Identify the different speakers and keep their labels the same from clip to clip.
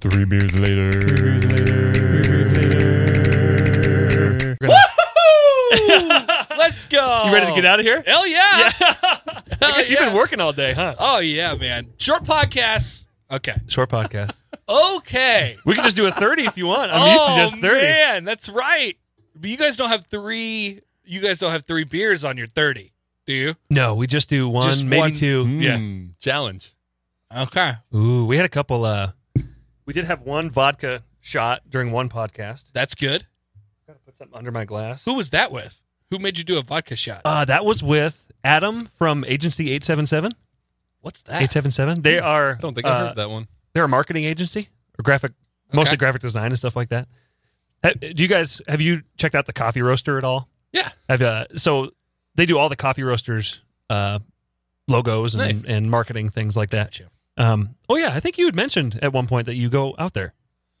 Speaker 1: Three beers later. Three beers later.
Speaker 2: Let's go.
Speaker 3: You ready to get out of here?
Speaker 2: Hell yeah.
Speaker 3: I guess you've
Speaker 2: yeah.
Speaker 3: been working all day, huh?
Speaker 2: Oh yeah, man. Short podcasts. Okay.
Speaker 3: Short podcast.
Speaker 2: Okay.
Speaker 3: we can just do a 30 if you want. I'm
Speaker 2: oh,
Speaker 3: used to just 30.
Speaker 2: Man, that's right. But you guys don't have three you guys don't have three beers on your thirty, do you?
Speaker 3: No, we just do one,
Speaker 2: Just
Speaker 3: maybe
Speaker 2: one.
Speaker 3: two.
Speaker 1: Mm.
Speaker 3: Challenge.
Speaker 2: Okay.
Speaker 3: Ooh, we had a couple. uh We did have one vodka shot during one podcast.
Speaker 2: That's good.
Speaker 3: Gotta put something under my glass.
Speaker 2: Who was that with? Who made you do a vodka shot?
Speaker 3: Uh, that was with Adam from Agency 877.
Speaker 2: What's that?
Speaker 3: 877. Ah. They are.
Speaker 1: I don't think
Speaker 3: uh,
Speaker 1: I heard that one.
Speaker 3: They're a marketing agency or graphic, mostly
Speaker 2: Okay.
Speaker 3: graphic design and stuff like that. Ha- Do you guys have you checked out the coffee roaster at all?
Speaker 2: Yeah.
Speaker 3: Have uh, so they do all the coffee roasters uh, logos and,
Speaker 1: Nice.
Speaker 3: and marketing things like that.
Speaker 2: Gotcha.
Speaker 3: Um, oh yeah, I think you had mentioned at one point that you go out there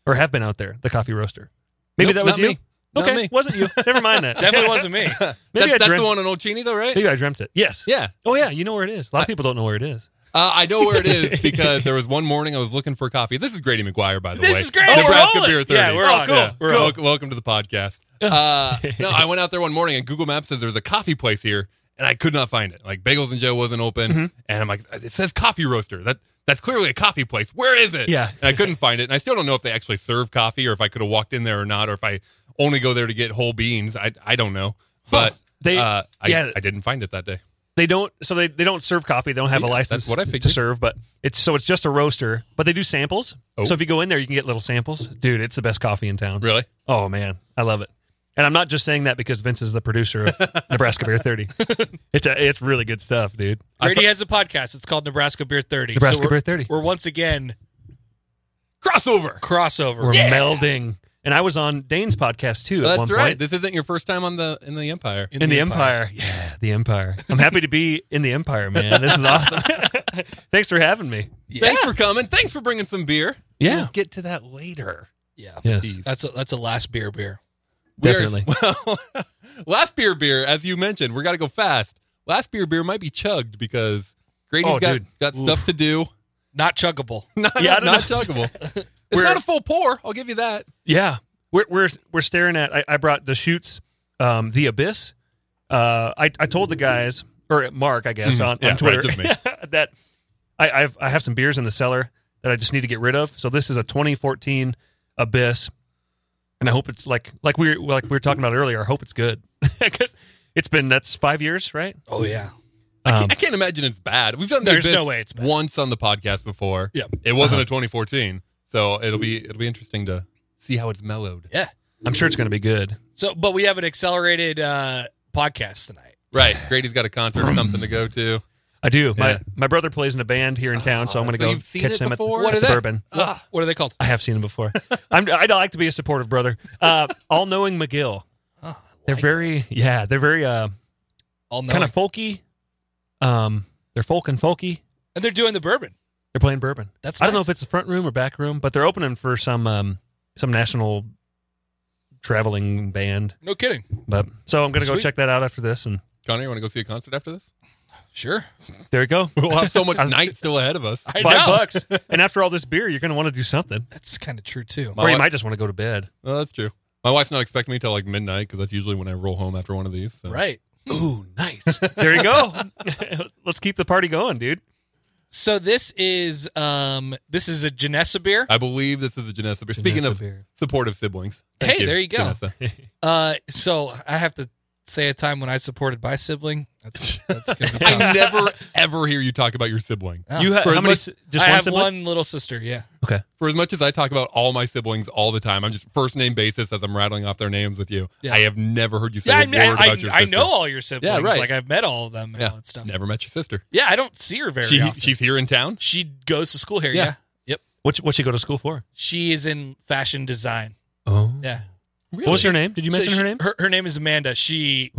Speaker 3: or have been out there, the coffee roaster. Maybe
Speaker 1: Nope,
Speaker 3: that was
Speaker 1: not
Speaker 3: you.
Speaker 1: me. Not
Speaker 3: Okay,
Speaker 1: me.
Speaker 3: wasn't you? Never mind that.
Speaker 2: Definitely wasn't me.
Speaker 3: Maybe
Speaker 1: That-
Speaker 3: I
Speaker 1: that's
Speaker 3: dreamt-
Speaker 1: the one in Old Cheney, though, right?
Speaker 3: Maybe I dreamt it. Yes.
Speaker 1: Yeah.
Speaker 3: Oh yeah, you know where it is. A lot of people don't know where it is.
Speaker 1: Uh, I know where it is because there was one morning I was looking for coffee. This is Grady McGuire, by the
Speaker 2: This
Speaker 1: way.
Speaker 2: is Grady.
Speaker 3: Oh, we're
Speaker 1: Nebraska
Speaker 3: rolling.
Speaker 1: Beer 30.
Speaker 3: Yeah, we're
Speaker 1: oh,
Speaker 3: on.
Speaker 1: Cool.
Speaker 3: Yeah,
Speaker 1: we're
Speaker 3: cool.
Speaker 1: Welcome, welcome to the podcast. Uh, no, I went out there one morning and Google Maps says there's a coffee place here, and I could not find it. Like Bagels and Joe wasn't open,
Speaker 3: Mm-hmm.
Speaker 1: and I'm like, it says coffee roaster. That that's clearly a coffee place. Where is it?
Speaker 3: Yeah.
Speaker 1: and I couldn't find it, and I still don't know if they actually serve coffee or if I could have walked in there or not, or if I only go there to get whole beans. I I don't know, but.
Speaker 3: They-
Speaker 1: uh, I,
Speaker 3: yeah.
Speaker 1: I didn't find it that day.
Speaker 3: they don't so they, they don't serve coffee they don't have a
Speaker 1: Yeah,
Speaker 3: license
Speaker 1: that's what I
Speaker 3: to
Speaker 1: figured.
Speaker 3: serve but it's so it's just a roaster but they do samples
Speaker 1: Oh.
Speaker 3: so if you go in there you can get little samples dude it's the best coffee in town
Speaker 1: Really?
Speaker 3: oh man i love it and i'm not just saying that because vince is the producer of nebraska beer 30 it's a, it's really good stuff dude
Speaker 2: Brady has a podcast. It's called Nebraska Beer 30.
Speaker 3: Nebraska
Speaker 2: we're-
Speaker 3: Beer 30.
Speaker 2: We're once again
Speaker 1: Crossover.
Speaker 2: crossover.
Speaker 3: we're
Speaker 2: Yeah.
Speaker 3: melding and i was on dane's podcast too at
Speaker 1: That's
Speaker 3: one
Speaker 1: right.
Speaker 3: point
Speaker 1: This isn't your first time on the in the Empire.
Speaker 3: in the, empire. yeah the empire i'm happy to be in the empire man this is awesome thanks for having me
Speaker 1: Thanks for coming. Thanks for bringing some beer.
Speaker 3: Yeah.
Speaker 1: We'll get to that later.
Speaker 2: Yeah.
Speaker 3: yes
Speaker 1: Jeez.
Speaker 2: That's a that's a last beer beer.
Speaker 1: We are-
Speaker 3: Definitely.
Speaker 1: well, last beer, beer, as you mentioned, we got to go fast. Last beer, beer might be chugged because Grady's
Speaker 3: Oh,
Speaker 1: got,
Speaker 3: dude.
Speaker 1: got stuff to do.
Speaker 2: Not chuggable.
Speaker 1: Not,
Speaker 3: Yeah, I don't
Speaker 1: not chuggable. It's not a full pour. I'll give you that.
Speaker 3: Yeah, we're we're we're staring at. I, I brought the shoots, um, the abyss. Uh, I I told the guys or Mark, I guess,
Speaker 1: Mhm.
Speaker 3: on,
Speaker 1: Yeah,
Speaker 3: on
Speaker 1: right,
Speaker 3: Twitter
Speaker 1: just
Speaker 3: that I I've, I have some beers in the cellar that I just need to get rid of. So this is a 2014 abyss, and I hope it's like like we were, like we were talking about earlier. I hope it's good because it's been that's five years, right?
Speaker 2: Oh yeah.
Speaker 1: I
Speaker 3: Um,
Speaker 1: can't- I can't imagine it's bad. We've done
Speaker 2: There's
Speaker 1: this
Speaker 2: no way it's bad. Uh-huh.
Speaker 1: once on the podcast before.
Speaker 2: Yep.
Speaker 1: It wasn't a 2014, so it'll be it'll be interesting to see how it's mellowed.
Speaker 2: Yeah.
Speaker 3: I'm sure it's going to be good.
Speaker 2: So but we have an accelerated uh podcast tonight.
Speaker 1: Right. Grady's got a concert or something to go to.
Speaker 3: I do.
Speaker 1: Yeah. Uh,
Speaker 3: My my brother plays in a band here in town, so I'm going
Speaker 1: so
Speaker 3: to go
Speaker 1: you've seen
Speaker 3: catch
Speaker 1: it
Speaker 3: him at,
Speaker 1: before?
Speaker 3: at
Speaker 1: What
Speaker 3: the
Speaker 1: are they-
Speaker 3: bourbon.
Speaker 2: What, what are they called?
Speaker 3: I have seen him before. I'm, I'd like to be a supportive brother. Uh, All knowing McGill.
Speaker 2: Ah.
Speaker 3: They're very, yeah, they're very uh,
Speaker 2: All
Speaker 3: kind of folky. Um, they're folk and folky.
Speaker 2: and they're doing the bourbon.
Speaker 3: They're playing bourbon.
Speaker 2: That's
Speaker 3: I don't know
Speaker 2: nice.
Speaker 3: if it's the front room or back room, but they're opening for some um, some national traveling band.
Speaker 2: No kidding.
Speaker 3: But so I'm gonna go
Speaker 1: Sweet.
Speaker 3: check that out after this, and
Speaker 1: Connor, you want to go see a concert after this?
Speaker 2: Sure.
Speaker 3: there you go.
Speaker 1: We'll have so much night still ahead of us.
Speaker 2: I
Speaker 3: Five
Speaker 2: know.
Speaker 3: bucks, and after all this beer, you're gonna want to do something,
Speaker 2: That's kind of true too.
Speaker 1: My
Speaker 3: or you
Speaker 1: wife-
Speaker 3: might just want to go to bed.
Speaker 1: No, that's true. My wife's not expecting me till like midnight because that's usually when I roll home after one of these. so.
Speaker 2: Right.
Speaker 3: Ooh, nice. there you go. Let's keep the party going, dude.
Speaker 2: So this is um this is a Janessa beer.
Speaker 1: I believe this is a Janessa beer. Uh, Speaking
Speaker 3: Janessa
Speaker 1: of
Speaker 3: beer.
Speaker 1: supportive siblings.
Speaker 2: Hey, there you go.
Speaker 1: Janessa.
Speaker 2: Uh so I have to say a time when I supported my sibling. That's that's gonna be tough.
Speaker 1: I never ever hear you talk about your sibling.
Speaker 2: Yeah.
Speaker 3: You have
Speaker 1: For
Speaker 3: how
Speaker 1: as
Speaker 3: many?
Speaker 1: much-
Speaker 3: s- Just
Speaker 2: I
Speaker 3: one
Speaker 2: have
Speaker 3: sibling?
Speaker 2: one little sister, yeah.
Speaker 3: Okay.
Speaker 1: For as much as I talk about all my siblings all the time, I'm just first name basis as I'm rattling off their names with you.
Speaker 2: Yeah.
Speaker 1: I have never heard you say
Speaker 2: Yeah,
Speaker 1: a
Speaker 2: I,
Speaker 1: word
Speaker 2: mean, I,
Speaker 1: about
Speaker 2: I,
Speaker 1: your sister.
Speaker 2: I know all your siblings.
Speaker 1: right.
Speaker 2: Like I've met all of them and
Speaker 1: Yeah.
Speaker 2: all that stuff.
Speaker 1: Never met your sister.
Speaker 2: Yeah, I don't see her very
Speaker 1: She
Speaker 2: often.
Speaker 1: she's here in town.
Speaker 2: she goes to school here.
Speaker 1: Yeah.
Speaker 2: Yeah. Yep.
Speaker 3: What what she go to school for?
Speaker 2: She is in fashion design.
Speaker 3: Oh,
Speaker 2: Yeah.
Speaker 3: What was her name? Did you
Speaker 2: So
Speaker 3: mention
Speaker 2: she-
Speaker 3: her name? Mm.
Speaker 2: Her, her name is Amanda. She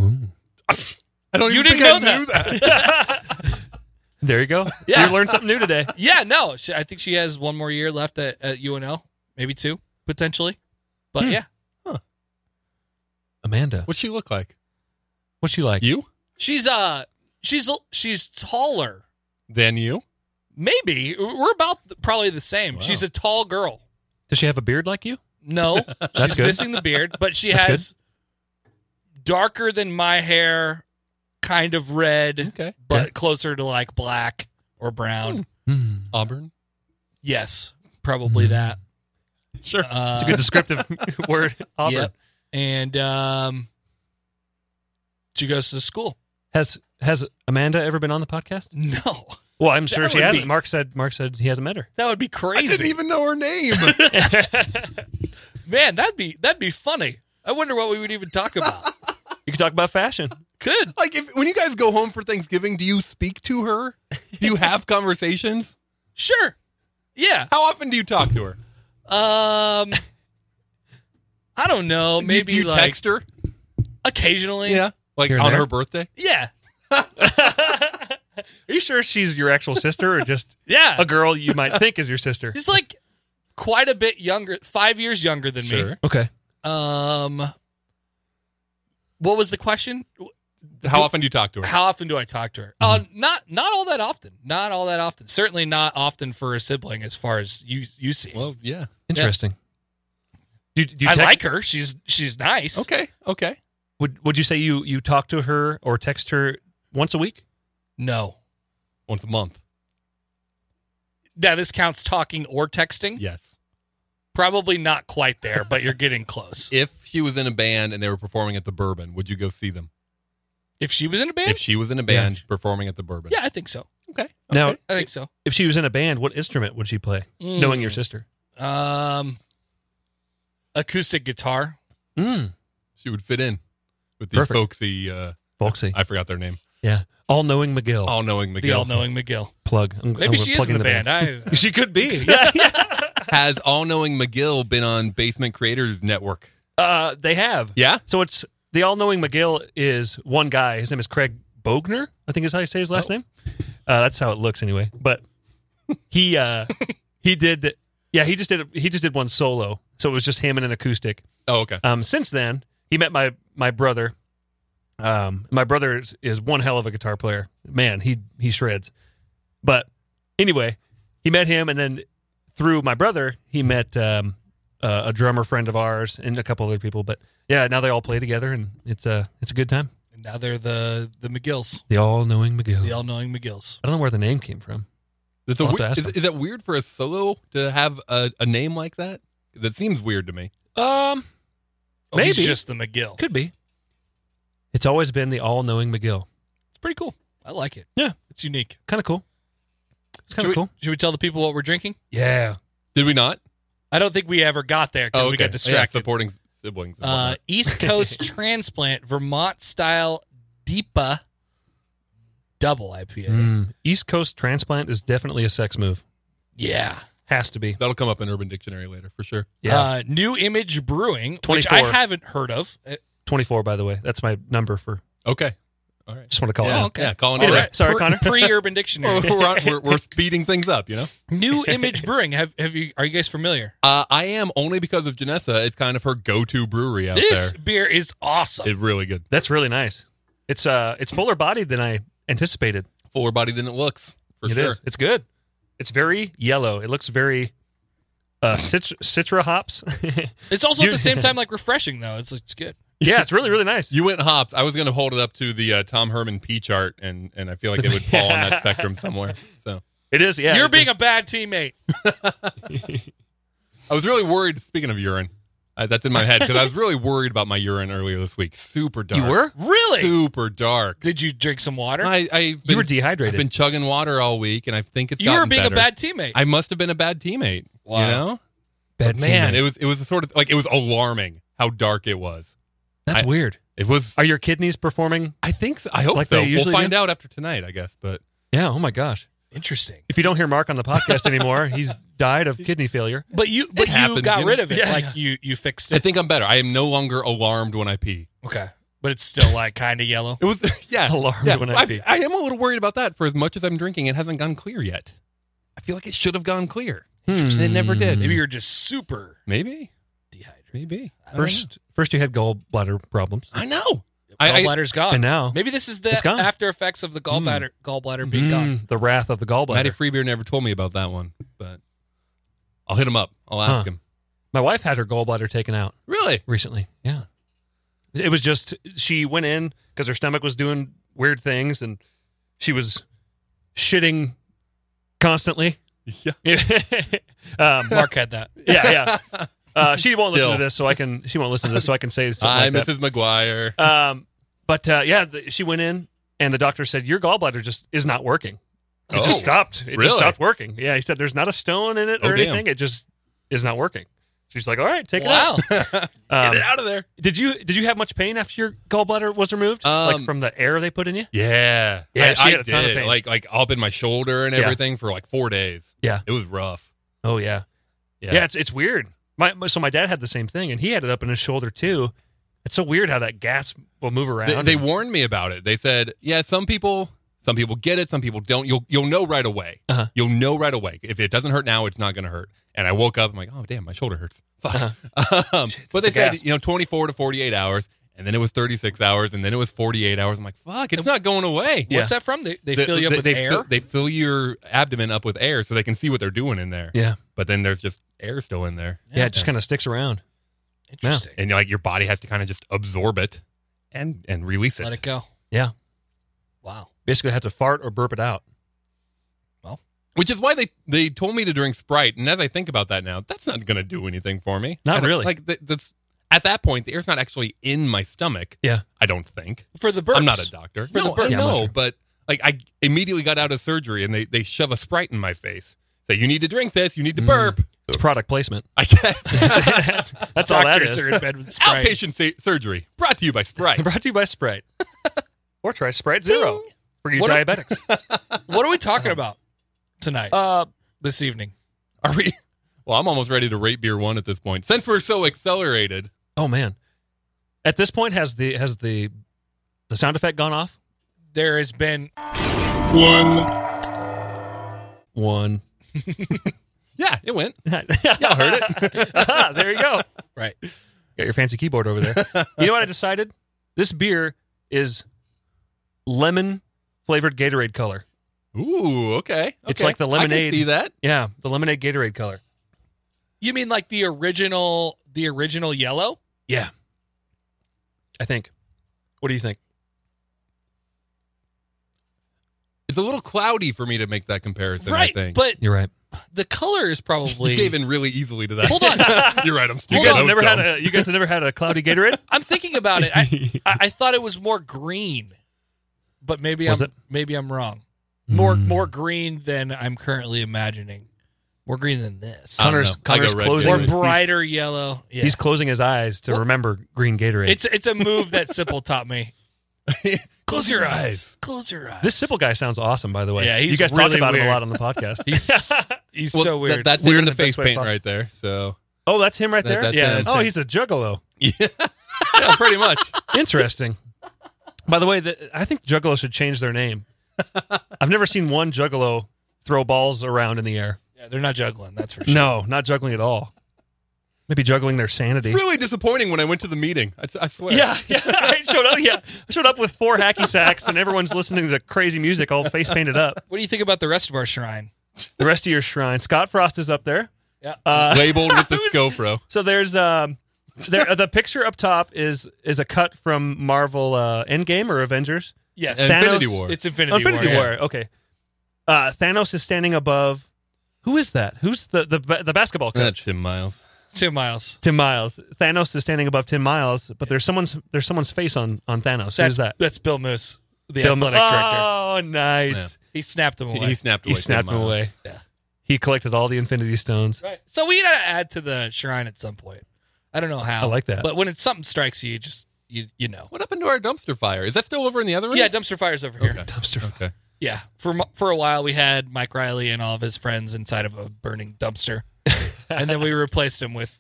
Speaker 1: I don't
Speaker 2: You
Speaker 1: even
Speaker 2: didn't
Speaker 1: think
Speaker 2: know
Speaker 1: I knew that.
Speaker 3: there you go.
Speaker 2: Yeah.
Speaker 3: you learned something new today.
Speaker 2: yeah, no, she, I think she has one more year left at, at UNL, maybe two potentially. But
Speaker 3: Hmm.
Speaker 2: yeah,
Speaker 3: Amanda,
Speaker 1: What'd she look like?
Speaker 3: what's she like?
Speaker 1: You?
Speaker 2: she's uh she's she's taller.
Speaker 1: Then you?
Speaker 2: Maybe we're about th- probably the same.
Speaker 1: Wow.
Speaker 2: She's a tall girl.
Speaker 3: Does she have a beard like you?
Speaker 2: No, she's
Speaker 3: good.
Speaker 2: missing the beard, but she
Speaker 3: That's
Speaker 2: has darker than my hair, kind of red,
Speaker 3: Hmm.
Speaker 1: Okay.
Speaker 2: but closer to like black or brown.
Speaker 3: Hmm.
Speaker 1: Auburn?
Speaker 2: Yes, probably that.
Speaker 1: Sure.
Speaker 2: Uh,
Speaker 3: It's a good descriptive word. Auburn
Speaker 2: Yep. And um, she goes to school.
Speaker 3: has has Amanda ever been on the podcast?
Speaker 2: No,
Speaker 3: Well, I'm sure
Speaker 2: That
Speaker 3: she
Speaker 2: would
Speaker 3: hasn't.
Speaker 2: be-
Speaker 3: Mark said Mark said he hasn't met her.
Speaker 2: that would be
Speaker 1: I
Speaker 2: crazy.
Speaker 1: didn't even know her name.
Speaker 2: Man, that'd be that'd be funny. I wonder what we would even talk about.
Speaker 3: You can talk about fashion.
Speaker 2: Good.
Speaker 1: like, if, when you guys go home for Thanksgiving, do you speak to her? Do you have conversations?
Speaker 2: Sure. Yeah.
Speaker 1: How often do you talk to her?
Speaker 2: Um, I don't know.
Speaker 1: Do you-
Speaker 2: Maybe
Speaker 1: do you
Speaker 2: like
Speaker 1: text her?
Speaker 2: occasionally.
Speaker 1: Yeah. Like
Speaker 3: Here and
Speaker 1: on
Speaker 3: there?
Speaker 1: her birthday?
Speaker 2: Yeah.
Speaker 3: Are you sure she's your actual sister or just
Speaker 2: Yeah.
Speaker 3: a girl you might think is your sister?
Speaker 2: She's like quite a bit younger, five years younger than me.
Speaker 3: Okay.
Speaker 2: Um, what was the question?
Speaker 1: How often do you talk to her?
Speaker 2: How often do I talk to her? Uh,
Speaker 3: Mm-hmm.
Speaker 2: not not all that often. Not all that often. Certainly not often for a sibling, as far as you you see.
Speaker 1: Well, yeah.
Speaker 3: Interesting. Do, do you
Speaker 2: I
Speaker 3: text-
Speaker 2: like her. She's she's nice.
Speaker 1: Okay. Okay.
Speaker 3: Would Would you say you you talk to her or text her once a week?
Speaker 2: No.
Speaker 1: Once a month.
Speaker 2: Now this counts talking or texting.
Speaker 1: Yes.
Speaker 2: Probably not quite there, but you're getting close.
Speaker 1: If she was in a band and they were performing at the Bourbon, would you go see them?
Speaker 2: If she was in a band,
Speaker 1: If she was in a band performing at the Bourbon.
Speaker 2: yeah, I think so.
Speaker 1: Okay.
Speaker 3: Now,
Speaker 2: I think so.
Speaker 3: if she was in a band, what instrument would she play?
Speaker 2: Hmm.
Speaker 3: Knowing your sister.
Speaker 2: Um, acoustic guitar.
Speaker 3: Mm.
Speaker 1: She would fit in with the
Speaker 3: Perfect.
Speaker 1: folksy, uh,
Speaker 3: Folksy.
Speaker 1: I forgot their name,
Speaker 3: Yeah. All knowing McGill.
Speaker 1: all knowing McGill.
Speaker 2: The all-knowing McGill.
Speaker 3: Plug. I'm-
Speaker 2: Oh. Maybe
Speaker 3: I'm
Speaker 2: she is
Speaker 3: plugging
Speaker 2: in the, band. I,
Speaker 3: She could be.
Speaker 1: Has all knowing McGill been on Basement Creators Network?
Speaker 3: Uh, they have.
Speaker 1: Yeah.
Speaker 3: So it's the all knowing McGill is one guy. His name is Craig Bogner, I think is how you say his
Speaker 2: Oh.
Speaker 3: last name. Uh, that's how it looks anyway. But he uh, he did yeah, he just did he just did one solo. So it was just him and an acoustic.
Speaker 1: Oh, okay.
Speaker 3: Um, since then, he met my my brother. Um, my brother is, is one hell of a guitar player. Man, he he shreds. But anyway, he met him, and then through my brother, he met um, uh, a drummer friend of ours and a couple other people. But yeah, now they all play together, and it's a it's a good time.
Speaker 2: and now they're the the McGills.
Speaker 3: The all knowing McGill.
Speaker 2: The all-knowing McGills.
Speaker 3: I don't know where the name came from.
Speaker 1: That's a
Speaker 3: I'll have to
Speaker 1: weird,
Speaker 3: ask
Speaker 1: is,
Speaker 3: them.
Speaker 1: is that weird for a solo to have a, a name like that? That seems weird to me.
Speaker 3: Um,
Speaker 2: Oh, he's
Speaker 3: Maybe.
Speaker 2: just the McGill.
Speaker 3: could be. It's always been the all knowing McGill.
Speaker 2: It's pretty cool. I like it.
Speaker 3: Yeah.
Speaker 2: it's unique.
Speaker 3: Kind of cool. It's kind
Speaker 2: Should
Speaker 3: of
Speaker 2: we,
Speaker 3: cool.
Speaker 2: Should we tell the people what we're drinking?
Speaker 3: Yeah.
Speaker 1: Did we not? Oh,
Speaker 2: I don't think we ever got there because we got
Speaker 1: Yeah,
Speaker 2: distracted.
Speaker 1: supporting s- siblings. and
Speaker 2: uh,
Speaker 1: whatnot.
Speaker 2: East Coast Transplant Vermont Style Deepa Double IPA.
Speaker 3: Mm. East Coast transplant is definitely a sex move.
Speaker 2: Yeah.
Speaker 3: Has to be.
Speaker 1: That'll come up in Urban Dictionary later for sure.
Speaker 2: Uh, New Image Brewing, which
Speaker 3: 24.
Speaker 2: I haven't heard of. Uh,
Speaker 3: 24, by the way. That's my number for,
Speaker 1: Okay. All right.
Speaker 3: just want to call
Speaker 1: yeah,
Speaker 3: it
Speaker 2: Oh,
Speaker 3: out.
Speaker 2: okay.
Speaker 1: yeah, calling it
Speaker 3: Anyway,
Speaker 1: out.
Speaker 3: sorry, Connor.
Speaker 2: Pre Urban Dictionary.
Speaker 1: we're, on- we're, we're speeding things up, you know?
Speaker 2: New Image Brewing. Have have you? Are you guys familiar?
Speaker 1: Uh, I am only because of Janessa. It's kind of her go to brewery out
Speaker 2: This
Speaker 1: there.
Speaker 2: beer is awesome.
Speaker 1: It's really good.
Speaker 3: That's really nice. It's uh, it's fuller bodied than I anticipated.
Speaker 1: Fuller body than it looks, for
Speaker 3: It is.
Speaker 1: sure.
Speaker 3: It's good. It's very yellow. It looks very uh, cit- citra hops.
Speaker 2: It's also at
Speaker 3: You-
Speaker 2: the same time like refreshing though. It's it's good.
Speaker 3: yeah, it's really really nice.
Speaker 1: You went hops. I was going to hold it up to the uh, Tom Herman P chart, and, and I feel like it would fall on that spectrum somewhere. So
Speaker 3: It is. Yeah,
Speaker 2: You're
Speaker 3: it is.
Speaker 2: being a bad teammate.
Speaker 1: I was really worried. Speaking of urine, uh, that's in my head because I was really worried about my urine earlier this week. Super dark.
Speaker 3: You were.
Speaker 2: Really?
Speaker 1: super dark.
Speaker 2: Did you drink some water?
Speaker 1: I I've been,
Speaker 3: You were
Speaker 1: I've
Speaker 3: dehydrated.
Speaker 1: been chugging water all week, and I think it's
Speaker 2: you were
Speaker 1: gotten
Speaker 2: being a
Speaker 1: better.
Speaker 2: bad teammate.
Speaker 1: I must have been a bad teammate.
Speaker 2: Wow.
Speaker 1: You know,
Speaker 3: Bad
Speaker 1: But man,
Speaker 3: teammate.
Speaker 1: it was it was a sort of like it was alarming how dark it was.
Speaker 3: that's
Speaker 1: I-
Speaker 3: weird.
Speaker 1: It was.
Speaker 3: Are your kidneys performing?
Speaker 1: I think. So. I hope
Speaker 3: Like
Speaker 1: so.
Speaker 3: they
Speaker 1: We'll
Speaker 3: usually
Speaker 1: find
Speaker 3: do?
Speaker 1: out after tonight, I guess. But
Speaker 3: Yeah. Oh my gosh.
Speaker 2: Interesting.
Speaker 3: If you don't hear Mark on the podcast anymore, he's died of kidney failure.
Speaker 2: But you but you
Speaker 1: happens,
Speaker 2: got
Speaker 1: you
Speaker 2: rid
Speaker 1: know?
Speaker 2: of it.
Speaker 3: Yeah.
Speaker 2: Like you you fixed
Speaker 1: I
Speaker 2: it.
Speaker 1: think I'm better. I am no longer alarmed when I pee.
Speaker 2: Okay. But it's still like kind of yellow.
Speaker 1: It was yeah.
Speaker 3: Alarmed
Speaker 1: yeah.
Speaker 3: when I
Speaker 1: I,
Speaker 3: pee.
Speaker 1: I am a little worried about that. For as much as I'm drinking, it hasn't gone clear yet. I feel like it should have gone clear. It never
Speaker 3: Hmm.
Speaker 1: did.
Speaker 2: Maybe
Speaker 1: Maybe.
Speaker 2: you're just super
Speaker 1: Maybe.
Speaker 2: dehydrated.
Speaker 1: Maybe. I don't
Speaker 3: First, first you had gallbladder problems,
Speaker 1: know. I know. I- I-
Speaker 2: Gallbladder's gone.
Speaker 3: and now
Speaker 2: Maybe this is the
Speaker 3: It's gone.
Speaker 2: after effects of the gallbladder gallbladder being gone.
Speaker 3: Mm, the wrath of the gallbladder.
Speaker 1: Matty Freebeer never told me about that one, but I'll hit him up. I'll ask
Speaker 3: Huh.
Speaker 1: him.
Speaker 3: My wife had her gallbladder taken out
Speaker 1: Really?
Speaker 3: recently. Yeah, it was just she went in because her stomach was doing weird things, and she was shitting constantly.
Speaker 1: Yeah.
Speaker 3: um,
Speaker 1: Mm.
Speaker 2: Mark had that.
Speaker 3: yeah, yeah. Uh, she won't listen
Speaker 1: Still.
Speaker 3: to this, so I can. She won't listen to this, so I can say something
Speaker 1: Hi,
Speaker 3: like that.
Speaker 1: Mrs. McGuire.
Speaker 3: Um, but uh, yeah, the, she went in, and the doctor said your gallbladder just is not working. It
Speaker 1: Oh.
Speaker 3: just stopped. It
Speaker 1: Really?
Speaker 3: just stopped working. Yeah, he said there's not a stone in it
Speaker 1: Oh,
Speaker 3: or
Speaker 1: damn.
Speaker 3: anything. It just is not working. She's like, all right, take
Speaker 2: wow.
Speaker 3: it out.
Speaker 1: Get
Speaker 3: Um,
Speaker 1: it out of there.
Speaker 3: Did you did you have much pain after your gallbladder was removed,
Speaker 1: Um,
Speaker 3: like from the air they put in you?
Speaker 1: Yeah,
Speaker 3: Yeah,
Speaker 1: I,
Speaker 3: she
Speaker 1: I
Speaker 3: had a ton of
Speaker 1: did.
Speaker 3: pain.
Speaker 1: Like like up in my shoulder and
Speaker 3: Yeah.
Speaker 1: everything for like four days.
Speaker 3: Yeah.
Speaker 1: it was rough.
Speaker 3: Oh yeah, yeah. it's it's weird. My my- so my dad had the same thing, and he had it up in his shoulder too. It's so weird how that gas will move around.
Speaker 1: They, they warned me about it. They said, yeah, some people some people get it, some people don't. You'll you'll know right away.
Speaker 3: Uh-huh.
Speaker 1: You'll know right away if it doesn't hurt now, it's not going to hurt. And I woke up. I'm like, oh damn, my shoulder hurts. Fuck. Um, but they
Speaker 3: Uh-huh. the
Speaker 1: said
Speaker 3: gas.
Speaker 1: you know 24 to 48 hours, and then it was 36 hours, and then it was 48 hours. I'm like, fuck, it's not going away.
Speaker 2: What's that from? They, they
Speaker 1: The-
Speaker 2: fill you up
Speaker 1: they-
Speaker 2: with
Speaker 1: they
Speaker 2: air.
Speaker 1: fill- they fill your abdomen up with air so they can see what they're doing in there.
Speaker 3: yeah,
Speaker 1: But then there's just air still in there.
Speaker 3: yeah. It just kind of sticks around.
Speaker 2: Interesting.
Speaker 1: and like your body has to kind of just absorb it and and release it.
Speaker 2: Let it go.
Speaker 3: Yeah,
Speaker 2: Wow.
Speaker 3: basically have to fart or burp it out.
Speaker 1: Which is why they they told me to drink Sprite. And as I think about that now, that's not going to do anything for me.
Speaker 3: Not
Speaker 1: I don't-
Speaker 3: really.
Speaker 1: Like th- that's at that point, the air's not actually in my stomach.
Speaker 3: Yeah.
Speaker 1: I don't think.
Speaker 2: For the birds.
Speaker 1: I'm not a doctor.
Speaker 2: For
Speaker 1: no,
Speaker 2: the burps.
Speaker 1: I
Speaker 3: Yeah, I'm not
Speaker 1: know,
Speaker 3: sure.
Speaker 1: but like I immediately got out of surgery and they they shove a Sprite in my face. Say you need to drink this. You need to
Speaker 3: Mm.
Speaker 1: burp.
Speaker 3: It's product placement.
Speaker 1: I guess.
Speaker 3: that's that's all that
Speaker 2: Doctors
Speaker 3: is.
Speaker 2: are in bed with Sprite.
Speaker 1: Outpatient sa- surgery brought to you by Sprite.
Speaker 3: Brought to you by Sprite, or try Sprite Zero for you
Speaker 2: What a-
Speaker 3: diabetics.
Speaker 2: What are we talking about tonight?
Speaker 3: uh,
Speaker 2: this evening?
Speaker 1: Are we? Well, I'm almost ready to rate beer one at this point. Since we're so accelerated,
Speaker 3: oh man, at this point has the has the the sound effect gone off?
Speaker 2: There has been
Speaker 3: One.
Speaker 1: yeah, it went.
Speaker 3: Y'all heard it. Ah, there you go.
Speaker 2: right.
Speaker 3: Got your fancy keyboard over there. You know what I decided? This beer is lemon flavored Gatorade color.
Speaker 1: Ooh, okay.
Speaker 3: It's
Speaker 1: okay.
Speaker 3: like the
Speaker 1: I
Speaker 3: lemonade.
Speaker 1: can see that.
Speaker 3: Yeah, the lemonade Gatorade color.
Speaker 2: You mean like the original the original yellow?
Speaker 3: Yeah. I think. What do you think?
Speaker 1: It's a little cloudy for me to make that comparison. I
Speaker 2: right.
Speaker 1: think
Speaker 2: But
Speaker 3: You're right.
Speaker 2: the color is
Speaker 1: you
Speaker 2: probably
Speaker 1: gave in really easily to that.
Speaker 2: Hold on.
Speaker 1: You're right. I'm
Speaker 3: You
Speaker 1: stupid.
Speaker 2: Hold
Speaker 3: guys have
Speaker 1: That
Speaker 2: on.
Speaker 3: never
Speaker 1: was
Speaker 3: had
Speaker 1: dumb.
Speaker 3: a you guys have never had a cloudy Gatorade?
Speaker 2: I'm thinking about it. I, I, I thought it was more green, but maybe
Speaker 3: Was
Speaker 2: I'm
Speaker 3: it? Hmm.
Speaker 2: maybe I'm wrong. More more green than I'm currently imagining. More green than this,
Speaker 1: I don't
Speaker 3: Connor's-
Speaker 1: know. I
Speaker 3: Connor's
Speaker 1: go red
Speaker 3: closing-
Speaker 2: or
Speaker 1: Gatorade.
Speaker 2: brighter yellow. Yeah,
Speaker 3: He's closing his eyes to
Speaker 2: Well-
Speaker 3: remember green Gatorade.
Speaker 2: it's it's a move that Sipple taught me. Close your eyes. Close your eyes.
Speaker 3: this simple guy sounds awesome, by the way.
Speaker 2: Yeah, he's
Speaker 3: you guys talk
Speaker 2: really
Speaker 3: about him
Speaker 2: weird.
Speaker 3: a lot on the podcast.
Speaker 2: He's he's
Speaker 1: Well,
Speaker 2: so
Speaker 1: that-
Speaker 2: weird.
Speaker 1: that's
Speaker 3: Weird
Speaker 1: weird
Speaker 3: in
Speaker 1: in the
Speaker 3: the
Speaker 1: face
Speaker 3: best way
Speaker 1: paint
Speaker 3: possible.
Speaker 1: right there. So
Speaker 3: oh, that's him right
Speaker 1: That-
Speaker 3: there.
Speaker 1: that's
Speaker 3: yeah.
Speaker 1: him, that's
Speaker 3: oh,
Speaker 1: him.
Speaker 3: he's a juggalo.
Speaker 1: yeah, yeah pretty much.
Speaker 3: Interesting. By the way, the, I think Juggalo should change their name. I've never seen one Juggalo throw balls around in the air.
Speaker 2: yeah, they're not juggling. That's for sure.
Speaker 3: No, not juggling at all. Maybe juggling their sanity.
Speaker 1: Really disappointing when I went to the meeting. I, I swear.
Speaker 3: Yeah, yeah. I showed up. Yeah, I showed up with four hacky sacks, and everyone's listening to crazy music, all face painted up.
Speaker 2: What do you think about the rest of our shrine?
Speaker 3: The rest of your shrine. Scott Frost is up there.
Speaker 2: Yeah.
Speaker 3: Uh,
Speaker 1: Labeled with the Scopro.
Speaker 3: so there's um, there, the picture up top is is a cut from Marvel uh, Endgame or Avengers.
Speaker 2: Yes,
Speaker 3: Thanos-
Speaker 1: Infinity War.
Speaker 2: it's Infinity,
Speaker 3: Infinity
Speaker 2: War.
Speaker 3: War. Okay. Uh, Thanos is standing above. Who is that? Who's the the, ba- the basketball coach?
Speaker 1: That's Tim Miles.
Speaker 2: Two miles.
Speaker 3: Tim Miles. Thanos is standing above Tim Miles, but there's someone's there's someone's face on on Thanos.
Speaker 2: That's,
Speaker 3: Who's that?
Speaker 2: That's Bill Moose, the
Speaker 3: Bill-
Speaker 2: athletic director.
Speaker 3: Oh, nice.
Speaker 2: He snapped him
Speaker 1: He,
Speaker 2: away.
Speaker 1: he snapped away.
Speaker 3: He
Speaker 1: Tim
Speaker 3: snapped him
Speaker 1: Miles.
Speaker 3: away.
Speaker 2: Yeah.
Speaker 3: He collected all the Infinity Stones.
Speaker 2: Right. So we gotta add to the shrine at some point. I don't know how.
Speaker 3: I like that.
Speaker 2: But when it's something strikes you, you just you you know.
Speaker 1: What happened to our dumpster fire? Is that still over in the other room?
Speaker 2: Yeah, dumpster fires over here.
Speaker 1: Okay.
Speaker 3: Dumpster.
Speaker 1: Okay.
Speaker 2: Yeah, for mo- for a while we had Mike Riley and all of his friends inside of a burning dumpster, and then we replaced him with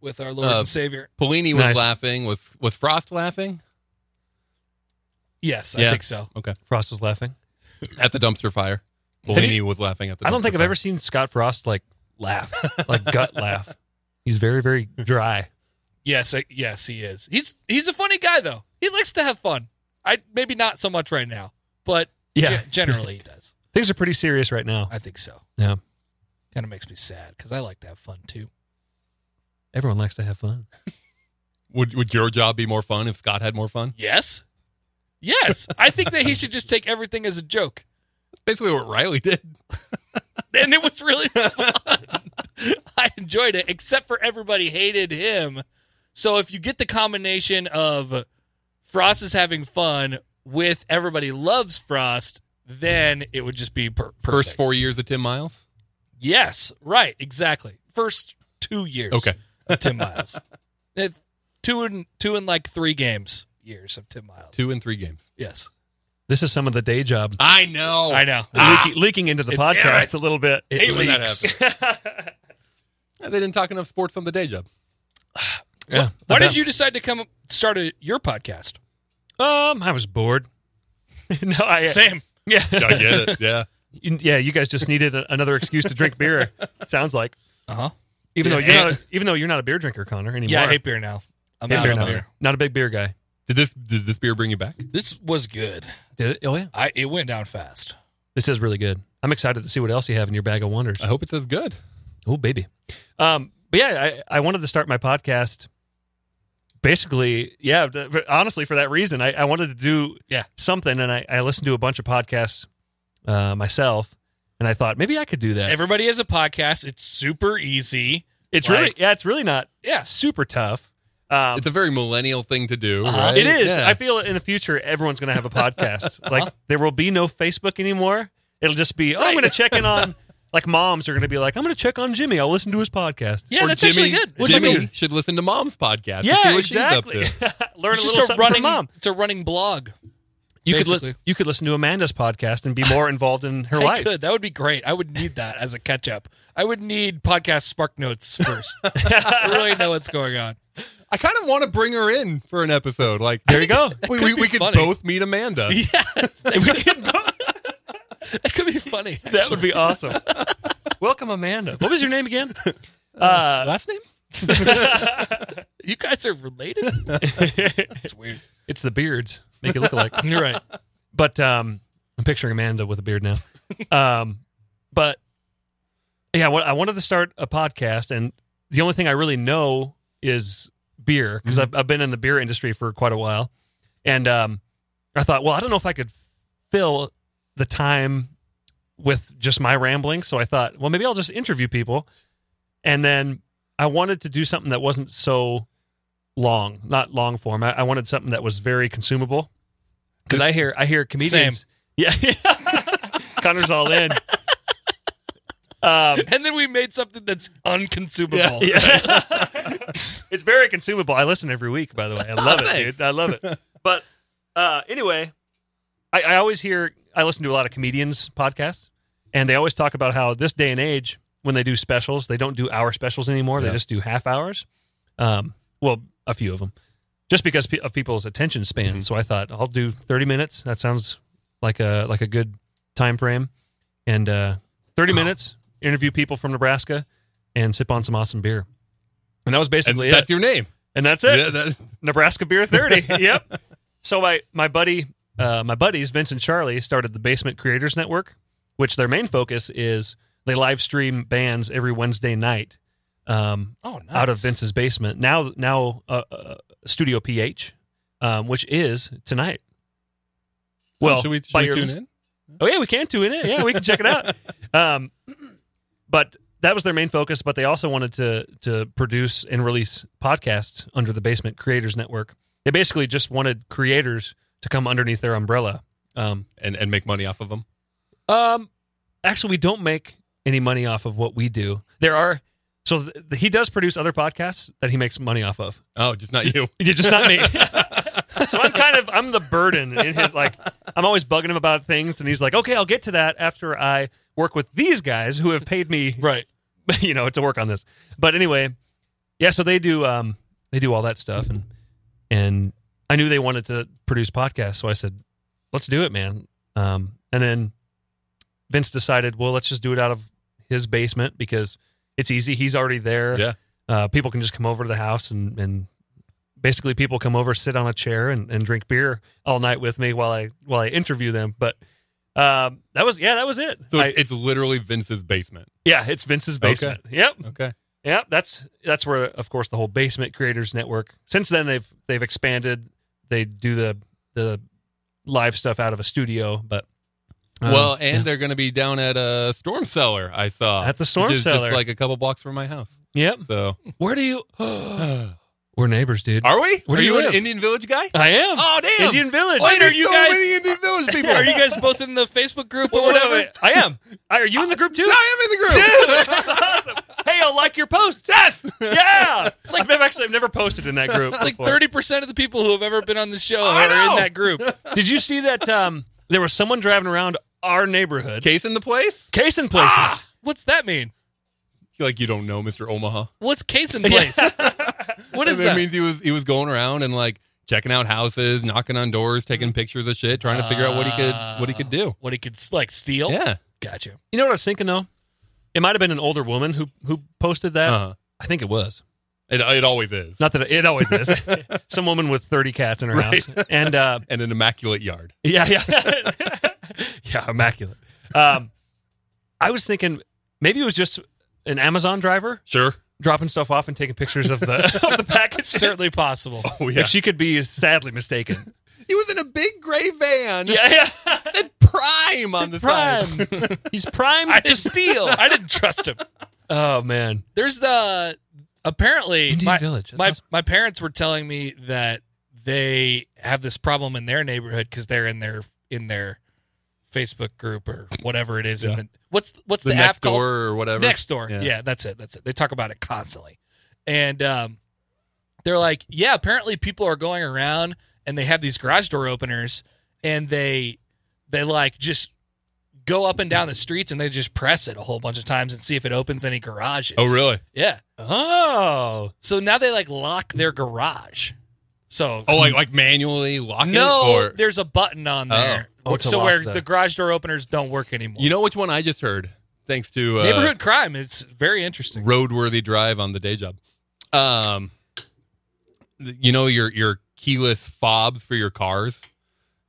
Speaker 2: with our Lord
Speaker 1: Uh,
Speaker 2: and Savior.
Speaker 1: Polini was
Speaker 3: Nice.
Speaker 1: laughing. Was was Frost laughing
Speaker 2: Yes, I
Speaker 1: yeah.
Speaker 2: think so.
Speaker 3: Frost was laughing.
Speaker 1: at the dumpster fire?
Speaker 3: Have
Speaker 1: Polini
Speaker 3: you-
Speaker 1: was laughing at the.
Speaker 3: I don't think
Speaker 1: dumpster
Speaker 3: I've ever
Speaker 1: fire.
Speaker 3: seen Scott Frost like laugh, like gut laugh. He's very, very dry.
Speaker 2: Yes, I, yes, he is. He's he's a funny guy though. He likes to have fun. I maybe not so much right now, but
Speaker 3: Yeah.
Speaker 2: ge- generally he does.
Speaker 3: Things are pretty serious right now.
Speaker 2: I think so.
Speaker 3: Yeah.
Speaker 2: Kind of makes me sad because I like to have fun too.
Speaker 3: Everyone likes to have fun.
Speaker 1: Would would your job be more fun if Scott had more fun?
Speaker 2: Yes, yes. I think that he should just take everything as a joke,
Speaker 1: That's basically what Riley did.
Speaker 2: and it was really fun. I enjoyed it, except for everybody hated him. So if you get the combination of Frost is having fun with everybody loves Frost, then it would just be per- perfect.
Speaker 1: First four years of Tim Miles.
Speaker 2: Yes, right, exactly. First two years.
Speaker 1: Okay.
Speaker 2: Of Tim Miles. Eh, two and two and like three games years of Tim Miles.
Speaker 1: Two and three games.
Speaker 2: Yes,
Speaker 3: This is some of the day job
Speaker 1: I know.
Speaker 2: I know.
Speaker 3: leaking, leaking into the
Speaker 2: It's-
Speaker 3: podcast a little bit.
Speaker 1: Hate Ah. when that
Speaker 2: leaks.
Speaker 1: happens. Yeah, they didn't talk enough sports on the day job.
Speaker 3: yeah.
Speaker 2: Why did you decide to come start a, your podcast?
Speaker 3: Um, I was bored. no, I
Speaker 2: Same.
Speaker 3: yeah,
Speaker 1: I get it. Yeah.
Speaker 3: You- yeah. You guys just needed a, another excuse to drink beer. Sounds like
Speaker 2: Uh
Speaker 1: Uh-huh.
Speaker 2: huh.
Speaker 3: even
Speaker 2: Yeah,
Speaker 3: though you're
Speaker 2: and-
Speaker 3: not, even though you're not a beer drinker, Connor anymore.
Speaker 2: Yeah, I hate beer now. I'm
Speaker 3: Hate
Speaker 2: out
Speaker 3: beer
Speaker 2: on
Speaker 3: now.
Speaker 2: beer.
Speaker 3: Not a big beer guy.
Speaker 1: Did this did this beer bring you back?
Speaker 2: This was good.
Speaker 3: Did it? Oh yeah.
Speaker 2: I it went down fast.
Speaker 3: This is really good. I'm excited to see what else you have in your bag of wonders.
Speaker 1: I hope it says good.
Speaker 3: Oh, baby. Um, but yeah, I, I wanted to start my podcast. Basically, yeah, th- but honestly, for that reason, I, I wanted to do
Speaker 2: Yeah.
Speaker 3: something, and I, I listened to a bunch of podcasts uh, myself, and I thought maybe I could do that.
Speaker 2: Everybody has a podcast. It's super easy.
Speaker 3: it's
Speaker 2: like-
Speaker 3: really, yeah, it's really not
Speaker 2: Yes.
Speaker 3: super tough. Um,
Speaker 1: It's a very millennial thing to do.
Speaker 2: Uh-huh.
Speaker 1: Right?
Speaker 3: Uh, it is.
Speaker 1: Yeah.
Speaker 3: I feel in the future everyone's going to have a podcast. like there will be no Facebook anymore. It'll just be, oh, I'm going to check in on. Like moms are going to be like, I'm going to check on Jimmy. I'll listen to his podcast.
Speaker 2: Yeah,
Speaker 1: Or
Speaker 2: that's
Speaker 1: Jimmy,
Speaker 2: actually good. It's
Speaker 1: Jimmy
Speaker 2: like a-
Speaker 1: should listen to Mom's podcast. to
Speaker 3: Yeah,
Speaker 1: see what
Speaker 3: exactly.
Speaker 1: she's up to.
Speaker 3: Learn
Speaker 2: it's
Speaker 3: a
Speaker 2: just
Speaker 3: little something from
Speaker 2: running.
Speaker 3: mom.
Speaker 2: It's a running blog.
Speaker 3: You could,
Speaker 2: Basically.
Speaker 3: listen, you could listen to Amanda's podcast and be more involved in her
Speaker 2: I
Speaker 3: life.
Speaker 2: could. That would be great. I would need that as a catch up. I would need podcast spark notes first. I really know what's going on.
Speaker 1: I kind of want to bring her in for an episode. Like
Speaker 3: There you go.
Speaker 1: we,
Speaker 2: could
Speaker 1: we,
Speaker 2: be
Speaker 1: we could
Speaker 2: funny.
Speaker 1: both meet Amanda.
Speaker 2: Yeah, that could be funny.
Speaker 3: that would be awesome. Welcome, Amanda. What was your name again? Uh,
Speaker 1: Last name?
Speaker 2: You guys are related. It's weird.
Speaker 3: Uh, it's the beards. Make it look alike.
Speaker 2: You're right.
Speaker 3: But um, I'm picturing Amanda with a beard now. Um, but yeah, what, I wanted to start a podcast, and the only thing I really know is beer because I've, I've been in the beer industry for quite a while, and um, I thought, well, I don't know if I could fill the time with just my rambling, so I thought, well, maybe I'll just interview people, and then I wanted to do something that wasn't so long, not long form. I, I wanted something that was very consumable because I hear I hear comedians. Yeah, Connor's all in. Um,
Speaker 2: And then we made something that's unconsumable.
Speaker 3: yeah. it's very consumable. I listen every week, by the way. I love it,
Speaker 2: thanks.
Speaker 3: dude. I love it. But uh, anyway, I, I always hear, I listen to a lot of comedians' podcasts, and they always talk about how this day and age, when they do specials, they don't do hour specials anymore. They
Speaker 1: Yeah.
Speaker 3: just do half hours. Um, well, a few of them, just because pe- of people's attention span.
Speaker 1: Mhm.
Speaker 3: So I thought I'll do thirty minutes. That sounds like a like a good time frame. And uh, thirty minutes, interview people from Nebraska, and sip on some awesome beer. And that was
Speaker 1: And
Speaker 3: basically
Speaker 1: that's
Speaker 3: it.
Speaker 1: your name.
Speaker 3: and that's it.
Speaker 1: Yeah, that-
Speaker 3: Nebraska Beer 30. yep. So my my buddy, uh, my buddies Vince and Charlie started the Basement Creators Network, which their main focus is they live stream bands every Wednesday night um,
Speaker 2: Oh, nice.
Speaker 3: out of Vince's basement. Now now uh, uh, Studio PH, um, which is tonight. Well,
Speaker 1: Oh, should we, should
Speaker 3: by
Speaker 1: we
Speaker 3: your
Speaker 1: tune
Speaker 3: lis-
Speaker 1: in?
Speaker 3: Oh yeah, we can tune in. Yeah, we can check it out. Um, but that was their main focus. But they also wanted to to produce and release podcasts under the Basement Creators Network. They basically just wanted creators to come underneath their umbrella. Um,
Speaker 1: And, and make money off of them.
Speaker 3: um, actually, we don't make any money off of what we do. There are so th- he does produce other podcasts that he makes money off of.
Speaker 1: Oh, just not you.
Speaker 3: Just not me. so I'm kind of I'm the burden in his, like I'm always bugging him about things and he's like, "Okay, I'll get to that after I work with these guys who have paid me,
Speaker 2: Right.
Speaker 3: you know, to work on this." But anyway, yeah, so they do um they do all that stuff and and I knew they wanted to produce podcasts, so I said, "Let's do it, man." Um and then Vince decided, "Well, let's just do it out of his basement because it's easy. He's already there.
Speaker 1: Yeah.
Speaker 3: Uh, people can just come over to the house and, and basically people come over, sit on a chair and, and drink beer all night with me while I while I interview them. But um, that was yeah, that was it.
Speaker 1: So
Speaker 3: I-
Speaker 1: it's, it's literally Vince's basement.
Speaker 3: yeah, it's Vince's
Speaker 1: Okay.
Speaker 3: basement. Yep.
Speaker 1: Okay.
Speaker 3: Yeah, that's that's where, of course, the whole Basement Creators Network. Since then, they've they've expanded. They do the the live stuff out of a studio, but um,
Speaker 1: well, and they're going to be down at a storm cellar. I saw
Speaker 3: At the Storm
Speaker 1: which is
Speaker 3: Cellar.
Speaker 1: just like a couple blocks from my house.
Speaker 3: yep.
Speaker 1: So
Speaker 3: Where do you?
Speaker 1: are
Speaker 3: We're neighbors, dude.
Speaker 1: we?
Speaker 3: Where
Speaker 1: are
Speaker 3: do
Speaker 1: you
Speaker 3: you
Speaker 1: an
Speaker 3: live?
Speaker 1: Indian Village guy?
Speaker 3: I am
Speaker 1: Oh damn!
Speaker 3: Indian Village.
Speaker 1: Wait,
Speaker 2: Wait,
Speaker 1: are
Speaker 2: are you
Speaker 1: so
Speaker 2: guys-
Speaker 1: many Indian Village people?
Speaker 2: Are you guys both in the Facebook group or
Speaker 3: Wait, wait,
Speaker 2: whatever?
Speaker 3: wait. I am. I- Are you in the group too?
Speaker 1: I am in the group.
Speaker 3: Dude, that's awesome. Hey, I'll like your posts. Yes. Yeah. It's like I've actually I've never posted in that group.
Speaker 2: Like
Speaker 3: before.
Speaker 2: thirty percent of the people who have ever been on the show
Speaker 1: I
Speaker 2: are in
Speaker 1: know.
Speaker 2: that group.
Speaker 3: Did you see that? Um, there was someone driving around our neighborhood.
Speaker 1: Case in the place?
Speaker 3: Case in places.
Speaker 1: Ah!
Speaker 2: What's that mean?
Speaker 1: Like you don't know Mr. Omaha?
Speaker 2: What's case in place? what is
Speaker 1: it
Speaker 2: that?
Speaker 1: means he was he was going around and like checking out houses, knocking on doors, taking pictures of shit, trying to figure out what he could what he could do.
Speaker 2: What he could like steal?
Speaker 1: Yeah.
Speaker 2: Gotcha.
Speaker 3: You know what I was thinking though? It might have been an older woman who who posted that.
Speaker 1: Uh-huh.
Speaker 3: I think it was.
Speaker 1: It it always is.
Speaker 3: Not that it, it always is. Some woman with thirty cats in her house, and uh,
Speaker 1: And an immaculate yard.
Speaker 3: yeah, yeah, yeah, immaculate. Um, I was thinking maybe it was just an Amazon driver
Speaker 1: Sure.
Speaker 3: dropping stuff off and taking pictures of the of the package.
Speaker 2: Certainly possible.
Speaker 1: Oh
Speaker 3: Like she could be sadly mistaken.
Speaker 1: He was in a big gray van.
Speaker 3: yeah, yeah.
Speaker 1: Said prime on the side.
Speaker 3: He's primed to steal.
Speaker 2: I didn't trust him.
Speaker 3: Oh man,
Speaker 2: There's the apparently
Speaker 3: Indian
Speaker 2: my,
Speaker 3: Village. That's
Speaker 2: My
Speaker 3: awesome.
Speaker 2: my parents were telling me that they have this problem in their neighborhood because they're in their in their Facebook group or whatever it is.
Speaker 1: Yeah.
Speaker 2: And then what's what's
Speaker 1: The,
Speaker 2: the, app
Speaker 1: next
Speaker 2: called?
Speaker 1: door or whatever.
Speaker 2: Next door.
Speaker 1: Yeah.
Speaker 2: Yeah. that's it. That's it. They talk about it constantly. And um, they're like, yeah, apparently people are going around and they have these garage door openers and they they like just go up and down the streets and they just press it a whole bunch of times and see if it opens any garages.
Speaker 1: Oh really?
Speaker 2: Yeah.
Speaker 3: Oh,
Speaker 2: So now they like lock their garage. So
Speaker 1: Oh like like manually locking
Speaker 2: no,
Speaker 1: or
Speaker 2: there's a button on
Speaker 1: Oh.
Speaker 2: there.
Speaker 3: Oh, to
Speaker 2: so
Speaker 3: lock
Speaker 2: where
Speaker 3: the-
Speaker 2: the garage door openers don't work anymore.
Speaker 1: You know which one I just heard? Thanks to uh,
Speaker 2: neighborhood crime. It's very interesting.
Speaker 1: roadworthy drive on the day job. Um, th- you know your your keyless fobs for your cars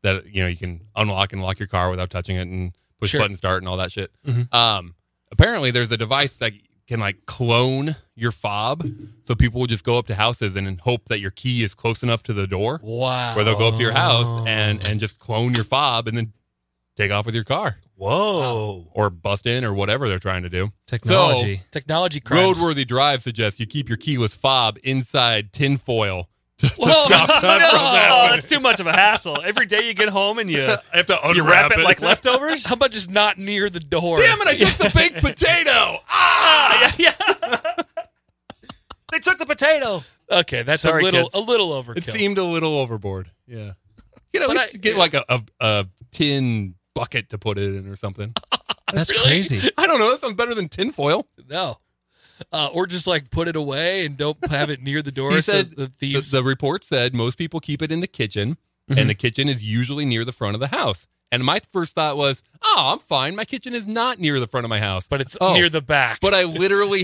Speaker 1: that you know you can unlock and lock your car without touching it and push
Speaker 2: Sure.
Speaker 1: button start and all that shit.
Speaker 3: Mhm.
Speaker 1: Um, apparently there's a device that can like clone your fob, so people will just go up to houses and then hope that your key is close enough to the door
Speaker 2: Wow.
Speaker 1: where they'll go up to your
Speaker 3: Oh.
Speaker 1: house and and just clone your fob and then take off with your car
Speaker 3: whoa,
Speaker 1: or bust in or whatever they're trying to do.
Speaker 3: technology.
Speaker 2: Technology crimes.
Speaker 1: Roadworthy Drive suggests you keep your keyless fob inside tinfoil.
Speaker 2: Whoa,
Speaker 3: no,
Speaker 2: no.
Speaker 3: that's too much of a hassle. Every day you get home and you
Speaker 1: I have to unwrap
Speaker 3: you wrap it like leftovers.
Speaker 2: How about just not near the door?
Speaker 1: Damn it! I took the baked potato. Ah!
Speaker 3: Ah, yeah, yeah. they took the potato.
Speaker 2: Okay, that's
Speaker 3: Sorry,
Speaker 2: a little
Speaker 3: kids.
Speaker 2: a little
Speaker 1: It
Speaker 2: overkill.
Speaker 1: seemed a little overboard. Yeah, you know,
Speaker 2: But
Speaker 1: we
Speaker 2: I-
Speaker 1: should get like a, a a tin bucket to put it in or something.
Speaker 3: That's
Speaker 2: Really? crazy.
Speaker 1: I don't know. That sounds better than tinfoil.
Speaker 2: no. Uh, or just like put it away and don't have it near the door
Speaker 1: He
Speaker 2: so
Speaker 1: said
Speaker 2: the
Speaker 1: The,
Speaker 2: thieves
Speaker 1: the report said most people keep it in the kitchen,
Speaker 3: Mhm.
Speaker 1: and the kitchen is usually near the front of the house. And my first thought was, oh, I'm fine. My kitchen is not near the front of my house.
Speaker 2: but it's
Speaker 1: Oh.
Speaker 2: near the back.
Speaker 1: but I literally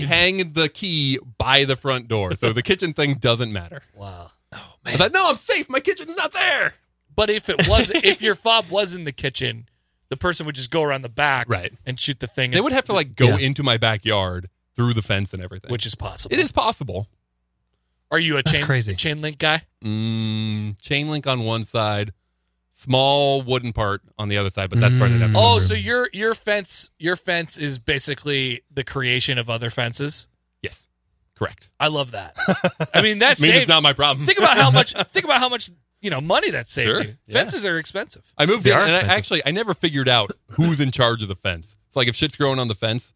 Speaker 1: hang the key by the front door, so the kitchen thing doesn't matter.
Speaker 2: wow. Oh
Speaker 1: I thought, no, I'm safe. My kitchen's not there.
Speaker 2: But if it was if your fob was in the kitchen, the person would just go around the back
Speaker 1: Right.
Speaker 2: and shoot the thing
Speaker 1: They would have to like go
Speaker 3: Yeah.
Speaker 1: into my backyard through the fence and everything,
Speaker 2: which is possible.
Speaker 1: it is possible.
Speaker 2: Are you a
Speaker 3: That's
Speaker 2: chain
Speaker 3: crazy.
Speaker 2: chain link guy?
Speaker 1: Mm, chain link on one side, small wooden part on the other side, but that's where they'd
Speaker 3: Mm.
Speaker 1: have to.
Speaker 2: Oh,
Speaker 1: go
Speaker 2: so
Speaker 1: through.
Speaker 2: your your fence your fence is basically the creation of other fences.
Speaker 1: yes, correct.
Speaker 2: I love that. I mean that
Speaker 1: I mean,
Speaker 2: saved
Speaker 1: it's not my problem.
Speaker 2: think about how much think about how much you know money that saved
Speaker 1: Sure,
Speaker 2: you.
Speaker 1: yeah.
Speaker 2: Fences are expensive.
Speaker 1: I moved
Speaker 3: They
Speaker 1: in,
Speaker 3: are
Speaker 1: and I
Speaker 3: expensive.
Speaker 1: actually I never figured out who's in charge of the fence. It's like if shit's growing on the fence,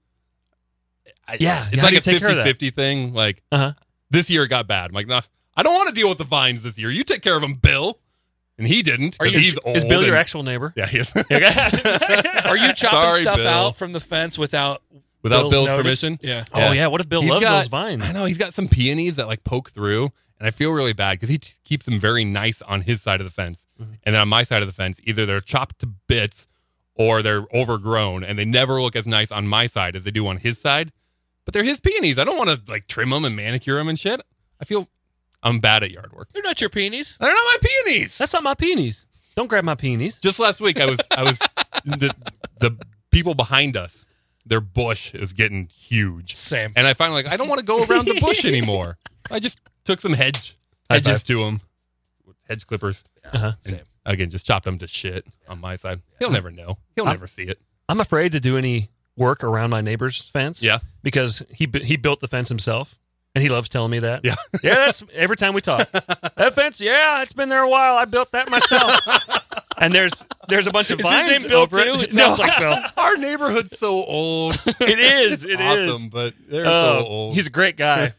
Speaker 1: I,
Speaker 3: Yeah, how
Speaker 1: it's
Speaker 3: do
Speaker 1: like
Speaker 3: you
Speaker 1: a
Speaker 3: take care of that?
Speaker 1: 50-50 thing. Like
Speaker 3: Uh-huh.
Speaker 1: this year it got bad. I'm like, nah, I don't want to deal with the vines this year. You take care of them, Bill. and he didn't.
Speaker 2: Are
Speaker 1: 'cause
Speaker 2: you-
Speaker 1: he's
Speaker 3: is,
Speaker 1: old
Speaker 3: is Bill your
Speaker 1: and-
Speaker 3: actual neighbor?
Speaker 1: Yeah, he is.
Speaker 2: Are you chopping
Speaker 1: Sorry,
Speaker 2: stuff
Speaker 1: Bill.
Speaker 2: out from the fence without
Speaker 1: Without
Speaker 2: Bill's,
Speaker 1: Bill's
Speaker 2: notice?
Speaker 1: permission?
Speaker 2: Yeah.
Speaker 3: Oh yeah, what if Bill
Speaker 1: He's
Speaker 3: loves
Speaker 1: got-
Speaker 3: those vines?
Speaker 1: I know he's got some peonies that like poke through, and I feel really bad because he t- keeps them very nice on his side of the fence,
Speaker 3: Mhm.
Speaker 1: and then on my side of the fence, either they're chopped to bits or they're overgrown, and they never look as nice on my side as they do on his side. But they're his peonies. I don't want to like trim them and manicure them and shit. I feel I'm bad at yard work.
Speaker 2: They're not your peonies.
Speaker 1: They're not my peonies.
Speaker 3: That's not my peonies. Don't grab my peonies.
Speaker 1: Just last week, I was I was the, the people behind us. Their bush is getting huge.
Speaker 2: Same.
Speaker 1: And I finally like I don't want to go around the bush anymore. I just took some hedge
Speaker 3: High
Speaker 1: hedges
Speaker 3: five.
Speaker 1: to him, hedge clippers.
Speaker 3: Uh-huh.
Speaker 1: And again, just chopped them to shit on my side. He'll never know. He'll
Speaker 3: I'm-
Speaker 1: never see it.
Speaker 3: I'm afraid to do any work around my neighbor's fence.
Speaker 1: Yeah.
Speaker 3: because he bu- he built the fence himself, and he loves telling me that.
Speaker 1: Yeah.
Speaker 3: yeah. That's every time we talk. that fence, yeah, it's been there a while. I built that myself. and there's there's a bunch of
Speaker 2: Is his
Speaker 3: vines.
Speaker 2: name Bill
Speaker 3: over
Speaker 2: too?
Speaker 3: It,
Speaker 2: It sounds like
Speaker 3: Bill.
Speaker 1: Our neighborhood's so old.
Speaker 3: It is. It is.
Speaker 1: but they're
Speaker 3: Oh, he's a great guy.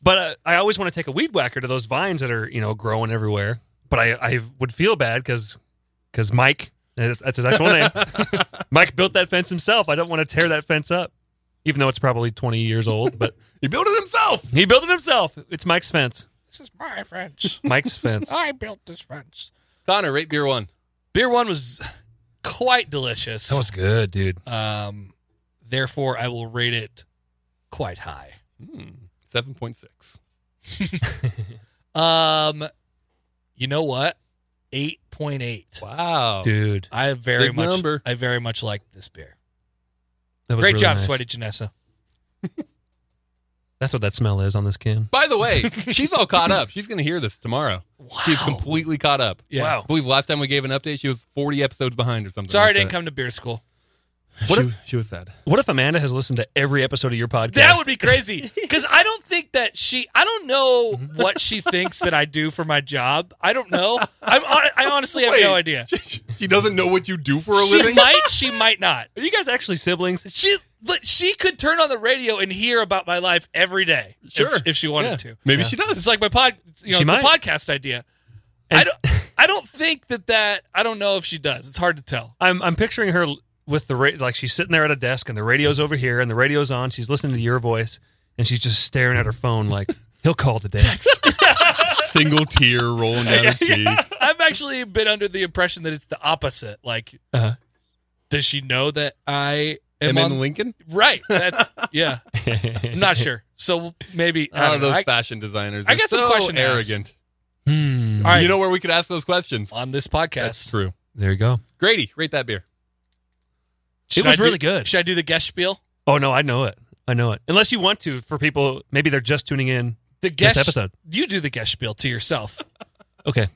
Speaker 3: but uh, I always want to take a weed whacker to those vines that are you know growing everywhere. But I, I would feel bad because because Mike uh, that's his actual name. Mike built that fence himself. I don't want to tear that fence up, even though it's probably twenty years old. But
Speaker 1: He built it himself.
Speaker 3: he built it himself. It's Mike's fence.
Speaker 2: This is my fence.
Speaker 3: Mike's fence.
Speaker 2: I built this fence.
Speaker 1: Connor, rate beer one.
Speaker 2: Beer one was quite delicious.
Speaker 3: That was good, dude.
Speaker 2: um, therefore, I will rate it quite high.
Speaker 1: Hmm, Seven point six.
Speaker 2: Um, you know what? Eight point eight.
Speaker 1: Wow.
Speaker 3: Dude,
Speaker 2: I very
Speaker 1: Big
Speaker 2: much,
Speaker 1: number.
Speaker 2: I very much like this beer.
Speaker 3: that was
Speaker 2: Great
Speaker 3: really
Speaker 2: job,
Speaker 3: nice.
Speaker 2: Sweaty Janessa.
Speaker 3: That's what that smell is on this can.
Speaker 1: By the way, she's all caught up. She's gonna hear this tomorrow.
Speaker 2: Wow.
Speaker 1: She's completely caught up.
Speaker 2: Yeah.
Speaker 1: I believe last time we gave an update, she was 40 episodes behind or something.
Speaker 2: Sorry, I
Speaker 1: like
Speaker 2: didn't
Speaker 1: that.
Speaker 2: come to beer school.
Speaker 3: What
Speaker 1: she, she was sad.
Speaker 3: What if Amanda has listened to every episode of your podcast?
Speaker 2: That would be crazy because I don't think that she. I don't know what she thinks that I do for my job. I don't know. I'm, hon- I honestly have no
Speaker 1: Wait.
Speaker 2: idea.
Speaker 1: She doesn't know what you do for a
Speaker 2: She might. She might not.
Speaker 3: Are you guys actually siblings?
Speaker 2: She. But she could turn on the radio and hear about my life every day. if-
Speaker 1: Sure.
Speaker 2: if, she wanted to.
Speaker 1: Maybe
Speaker 3: Yeah.
Speaker 1: she does.
Speaker 2: It's like my pod. You know,
Speaker 3: She
Speaker 2: it's a
Speaker 3: might.
Speaker 2: podcast idea. I
Speaker 3: And-
Speaker 2: don't. I don't think that that. I don't know if she does. It's hard to tell.
Speaker 3: I'm I'm picturing her with the ra- like she's sitting there at a desk and the radio's over here and the radio's on. She's listening to your voice and she's just staring at her phone like he'll call today.
Speaker 1: Single tear rolling down her cheek.
Speaker 2: I've actually been under the impression that it's the opposite. Like,
Speaker 3: Uh-huh.
Speaker 2: does she know that I am
Speaker 1: And
Speaker 2: on
Speaker 1: then Lincoln?
Speaker 2: Right. That's yeah. I'm not sure. So maybe I
Speaker 1: All
Speaker 2: don't know.
Speaker 1: those
Speaker 2: I-
Speaker 1: fashion designers.
Speaker 2: I
Speaker 1: are
Speaker 2: got some
Speaker 1: so
Speaker 2: question to ask.
Speaker 1: arrogant.
Speaker 3: Hmm.
Speaker 2: All right.
Speaker 1: You know where we could ask those questions?
Speaker 2: on this
Speaker 1: That's
Speaker 2: podcast.
Speaker 1: true.
Speaker 3: There you go.
Speaker 1: Grady, rate that beer.
Speaker 2: Should
Speaker 3: was
Speaker 2: I do-
Speaker 3: really good.
Speaker 2: Should I do the guest spiel?
Speaker 3: Oh no, I know it. I know it. Unless you want to, for people maybe they're just tuning in.
Speaker 2: The guest
Speaker 3: episode.
Speaker 2: You do the guest spiel to yourself.
Speaker 3: Okay.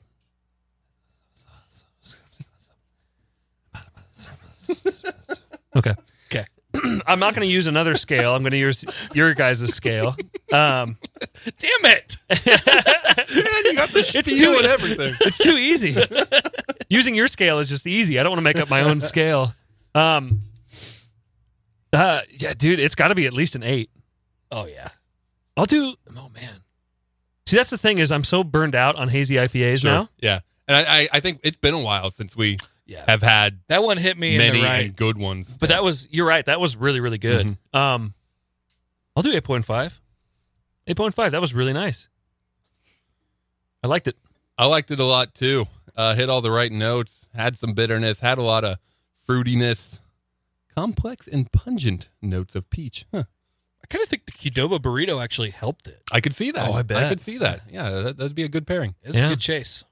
Speaker 3: Okay.
Speaker 2: Okay.
Speaker 3: I'm not going to use another scale. I'm going to use your guys' scale. Um,
Speaker 2: Damn it.
Speaker 1: Man, you got the
Speaker 3: It's
Speaker 1: spiel
Speaker 3: too-
Speaker 1: and everything.
Speaker 3: It's too easy. Using your scale is just easy. I don't want to make up my own scale. Um, uh, yeah, dude, it's got to be at least an eight.
Speaker 2: Oh yeah.
Speaker 3: I'll do. Oh man, see, that's the thing is I'm so burned out on hazy IPAs now.
Speaker 1: Yeah. And I, I, I think it's been a while since we
Speaker 2: Yeah.
Speaker 1: have had
Speaker 2: That one hit me in
Speaker 1: many
Speaker 2: the right.
Speaker 1: and good ones.
Speaker 3: But that was you're right. That was really really good.
Speaker 1: Mm-hmm.
Speaker 3: Um, I'll do eight point five. Eight point five. That was really nice. I liked it.
Speaker 1: I liked it a lot too. Uh, hit all the right notes, had some bitterness, had a lot of fruitiness, complex and pungent notes of peach. Huh.
Speaker 2: I kind of think the Qdoba burrito actually helped it.
Speaker 1: I could see that.
Speaker 3: Oh, I bet.
Speaker 1: I could see that. Yeah, that, that'd be a good pairing.
Speaker 2: It's
Speaker 3: Yeah.
Speaker 2: a good chase.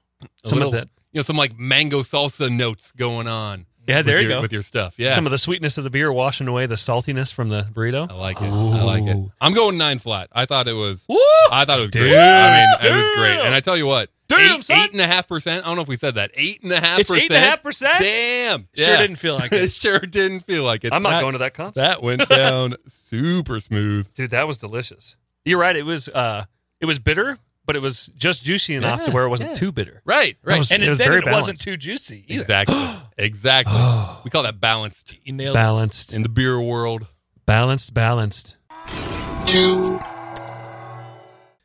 Speaker 1: A
Speaker 3: Some
Speaker 1: little-
Speaker 3: of that.
Speaker 1: you know, some like mango salsa notes going on.
Speaker 3: Yeah,
Speaker 1: with
Speaker 3: there you
Speaker 1: your-
Speaker 3: go.
Speaker 1: With your stuff. Yeah.
Speaker 3: Some of the sweetness of the beer washing away the saltiness from the burrito.
Speaker 1: I like it. I like it.
Speaker 3: Ooh.
Speaker 1: I'm going nine flat. I thought it was.
Speaker 2: Woo!
Speaker 1: I thought it was
Speaker 3: Damn.
Speaker 1: great. I mean, it was
Speaker 3: Damn.
Speaker 1: great. And I tell you what,
Speaker 3: Damn,
Speaker 1: eight,
Speaker 3: son.
Speaker 1: eight and a half percent. I don't know if we said that. Eight and a half
Speaker 3: It's
Speaker 1: percent.
Speaker 3: eight and a half percent.
Speaker 1: Damn.
Speaker 2: Sure
Speaker 1: Yeah.
Speaker 2: didn't feel like it.
Speaker 1: sure didn't feel like it.
Speaker 3: I'm not
Speaker 1: that,
Speaker 3: going to that concert.
Speaker 1: That went down super smooth.
Speaker 3: dude that was delicious you're right it was uh it was bitter but it was just juicy enough to
Speaker 1: Yeah,
Speaker 3: where it wasn't
Speaker 1: yeah.
Speaker 3: too bitter
Speaker 1: Right. Right.
Speaker 3: was-
Speaker 2: and
Speaker 3: it
Speaker 2: it, then
Speaker 3: very
Speaker 2: it wasn't
Speaker 3: balanced.
Speaker 2: too juicy either.
Speaker 1: exactly. exactly. We call that balanced
Speaker 2: You nailed it.
Speaker 3: balanced
Speaker 1: in the beer world.
Speaker 3: balanced balanced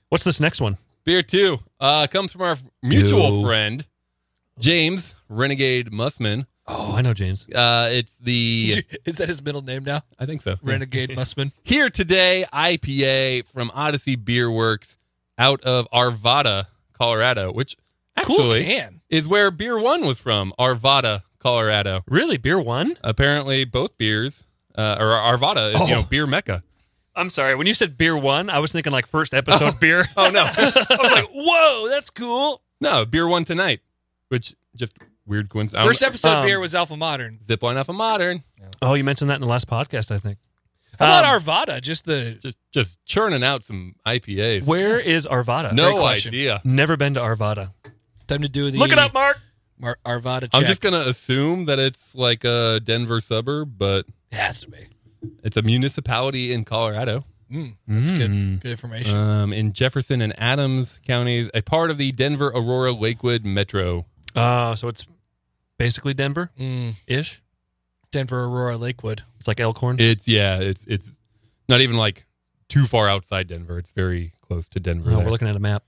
Speaker 3: what's this next one
Speaker 1: Beer two uh, comes from our mutual
Speaker 3: Ew.
Speaker 1: friend James Renegade Musman.
Speaker 3: Oh, I know James.
Speaker 1: Uh, it's the
Speaker 2: Is that his middle name now?
Speaker 1: I think so.
Speaker 2: Renegade Musman.
Speaker 1: Here today IPA from Odyssey Beer Works out of Arvada, Colorado, which
Speaker 2: Cool
Speaker 1: actually
Speaker 2: can.
Speaker 1: is where Beer One was from. Arvada, Colorado.
Speaker 3: Really, beer one?
Speaker 1: Apparently, both beers uh, or Arvada is you know
Speaker 3: Oh.
Speaker 1: beer mecca.
Speaker 3: I'm sorry. When you said beer one, I was thinking like first episode beer.
Speaker 1: Oh no,
Speaker 3: I was like, whoa, that's cool.
Speaker 1: no beer one tonight, which just weird coincidence.
Speaker 2: First episode
Speaker 3: um,
Speaker 2: beer was Alpha Modern.
Speaker 1: Zip line off a modern,
Speaker 3: Oh, you mentioned that in the last podcast, I think.
Speaker 2: How about
Speaker 3: Um,
Speaker 2: Arvada? Just the
Speaker 1: just just churning out some IPAs.
Speaker 3: Where is Arvada?
Speaker 1: no
Speaker 2: question.
Speaker 1: idea.
Speaker 3: Never been to Arvada.
Speaker 2: time to do the
Speaker 3: Look it up, Mark.
Speaker 2: Mar- Arvada. Check.
Speaker 1: I'm just gonna assume that it's like a Denver suburb, but
Speaker 2: It has to be.
Speaker 1: it's a municipality in Colorado.
Speaker 2: Mm, that's
Speaker 3: Mm.
Speaker 2: good. Good information.
Speaker 1: Um, in Jefferson and Adams counties, a part of the Denver Aurora Lakewood Metro.
Speaker 3: Uh, so it's basically Denver
Speaker 2: Mm,
Speaker 3: ish.
Speaker 2: Denver, Aurora, Lakewood.
Speaker 3: It's like Elkhorn.
Speaker 1: It's yeah, it's it's not even like too far outside Denver. It's very close to Denver.
Speaker 3: Oh,
Speaker 1: there.
Speaker 3: we're looking at a map.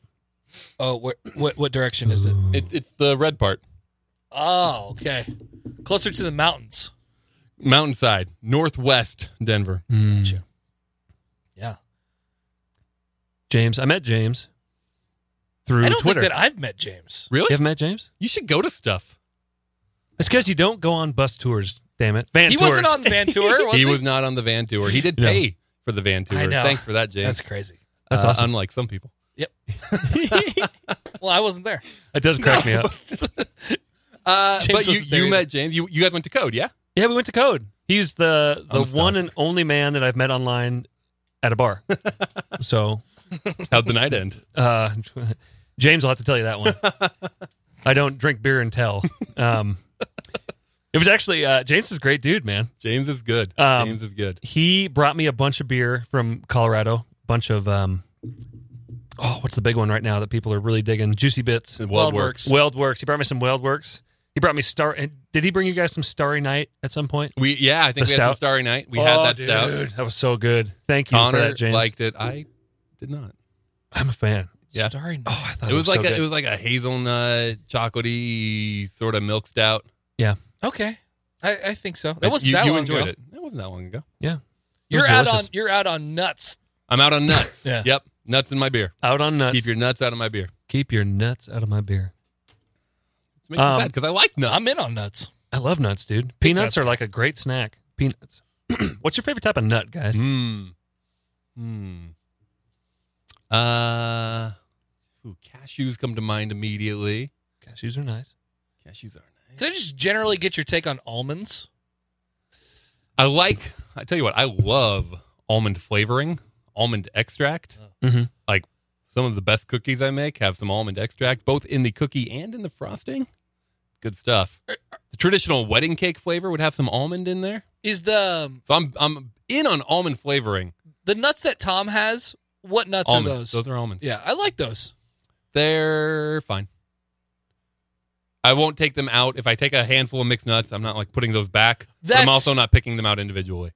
Speaker 2: Oh, what what what direction is it?
Speaker 1: It's it's the red part,
Speaker 2: Oh, okay. Closer to the mountains.
Speaker 1: mountainside, northwest Denver.
Speaker 3: Mm.
Speaker 2: Gotcha. Yeah.
Speaker 3: James, I met James through
Speaker 2: I don't
Speaker 3: Twitter.
Speaker 2: think that I've met James.
Speaker 1: Really?
Speaker 3: you have met James?
Speaker 1: You should go to stuff.
Speaker 3: It's because you don't go on bus tours. Damn it, van
Speaker 2: he
Speaker 3: tours.
Speaker 2: wasn't on Van Tour, was
Speaker 1: he
Speaker 2: he?
Speaker 1: was not on the van tour. He did
Speaker 3: No.
Speaker 1: pay for the van tour.
Speaker 2: I know.
Speaker 1: Thanks for that, James.
Speaker 2: That's crazy.
Speaker 3: That's
Speaker 1: Uh,
Speaker 3: awesome.
Speaker 1: Unlike some people.
Speaker 2: Well, I wasn't there.
Speaker 3: it does crack me up.
Speaker 1: Uh, but
Speaker 2: James
Speaker 1: you,
Speaker 2: wasn't there
Speaker 1: you
Speaker 2: either.
Speaker 1: met James. You you guys went to Code, yeah?
Speaker 3: Yeah, we went to Code. He's the the
Speaker 1: I'm stuck.
Speaker 3: one and only man that I've met online at a bar. so
Speaker 1: How'd the night end?
Speaker 3: uh, James will have to tell you that one. I don't drink beer and tell. Um, it was actually uh, James is a great dude, man.
Speaker 1: James is good.
Speaker 3: Um,
Speaker 1: James is good.
Speaker 3: He brought me a bunch of beer from Colorado, bunch of um, oh, what's the big one right now that people are really digging? Juicy Bits.
Speaker 1: Weld
Speaker 2: Weld
Speaker 1: works.
Speaker 2: Works.
Speaker 3: Weld Works. He brought me some Weld Works. He brought me Star. and Did he bring you guys some Starry Night at some point?
Speaker 1: We yeah, I think
Speaker 3: The
Speaker 1: we had some
Speaker 3: stout?
Speaker 1: Starry Night. We had
Speaker 3: Oh,
Speaker 1: that
Speaker 3: dude,
Speaker 1: stout.
Speaker 3: That was so good. Thank you
Speaker 1: Connor
Speaker 3: for that, James.
Speaker 1: liked it. I did not.
Speaker 3: I'm a fan.
Speaker 1: Yeah.
Speaker 2: Starry Night.
Speaker 3: Oh, I thought
Speaker 1: It was,
Speaker 3: so
Speaker 1: like a,
Speaker 3: good.
Speaker 1: it was like a hazelnut, chocolatey sort of milk stout.
Speaker 2: Okay. I, I think so. That wasn't
Speaker 1: you,
Speaker 2: that
Speaker 1: you
Speaker 2: long
Speaker 1: enjoyed
Speaker 2: ago.
Speaker 1: it. It wasn't that long ago.
Speaker 3: yeah. It was
Speaker 2: You're out on
Speaker 3: delicious.
Speaker 2: you're out on nuts.
Speaker 1: I'm out on nuts.
Speaker 2: Yeah.
Speaker 1: Yep, nuts in my beer.
Speaker 3: out on nuts.
Speaker 1: Keep your nuts out of my beer.
Speaker 3: Keep your nuts out of my beer.
Speaker 1: It makes me
Speaker 3: Um,
Speaker 1: sad because I like nuts.
Speaker 2: I'm in on nuts.
Speaker 3: I love nuts, dude. Peanuts
Speaker 2: nuts.
Speaker 3: are like a great snack. Peanuts. What's your favorite type of nut, guys?
Speaker 1: Mmm. Mmm. Uh, ooh, cashews come to mind immediately.
Speaker 3: Cashews are nice.
Speaker 1: Cashews are nice.
Speaker 2: Can I just generally get your take on almonds?
Speaker 1: I like. I tell you what, I love almond flavoring, almond extract.
Speaker 2: Mm-hmm.
Speaker 3: Mhm.
Speaker 1: Like some of the best cookies I make have some almond extract, both in the cookie and in the frosting. Good stuff. The traditional wedding cake flavor would have some almond in there,
Speaker 2: Is the um,
Speaker 1: so I'm I'm in on almond flavoring.
Speaker 2: the nuts that Tom has? What nuts
Speaker 1: almonds.
Speaker 2: are those?
Speaker 1: are almonds.
Speaker 2: yeah, I like those.
Speaker 1: They're fine. I won't take them out. If I take a handful of mixed nuts, I'm not like putting those back. but I'm
Speaker 2: That's-
Speaker 1: also not picking them out individually.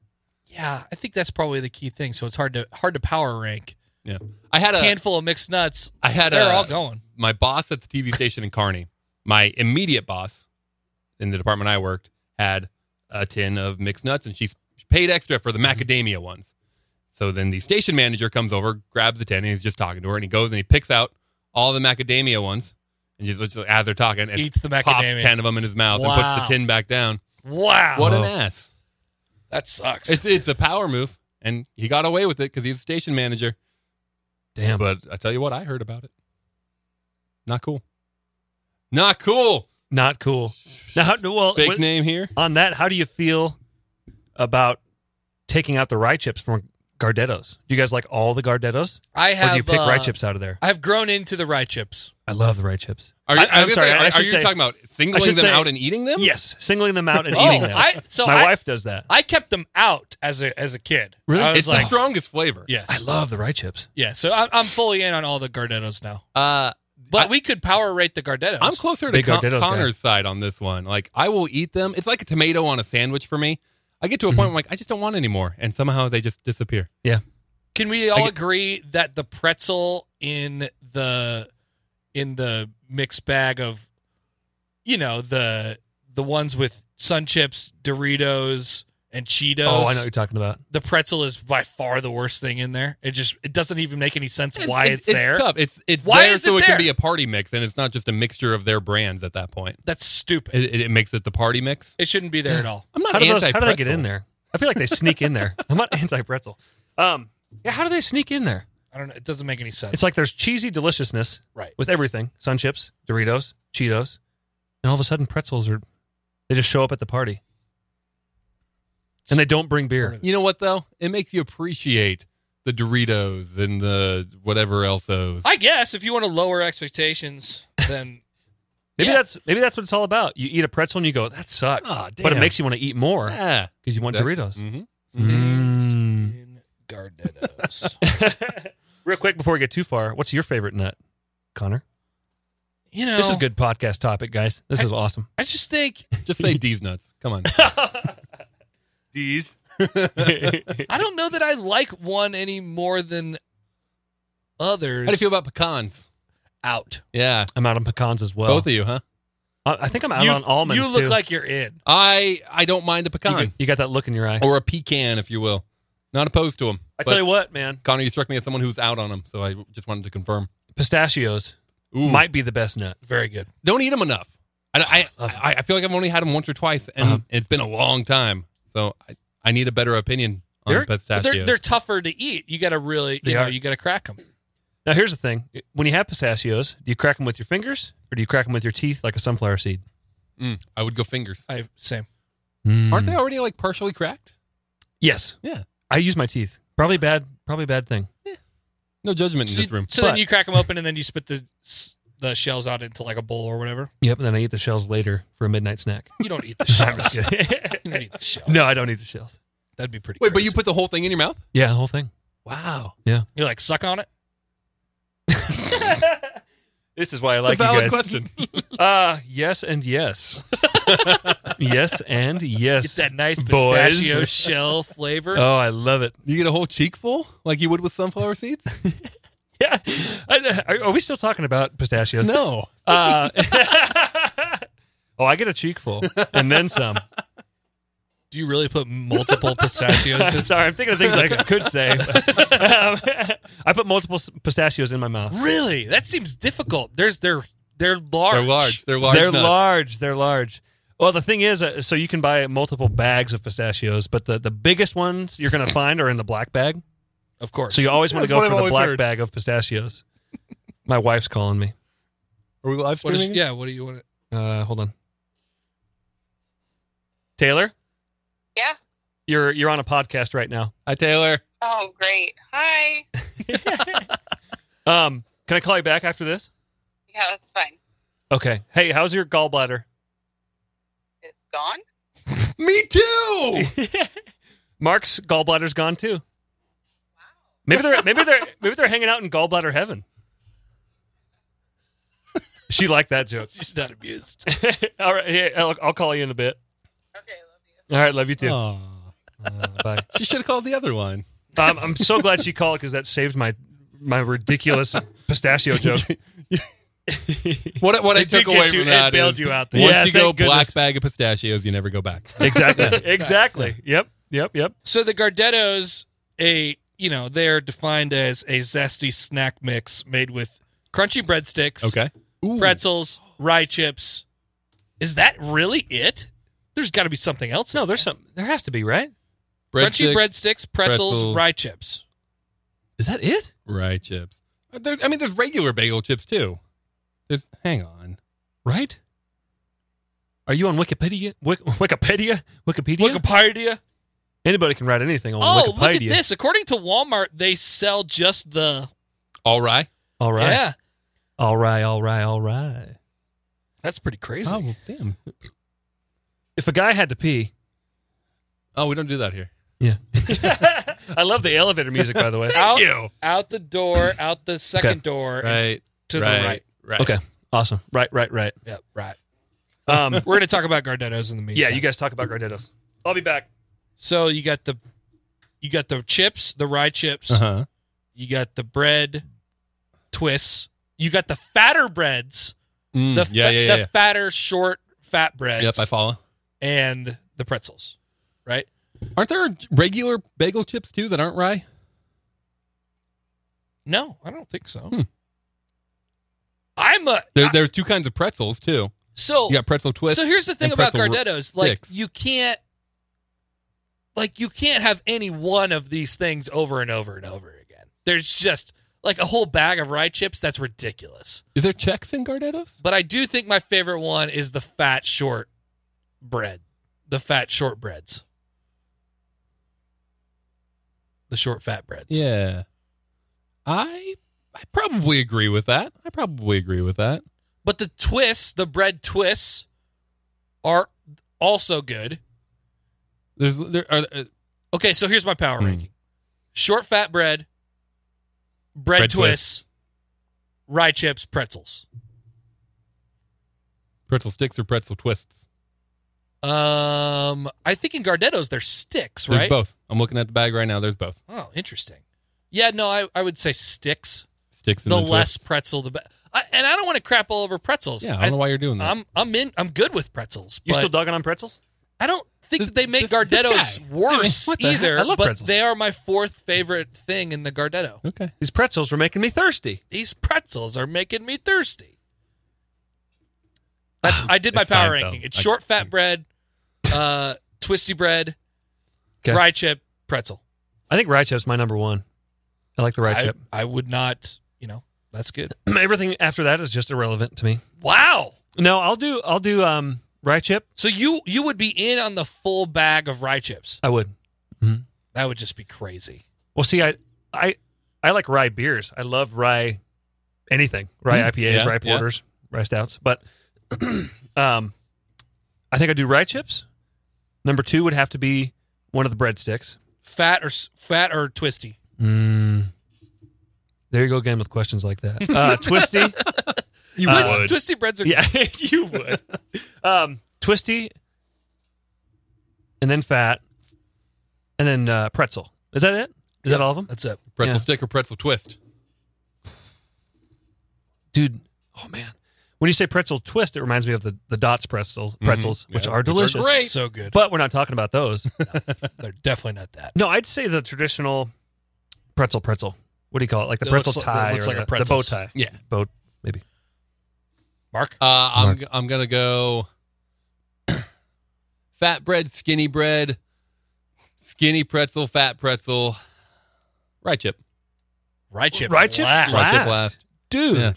Speaker 2: Yeah, I think that's probably the key thing. So it's hard to hard to power rank.
Speaker 1: Yeah. I had a I
Speaker 2: Handful of mixed nuts.
Speaker 1: had
Speaker 2: They're
Speaker 1: a
Speaker 2: all going.
Speaker 1: my boss at the TV station in Kearney, my immediate boss in the department I worked, had a tin of mixed nuts and she s- paid extra for the
Speaker 2: Mm-hmm.
Speaker 1: macadamia ones. So then the station manager comes over, grabs the tin, and he's just talking to her. And he goes and he picks out all the macadamia ones and just, just as they're talking, and
Speaker 2: Eats the
Speaker 1: pops
Speaker 2: macadamia.
Speaker 1: 10 of them in his mouth and puts
Speaker 2: Wow.
Speaker 1: the tin back down.
Speaker 2: Wow,
Speaker 1: What an
Speaker 3: Wow.
Speaker 1: ass.
Speaker 2: that sucks.
Speaker 1: It's, it's a power move. And he got away with it because he's a station manager.
Speaker 3: Damn.
Speaker 1: But I tell you what, I heard about it. Not cool. Not cool.
Speaker 3: Not cool. Now, how, well,
Speaker 1: Fake
Speaker 3: what-
Speaker 1: name here.
Speaker 3: on that, how do you feel about taking out the rye chips from Gardettos? Do you guys like all the Gardettos?
Speaker 2: I
Speaker 3: Or
Speaker 2: have.
Speaker 3: do you pick rye
Speaker 2: uh,
Speaker 3: chips out of there?
Speaker 2: I've grown into the rye chips.
Speaker 3: uh, I love the rye chips.
Speaker 1: Are you,
Speaker 3: I-
Speaker 1: I,
Speaker 3: I'm
Speaker 1: was
Speaker 3: sorry,
Speaker 1: gonna
Speaker 3: I- I
Speaker 1: Say, are, are
Speaker 3: should
Speaker 1: you
Speaker 3: say-
Speaker 1: talking about singling
Speaker 3: should
Speaker 1: them
Speaker 3: say-
Speaker 1: out and eating them?
Speaker 3: Yes, singling them out and
Speaker 2: Oh,
Speaker 3: eating them.
Speaker 2: I so
Speaker 3: My
Speaker 2: I,
Speaker 3: wife does that.
Speaker 2: I kept them out as a as a kid.
Speaker 3: Really?
Speaker 2: I was
Speaker 1: it's
Speaker 2: like,
Speaker 1: the strongest flavor.
Speaker 2: yes,
Speaker 3: I love the rye chips.
Speaker 2: yeah. So I, I'm fully in on all the Gardettos now.
Speaker 1: Uh,
Speaker 2: But
Speaker 1: I-
Speaker 2: we could power rate the Gardettos.
Speaker 1: I'm closer to
Speaker 3: Big
Speaker 1: Con-
Speaker 3: Gardetto's guy.
Speaker 1: Connor's side on this one. Like, I will eat them. It's like a tomato on a sandwich for me. I get to a
Speaker 3: Mm-hmm.
Speaker 1: point where I'm like, I just don't want any more, and somehow they just disappear.
Speaker 2: Can we all agree that the pretzel in the in the mixed bag of you know the the ones with sun chips, Doritos, and Cheetos.
Speaker 3: Oh, I know what you're talking about.
Speaker 2: The pretzel is by far the worst thing in there. It just it doesn't even make any sense why it's, there.
Speaker 1: It's tough. It's it's
Speaker 2: Why
Speaker 1: there
Speaker 2: is it
Speaker 1: so it
Speaker 2: there?
Speaker 1: can be a party mix, and it's not just a mixture of their brands at that point.
Speaker 2: That's stupid. It,
Speaker 1: It, it, it makes it the party mix.
Speaker 2: shouldn't be there at all.
Speaker 1: I'm not
Speaker 3: How do, those,
Speaker 1: anti.
Speaker 3: how do they get in there? I feel like they sneak in there. I'm not anti pretzel. Um, yeah, how do they sneak in there?
Speaker 2: I don't know. It doesn't make any sense.
Speaker 3: It's like there's cheesy deliciousness
Speaker 2: right.
Speaker 3: with everything: sun chips, Doritos, Cheetos, and all of a sudden pretzels are. They just show up at the party, and they don't bring beer.
Speaker 1: You know what though? It makes you appreciate the Doritos and the whatever elseos.
Speaker 2: I guess if you want to lower expectations, then
Speaker 3: Maybe
Speaker 2: Yeah.
Speaker 3: that's maybe that's what it's all about. You eat a pretzel and you go, "That sucks,"
Speaker 1: Ah,
Speaker 3: but it
Speaker 1: damn.
Speaker 3: makes you want to eat more because
Speaker 1: yeah.
Speaker 3: you want
Speaker 1: Exactly.
Speaker 3: Doritos.
Speaker 1: hmm
Speaker 3: Mm.
Speaker 2: in Gardenos.
Speaker 3: Real quick before we get too far, what's your favorite nut, Connor?
Speaker 2: you know,
Speaker 3: This is good podcast topic, guys. This is awesome.
Speaker 2: I just think
Speaker 1: Just say D's nuts. Come on.
Speaker 3: D's.
Speaker 2: I don't know that I like one any more than others.
Speaker 1: How do you feel about pecans?
Speaker 2: out?
Speaker 1: Yeah,
Speaker 3: I'm out on pecans as well.
Speaker 1: both of you, huh?
Speaker 3: I I think I'm out
Speaker 2: you,
Speaker 3: on almonds.
Speaker 2: You look
Speaker 3: too.
Speaker 2: like you're in.
Speaker 1: I I don't mind a
Speaker 3: you,
Speaker 1: pecan
Speaker 3: got- you got that look in your eye.
Speaker 1: or a pecan, if you will. Not opposed to them.
Speaker 3: I tell you what, man,
Speaker 1: Connor, you struck me as someone who's out on them, so I just wanted to confirm.
Speaker 3: pistachios
Speaker 1: Ooh.
Speaker 3: might be the best nut.
Speaker 2: Very good.
Speaker 1: don't eat them enough. I, I,
Speaker 3: Love it.
Speaker 1: I, I feel like I've only had them once or twice, and
Speaker 3: Uh-huh.
Speaker 1: it's been a long time. So I, I need a better opinion on
Speaker 3: They're-
Speaker 2: But
Speaker 1: pistachios.
Speaker 2: they're they're tougher to eat. You got to really, you
Speaker 3: They
Speaker 2: know,
Speaker 3: are.
Speaker 2: you got to crack them.
Speaker 3: Now here's the thing: when you have pistachios, do you crack them with your fingers or do you crack them with your teeth like a sunflower seed?
Speaker 1: Mm, I would go fingers.
Speaker 2: I same.
Speaker 3: Mm. Hmm.
Speaker 1: Aren't they already like partially cracked?
Speaker 3: Yes.
Speaker 1: Yeah.
Speaker 3: I use my teeth. Probably bad. Probably bad thing.
Speaker 1: No judgment in
Speaker 2: So,
Speaker 1: this room.
Speaker 2: so then
Speaker 3: But-
Speaker 2: you crack them open and then you spit the s- the shells out into like a bowl or whatever.
Speaker 3: Yep. And then I eat the shells later for a midnight snack.
Speaker 2: You don't eat the
Speaker 3: I'm just
Speaker 2: shells. you
Speaker 3: kidding.
Speaker 2: don't eat the shells.
Speaker 3: no, I don't eat the shells.
Speaker 2: that'd be pretty.
Speaker 1: Wait, but you
Speaker 2: crazy.
Speaker 1: put the whole thing in your mouth?
Speaker 3: Yeah, the whole thing.
Speaker 1: Wow.
Speaker 2: you like suck on it.
Speaker 3: This is why I
Speaker 1: That's
Speaker 3: like
Speaker 1: a valid
Speaker 3: you guys.
Speaker 1: question.
Speaker 3: Uh, yes and yes. yes and
Speaker 2: Get
Speaker 3: yes.
Speaker 2: that nice
Speaker 3: boys.
Speaker 2: pistachio shell flavor.
Speaker 3: Oh, I love it.
Speaker 1: you get a whole cheekful like you would with sunflower seeds?
Speaker 3: Yeah. I- I- Are we still talking about pistachios?
Speaker 1: no.
Speaker 3: Uh, oh, I get a cheekful and then some.
Speaker 2: Do you really put multiple pistachios? in?
Speaker 3: Sorry, I'm thinking of things I could say. but, um, I put multiple s- pistachios in my mouth.
Speaker 2: Really? That seems difficult. There's they're they're large.
Speaker 1: They're large. They're large.
Speaker 3: they're
Speaker 1: nuts.
Speaker 3: large. They're large. Well, the thing is, uh, so you can buy multiple bags of pistachios, but the, the biggest ones you're going to find are in the black bag.
Speaker 2: Of course.
Speaker 3: So you always want to
Speaker 1: That's
Speaker 3: go
Speaker 1: what
Speaker 3: for
Speaker 1: I've
Speaker 3: the
Speaker 1: always
Speaker 3: black
Speaker 1: heard.
Speaker 3: bag of pistachios. My wife's calling me.
Speaker 1: Are we live
Speaker 2: What is,
Speaker 1: streaming?
Speaker 2: yeah, what do you want to
Speaker 3: Uh, hold on. Taylor,
Speaker 4: Yeah.
Speaker 3: you're you're on a podcast right now.
Speaker 1: Hi, Taylor.
Speaker 4: Oh, great. Hi.
Speaker 3: Um, can I call you back after this?
Speaker 4: Yeah, that's fine.
Speaker 3: Okay. Hey, how's your gallbladder?
Speaker 4: It's gone.
Speaker 1: Me too.
Speaker 3: Mark's gallbladder's gone too.
Speaker 4: Wow.
Speaker 3: Maybe they're maybe they're maybe they're hanging out in gallbladder heaven. She liked that joke.
Speaker 2: She's not amused.
Speaker 3: All right, hey, I'll, I'll call you in a bit.
Speaker 4: Okay, love you.
Speaker 3: All right, love you
Speaker 1: Oh.
Speaker 3: too.
Speaker 1: Aw.
Speaker 3: Uh, bye.
Speaker 1: She should have called the other line.
Speaker 3: Um, I'm so glad she called because that saved my my ridiculous pistachio joke.
Speaker 1: What what I
Speaker 3: It did
Speaker 1: took
Speaker 3: get
Speaker 1: away
Speaker 3: you-
Speaker 1: from that
Speaker 3: it bailed
Speaker 1: is
Speaker 3: you out there.
Speaker 1: once
Speaker 3: Yeah,
Speaker 1: you go
Speaker 3: thank goodness.
Speaker 1: black bag of pistachios, you never go back.
Speaker 3: Exactly. exactly. Yep. Yep. Yep.
Speaker 2: So the Gardettos, a you know, they're defined as a zesty snack mix made with crunchy breadsticks,
Speaker 1: Okay. Ooh.
Speaker 2: pretzels, rye chips. Is that really it? There's got to be something else.
Speaker 3: No, there's some. There has to be, right?
Speaker 2: crunchy breadsticks, pretzels,
Speaker 1: pretzels.
Speaker 2: rye chips.
Speaker 3: Is that it?
Speaker 1: Rye chips. Uh, There's, I mean, there's regular bagel chips too. There's. Hang on.
Speaker 3: Right? Are you on Wikipedia? Wik- Wikipedia? Wikipedia?
Speaker 2: Wikipedia.
Speaker 3: Anybody can write anything on
Speaker 2: Oh,
Speaker 3: Wikipedia.
Speaker 2: look at this. According to Walmart, they sell just the
Speaker 1: All rye.
Speaker 3: All right.
Speaker 2: Yeah.
Speaker 3: All right. All right. All right.
Speaker 2: That's pretty crazy.
Speaker 1: Oh well, damn.
Speaker 3: If a guy had to pee,
Speaker 1: Oh, we don't do that here.
Speaker 3: yeah. I love the elevator music, by the way.
Speaker 2: out, out the door, out the second
Speaker 3: Okay.
Speaker 2: door, and
Speaker 1: Right.
Speaker 2: to
Speaker 1: right,
Speaker 2: the right.
Speaker 1: Right.
Speaker 3: Okay. Awesome. Right. Right. Right.
Speaker 2: Yep, right.
Speaker 3: Um.
Speaker 2: We're gonna talk about Gardettos in the meantime.
Speaker 3: yeah. You guys talk about Gardettos. I'll be back.
Speaker 2: So you got the you got the chips, the rye chips.
Speaker 1: Uh huh.
Speaker 2: You got the bread twists. You got the fatter breads,
Speaker 1: Mm,
Speaker 2: the
Speaker 1: yeah,
Speaker 2: fa-
Speaker 1: yeah, yeah.
Speaker 2: the
Speaker 1: yeah.
Speaker 2: fatter short fat breads
Speaker 1: Yep, I follow.
Speaker 2: and the pretzels, right?
Speaker 1: Aren't there regular bagel chips too that aren't rye?
Speaker 2: No, I don't think so.
Speaker 1: Hmm.
Speaker 2: I'm a
Speaker 1: There,
Speaker 2: I-
Speaker 1: there's two kinds of pretzels too.
Speaker 2: so
Speaker 1: You got pretzel twists.
Speaker 2: Oh. so here's the thing
Speaker 1: and
Speaker 2: about
Speaker 1: pretzel ro-
Speaker 2: Gardettos, like
Speaker 1: sticks.
Speaker 2: you can't like you can't have any one of these things over and over and over again. There's just like a whole bag of rye chips that's ridiculous.
Speaker 1: Is there checks in Gardettos?
Speaker 2: But I do think my favorite one is the fat short bread. The fat short breads. The short fat breads.
Speaker 1: Yeah, I I probably agree with that. I probably agree with that.
Speaker 2: But the twists, the bread twists, are also good.
Speaker 1: There's there are uh,
Speaker 2: Okay, so here's my power
Speaker 1: Hmm.
Speaker 2: ranking: short fat bread, bread,
Speaker 1: Bread
Speaker 2: twists, rye chips, pretzels.
Speaker 1: pretzel sticks or pretzel twists.
Speaker 2: Um, I think in Gardettos there's sticks,
Speaker 1: There's
Speaker 2: right?
Speaker 1: both. I'm looking at the bag right now. There's both
Speaker 2: Oh, interesting. Yeah, no, I, I would say sticks.
Speaker 1: sticks. And
Speaker 2: The
Speaker 1: then
Speaker 2: less
Speaker 1: twists.
Speaker 2: pretzel, the better. And I don't want to crap all over pretzels.
Speaker 1: Yeah, I don't know why you're doing that.
Speaker 2: I'm I'm in. I'm good with pretzels.
Speaker 3: You
Speaker 2: but-
Speaker 3: still dogging on pretzels?
Speaker 2: I don't think
Speaker 1: This-
Speaker 2: that they
Speaker 1: this-
Speaker 2: make
Speaker 1: this
Speaker 2: Gardettos
Speaker 1: guy.
Speaker 2: worse
Speaker 1: I mean, what the heck?
Speaker 2: either,
Speaker 3: I love
Speaker 2: but
Speaker 3: pretzels.
Speaker 2: they are my fourth favorite thing in the Gardetto.
Speaker 1: okay.
Speaker 3: These pretzels were making me thirsty.
Speaker 2: These pretzels are making me thirsty. That's, I did my
Speaker 1: It's
Speaker 2: power
Speaker 1: Seinfeld.
Speaker 2: ranking. It's
Speaker 1: I-
Speaker 2: short fat bread, uh, twisty bread,
Speaker 3: Okay.
Speaker 2: rye chip, pretzel.
Speaker 3: I think rye chip's my number one. I like the rye
Speaker 2: I,
Speaker 3: chip.
Speaker 2: I would not, you know, that's good.
Speaker 3: Everything after that is just irrelevant to me.
Speaker 2: Wow.
Speaker 3: No, I'll do I'll do um rye chip.
Speaker 2: So you you would be in on the full bag of rye chips.
Speaker 3: I would.
Speaker 2: That would just be crazy.
Speaker 3: Well, see, I I I like rye beers. I love rye anything. Rye
Speaker 1: Mm,
Speaker 3: IPAs,
Speaker 1: yeah,
Speaker 3: rye
Speaker 1: yeah.
Speaker 3: porters, rye stouts. But um I think I do rye chips. Number two would have to be one of the breadsticks.
Speaker 2: Fat or s- fat or twisty.
Speaker 3: Mm. There you go again with questions like that. Uh, twisty,
Speaker 1: You
Speaker 3: Uh,
Speaker 2: Twisty, twisty breads are
Speaker 3: yeah, you would. Um, twisty, and then fat, and then uh, pretzel. Is that it? Is that all of them?
Speaker 2: That's it.
Speaker 1: pretzel
Speaker 3: yeah.
Speaker 1: stick or pretzel twist.
Speaker 3: dude. Oh man, when you say pretzel twist, it reminds me of the the dots pretzels, pretzels, which
Speaker 1: Yeah,
Speaker 3: are
Speaker 1: which are
Speaker 3: delicious.
Speaker 1: great.
Speaker 2: So good.
Speaker 3: But we're not talking about those.
Speaker 2: They're definitely not that.
Speaker 3: no, I'd say the traditional pretzel pretzel. What do you call it? Like the
Speaker 2: It
Speaker 3: pretzel
Speaker 2: looks like- it
Speaker 3: tie,
Speaker 2: looks
Speaker 3: or
Speaker 2: like a
Speaker 3: the- the bow
Speaker 2: pretzels.
Speaker 3: tie.
Speaker 1: Yeah.
Speaker 3: bow maybe.
Speaker 2: Mark?
Speaker 1: Uh, I'm
Speaker 3: Mark.
Speaker 1: g- I'm gonna go fat bread, skinny bread, skinny pretzel, fat pretzel, rye chip,
Speaker 2: Rye chip.
Speaker 3: Rye chip?
Speaker 2: last.
Speaker 1: rye chip
Speaker 3: Last.
Speaker 1: last.
Speaker 3: Dude,
Speaker 1: Yeah.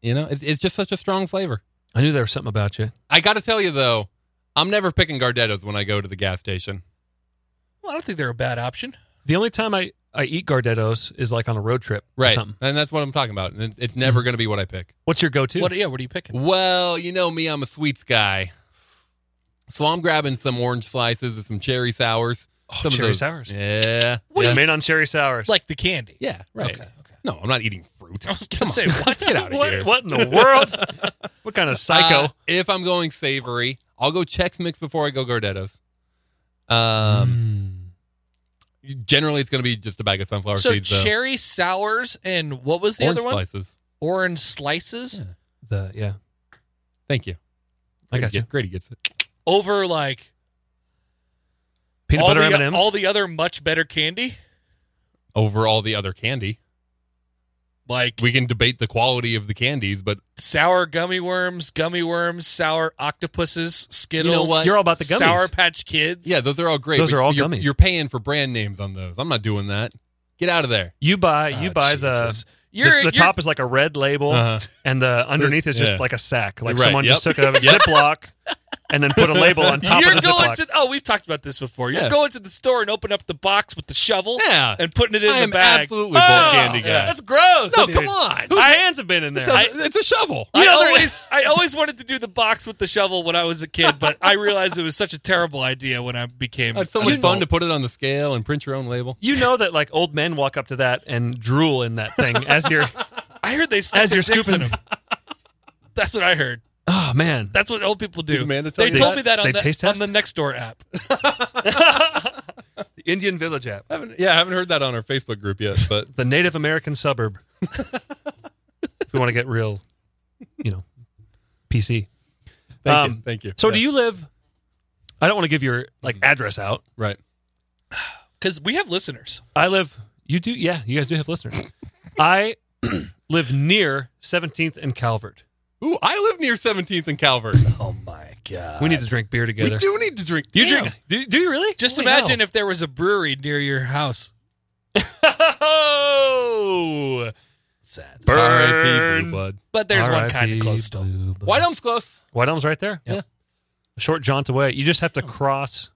Speaker 1: You know, it's it's just such a strong flavor.
Speaker 3: I knew there was something about you.
Speaker 1: I got to tell you though, I'm never picking Gardettos when I go to the gas station.
Speaker 2: Well, I don't think they're a bad option.
Speaker 3: The only time I I eat Gardettos is like on a road trip, or
Speaker 1: Right,
Speaker 3: something.
Speaker 1: and that's what I'm talking about. And it's, it's
Speaker 2: Mm-hmm.
Speaker 1: never gonna be what I pick.
Speaker 3: What's your go to?
Speaker 2: What? Yeah. What are you picking?
Speaker 1: Well, you know me, I'm a sweets guy, so I'm grabbing some orange slices and some cherry sours.
Speaker 3: oh,
Speaker 1: some of
Speaker 3: cherry
Speaker 1: those-
Speaker 3: sours.
Speaker 1: Yeah,
Speaker 2: What do
Speaker 3: Yeah,
Speaker 2: you-
Speaker 3: made on cherry sours.
Speaker 2: Like the candy.
Speaker 1: yeah, right.
Speaker 2: Okay. Okay.
Speaker 1: No, I'm not eating fruit.
Speaker 2: I was
Speaker 1: Come
Speaker 2: gonna
Speaker 1: on.
Speaker 2: say what?
Speaker 1: Get out of
Speaker 3: what,
Speaker 1: here.
Speaker 3: what in the world? what kind of psycho?
Speaker 1: Uh, if I'm going savory, I'll go Chex Mix before I go Gardettos. Um,
Speaker 3: um,
Speaker 1: generally it's going to be just a bag of sunflower
Speaker 2: Mm. So
Speaker 1: seeds. though.
Speaker 2: cherry sours and what was the
Speaker 1: orange
Speaker 2: other one?
Speaker 1: slices.
Speaker 2: Orange slices
Speaker 1: Yeah.
Speaker 3: the yeah.
Speaker 1: Thank you.
Speaker 3: I
Speaker 1: Grady
Speaker 3: got you.
Speaker 1: get- Grady gets it.
Speaker 2: over like
Speaker 3: Peanut
Speaker 2: all,
Speaker 3: butter
Speaker 2: the,
Speaker 3: M&Ms.
Speaker 2: all the other much better candy.
Speaker 1: Over all the other candy,
Speaker 2: Like
Speaker 1: we can debate the quality of the candies, but
Speaker 2: sour gummy worms, gummy worms, sour octopuses, Skittles.
Speaker 1: what?
Speaker 3: You're all about the gummies.
Speaker 2: Sour Patch Kids.
Speaker 1: yeah, those are all great.
Speaker 3: Those
Speaker 1: but
Speaker 3: are all
Speaker 1: you're,
Speaker 3: gummies.
Speaker 1: You're paying for brand names on those. I'm not doing that. Get out of there.
Speaker 3: You buy
Speaker 2: Oh,
Speaker 3: you buy
Speaker 2: Jesus.
Speaker 3: the
Speaker 2: You're,
Speaker 3: the, the
Speaker 2: you're-
Speaker 3: top is like a red label
Speaker 1: Uh-huh.
Speaker 3: and the underneath is just
Speaker 1: yeah.
Speaker 3: like a sack. Like
Speaker 1: Right,
Speaker 3: someone just
Speaker 1: yep.
Speaker 3: took a Ziploc and then put a label on top
Speaker 2: You're
Speaker 3: of the
Speaker 2: going
Speaker 3: Ziploc.
Speaker 2: to oh, we've talked about this before. You're
Speaker 1: Yeah.
Speaker 2: going to the store and open up the box with the shovel
Speaker 1: Yeah.
Speaker 2: and putting it in
Speaker 1: I
Speaker 2: the
Speaker 1: am
Speaker 2: bag. Oh,
Speaker 1: absolutely bulk candy guy.
Speaker 3: That's gross.
Speaker 1: No,
Speaker 3: dude.
Speaker 1: come on.
Speaker 3: Whose hands have been in there?
Speaker 1: I- it's a shovel.
Speaker 2: I
Speaker 3: Yeah, there
Speaker 2: always I always wanted to do the box with the shovel when I was a kid, but I realized it was such a terrible idea when I became
Speaker 1: It's so
Speaker 2: an
Speaker 1: much fun to
Speaker 2: adult.
Speaker 1: put it on the scale and print your own label.
Speaker 3: you know that like old men walk up to that and drool in that thing as you're
Speaker 2: I heard they
Speaker 3: as
Speaker 2: stuck
Speaker 3: you're
Speaker 2: their dicks in
Speaker 3: scooping
Speaker 2: them. That's what I heard.
Speaker 3: Oh man.
Speaker 2: That's what old people
Speaker 1: Did
Speaker 2: do.
Speaker 1: the man tell
Speaker 2: They
Speaker 1: you
Speaker 2: told
Speaker 3: that?
Speaker 2: me that on
Speaker 3: They
Speaker 2: the
Speaker 3: taste
Speaker 2: on
Speaker 3: test?
Speaker 2: the next door app.
Speaker 3: the Indian village app.
Speaker 1: I haven't, yeah, I haven't heard that on our Facebook group yet, but
Speaker 3: The Native American suburb. if we want to get real, you know, PC.
Speaker 1: Thank you.
Speaker 3: Um,
Speaker 1: Thank you.
Speaker 3: So
Speaker 1: Yeah.
Speaker 3: do you live? I don't want to give your like address out.
Speaker 1: Right.
Speaker 2: Because we have listeners.
Speaker 3: I live. You do. Yeah, you guys do have listeners. I live near 17th and Calvert.
Speaker 1: Ooh, I live near 17th and Calvert.
Speaker 2: Oh my god.
Speaker 3: We need to drink beer
Speaker 1: we
Speaker 3: together.
Speaker 1: do need to drink.
Speaker 3: You
Speaker 1: Damn.
Speaker 3: drink? Do, do you really?
Speaker 2: Just
Speaker 1: Holy
Speaker 2: imagine
Speaker 1: hell.
Speaker 2: if there was a brewery near your house.
Speaker 3: oh,
Speaker 2: Sad.
Speaker 1: R.I.P. Blue Blood.
Speaker 2: But there's one kind of close still.
Speaker 3: White
Speaker 1: White Elm's close.
Speaker 3: Elm's right there.
Speaker 2: Yeah.
Speaker 3: A short jaunt away. You just have
Speaker 2: Oh.
Speaker 3: to cross.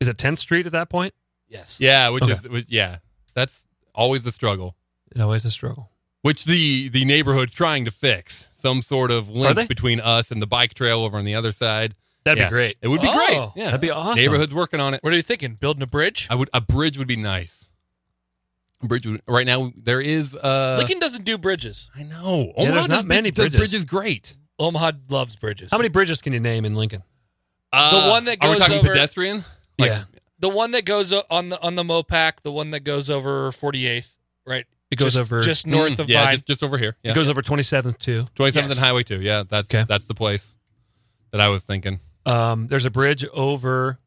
Speaker 3: Is it 10th Street at that point?
Speaker 2: Yes.
Speaker 1: Yeah, which
Speaker 3: Okay.
Speaker 1: is which, yeah. That's always the struggle.
Speaker 3: It always a struggle.
Speaker 1: which the the neighborhood's trying to fix some sort of
Speaker 3: they?
Speaker 1: link between us and the bike trail over on the other side.
Speaker 3: That'd
Speaker 1: Yeah.
Speaker 3: be great.
Speaker 1: It would be
Speaker 2: Oh.
Speaker 1: great. Yeah,
Speaker 3: That'd be awesome.
Speaker 1: neighborhood's working on it.
Speaker 2: What are you thinking? Building a bridge?
Speaker 1: I would a bridge would be nice. A bridge would, right now there is uh
Speaker 2: Lincoln doesn't do bridges.
Speaker 1: I know.
Speaker 3: Yeah,
Speaker 1: Omaha
Speaker 3: there's
Speaker 1: does
Speaker 3: not
Speaker 1: big-
Speaker 3: many
Speaker 1: does
Speaker 3: bridges.
Speaker 1: bridges great.
Speaker 2: Omaha loves bridges.
Speaker 3: How many bridges can you name in Lincoln?
Speaker 1: Uh,
Speaker 2: one that
Speaker 1: are we
Speaker 2: goes
Speaker 1: talking
Speaker 2: over-
Speaker 1: pedestrian? Like-
Speaker 3: yeah.
Speaker 2: The one that goes o- on the on the Mopac, the one that goes over 48th, right?
Speaker 3: It goes
Speaker 2: just,
Speaker 3: over-
Speaker 2: just north
Speaker 1: Mm,
Speaker 2: of
Speaker 1: yeah,
Speaker 2: Vine.
Speaker 1: just, just over here. Yeah,
Speaker 3: It goes over 27th too.
Speaker 1: 27th
Speaker 2: Yes.
Speaker 1: and Highway 2. Yeah, that's
Speaker 3: Okay.
Speaker 1: that's the place that I was thinking.
Speaker 3: Um, there's a bridge over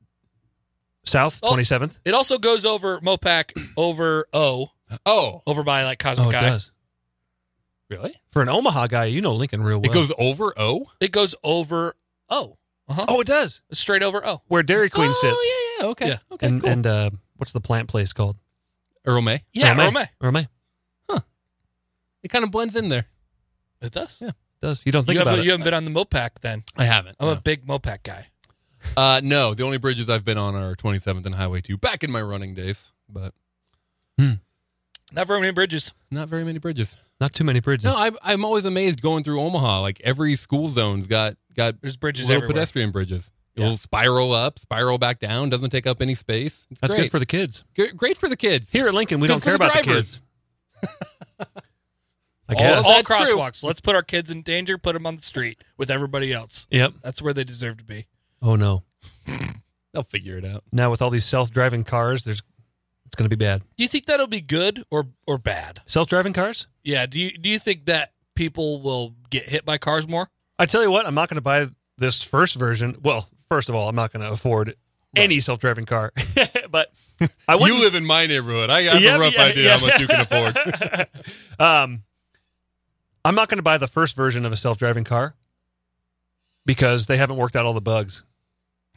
Speaker 3: South
Speaker 2: Oh.
Speaker 3: 27th.
Speaker 2: It also goes over Mopac over O
Speaker 1: Oh,
Speaker 2: over by like Cosmic
Speaker 3: it
Speaker 2: Eye.
Speaker 3: does.
Speaker 1: really?
Speaker 3: For an Omaha guy, you know Lincoln real well.
Speaker 1: It goes over O.
Speaker 2: It goes over O. Uh-huh.
Speaker 3: Oh, it does.
Speaker 2: Straight over O.
Speaker 3: Where Dairy Queen
Speaker 1: oh,
Speaker 3: sits.
Speaker 1: yeah, yeah. Okay,
Speaker 2: Yeah.
Speaker 1: okay,
Speaker 3: and
Speaker 1: cool.
Speaker 3: and uh, what's the plant place called?
Speaker 1: Earl May.
Speaker 2: Yeah,
Speaker 3: Rome.
Speaker 2: Rome.
Speaker 3: Rome.
Speaker 1: It kind of blends in there.
Speaker 2: It does.
Speaker 1: Yeah.
Speaker 3: Does you don't think
Speaker 2: You,
Speaker 3: about
Speaker 2: have,
Speaker 3: it?
Speaker 2: you haven't been on the Mopac then.
Speaker 1: I haven't.
Speaker 2: I'm
Speaker 1: no.
Speaker 2: a big Mopac guy.
Speaker 1: Uh, no, the only bridges I've been on are 27th and Highway 2 back in my running days, but
Speaker 2: Not very many bridges.
Speaker 1: not very many bridges.
Speaker 3: Not too many bridges.
Speaker 1: No, I'm, I'm always amazed going through Omaha. Like every school zone's got got
Speaker 2: There's bridges
Speaker 1: little
Speaker 2: everywhere.
Speaker 1: pedestrian bridges.
Speaker 2: Yeah.
Speaker 1: It'll spiral up, spiral back down. Doesn't take up any space. It's
Speaker 3: That's
Speaker 1: great
Speaker 3: good for the kids.
Speaker 1: G- great for the kids.
Speaker 3: Here at Lincoln, we
Speaker 1: Good
Speaker 3: don't
Speaker 1: for
Speaker 3: care
Speaker 1: the
Speaker 3: about the
Speaker 1: drivers.
Speaker 3: kids. I
Speaker 1: All
Speaker 3: guess.
Speaker 1: of-
Speaker 2: All
Speaker 1: That's true.
Speaker 2: crosswalks. Let's put our kids in danger, put them on the street with everybody else.
Speaker 3: Yep.
Speaker 2: That's where they deserve to be.
Speaker 3: Oh no.
Speaker 1: They'll figure it out.
Speaker 3: Now with all these self-driving cars, there's it's going to be bad.
Speaker 2: Do you think that'll be good or or bad?
Speaker 3: Self-driving cars?
Speaker 2: Yeah. Do you do you think that people will get hit by cars more?
Speaker 3: I tell you what, I'm not going to buy this first version. Well, first of all, I'm not going to afford any self-driving car. but I wouldn't
Speaker 1: You live in my neighborhood. I have
Speaker 3: Yeah,
Speaker 1: a rough
Speaker 3: yeah,
Speaker 1: idea
Speaker 3: yeah.
Speaker 1: how much you can afford.
Speaker 3: um, I'm not going to buy the first version of a self-driving car because they haven't worked out all the bugs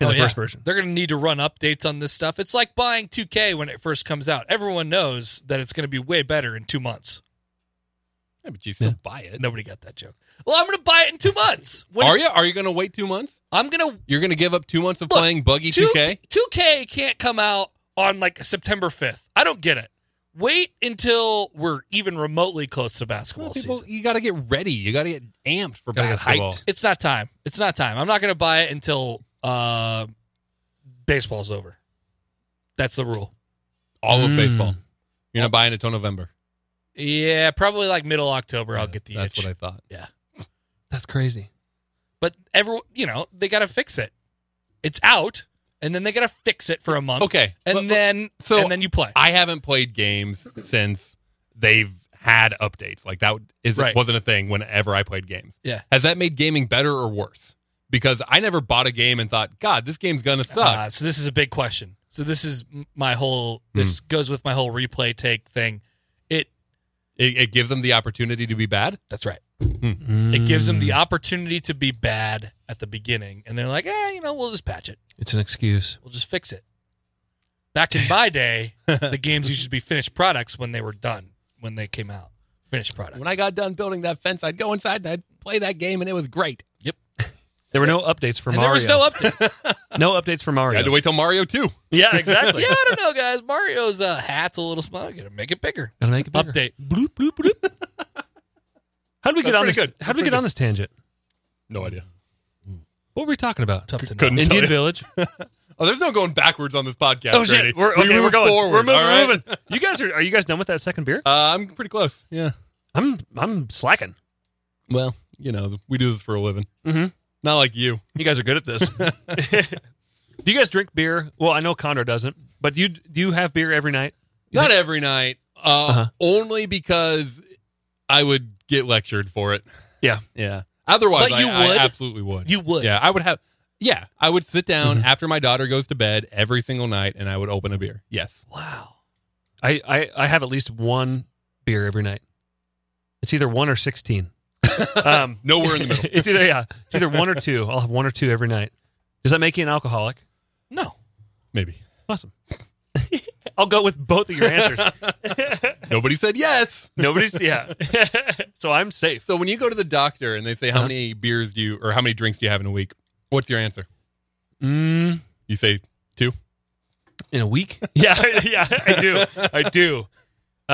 Speaker 3: in
Speaker 2: Oh,
Speaker 3: the
Speaker 2: yeah.
Speaker 3: first version.
Speaker 2: They're going to need to run updates on this stuff. It's like buying 2K when it first comes out. Everyone knows that it's going to be way better in two months.
Speaker 1: Yeah, but you still
Speaker 3: Yeah.
Speaker 1: buy it.
Speaker 2: Nobody got that joke. Well, I'm going to buy it in two months. When
Speaker 1: Are you?
Speaker 2: it's-
Speaker 1: Are you going to wait two months?
Speaker 2: I'm going to
Speaker 1: You're going to give up two months of
Speaker 2: Look,
Speaker 1: playing buggy 2K?
Speaker 2: 2K can't come out on like September 5th. I don't get it. Wait until we're even remotely close to basketball
Speaker 1: Well, people,
Speaker 2: season.
Speaker 1: you got to get ready. You got to get amped for
Speaker 3: Gotta get
Speaker 1: basketball.
Speaker 3: hyped.
Speaker 2: It's not time. It's not time. I'm not going to buy it until uh, baseball's over. That's the rule.
Speaker 1: All of
Speaker 3: Mm.
Speaker 1: baseball. You're not buying it till November.
Speaker 2: Yeah, probably like middle October. I'll get the
Speaker 1: That's
Speaker 2: itch.
Speaker 1: what I thought.
Speaker 3: That's crazy.
Speaker 2: but every you know they got to fix it. It's out, and then they got to fix it for a month.
Speaker 1: Okay. But-
Speaker 2: and
Speaker 1: but
Speaker 2: then
Speaker 1: so-
Speaker 2: and then you play.
Speaker 1: I haven't played games since they've had updates. Like that is
Speaker 2: Right.
Speaker 1: wasn't a thing whenever I played games.
Speaker 2: Yeah.
Speaker 1: Has that made gaming better or worse? Because I never bought a game and thought, God, this game's gonna suck.
Speaker 2: Uh, so this is a big question. So this is m- my whole. This goes with my whole replay take thing. It
Speaker 1: it, it gives them the opportunity to be bad.
Speaker 2: that's right. Hmm. It gives
Speaker 3: Mm.
Speaker 2: them the opportunity to be bad at the beginning, and they're like, eh, you know, we'll just patch it.
Speaker 3: It's an excuse.
Speaker 2: We'll just fix it. Back in my day, the games used to be finished products when they were done when they came out. Finished products.
Speaker 1: When I got done building that fence, I'd go inside and I'd play that game and it was great. Yep.
Speaker 3: There were no updates for
Speaker 2: and
Speaker 3: Mario.
Speaker 2: there was no update.
Speaker 3: no updates for
Speaker 1: I
Speaker 3: Mario.
Speaker 1: had to wait till Mario 2.
Speaker 3: Yeah, exactly.
Speaker 2: yeah, I don't know, guys. Mario's uh, hat's a little small. You gotta make it bigger.
Speaker 3: Gotta make it bigger.
Speaker 2: Update.
Speaker 3: Bloop, bloop, bloop. How did we get
Speaker 1: That's
Speaker 3: on
Speaker 1: pretty
Speaker 3: this?
Speaker 1: good.
Speaker 3: How did we
Speaker 1: That's
Speaker 3: get
Speaker 1: pretty
Speaker 3: on this tangent?
Speaker 1: No idea.
Speaker 3: What were we talking about?
Speaker 2: Tough to know.
Speaker 1: Couldn't tell
Speaker 3: Indian
Speaker 1: you.
Speaker 3: Village.
Speaker 1: Oh, there's no going backwards on this podcast.
Speaker 3: oh shit!
Speaker 1: Grady.
Speaker 3: We're,
Speaker 1: We
Speaker 3: okay, we
Speaker 1: move
Speaker 3: are going.
Speaker 1: Forward,
Speaker 3: we're moving.
Speaker 1: all right?
Speaker 3: moving. You guys are. Are you guys done with that second beer?
Speaker 1: Uh, I'm pretty close. Yeah.
Speaker 3: I'm. I'm slacking.
Speaker 1: Well, you know, we do this for a living.
Speaker 3: Mhm.
Speaker 1: Not like you.
Speaker 3: You guys are good at this. do you guys drink beer? Well, I know Condor doesn't, but do you do you have beer every night?
Speaker 1: Not every night. Uh,
Speaker 3: Uh-huh.
Speaker 1: Only because I would get lectured for it.
Speaker 3: Yeah.
Speaker 1: Yeah. Otherwise,
Speaker 2: But you
Speaker 1: I, I
Speaker 2: would?
Speaker 1: absolutely would.
Speaker 2: You would. Mm-hmm.
Speaker 1: Yeah, I would have. Yeah, I would sit down after my daughter goes to bed every single night, and I would open a beer. Yes,
Speaker 2: Wow.
Speaker 3: I, I, I have at least one beer every night. It's either one or sixteen. Um,
Speaker 1: nowhere in the middle.
Speaker 3: it's either yeah, it's either one or two. I'll have one or two every night. Does that make you an alcoholic?
Speaker 2: No.
Speaker 1: Maybe
Speaker 3: Awesome. I'll go with both of your answers.
Speaker 1: nobody said yes.
Speaker 3: Nobody's yeah. so I'm safe.
Speaker 1: So when you go to the doctor and they say how
Speaker 3: Uh-huh.
Speaker 1: many beers do you or how many drinks do you have in a week, what's your answer?
Speaker 3: Mm,
Speaker 1: You say two.
Speaker 3: in a week? Yeah, yeah, I do. I do.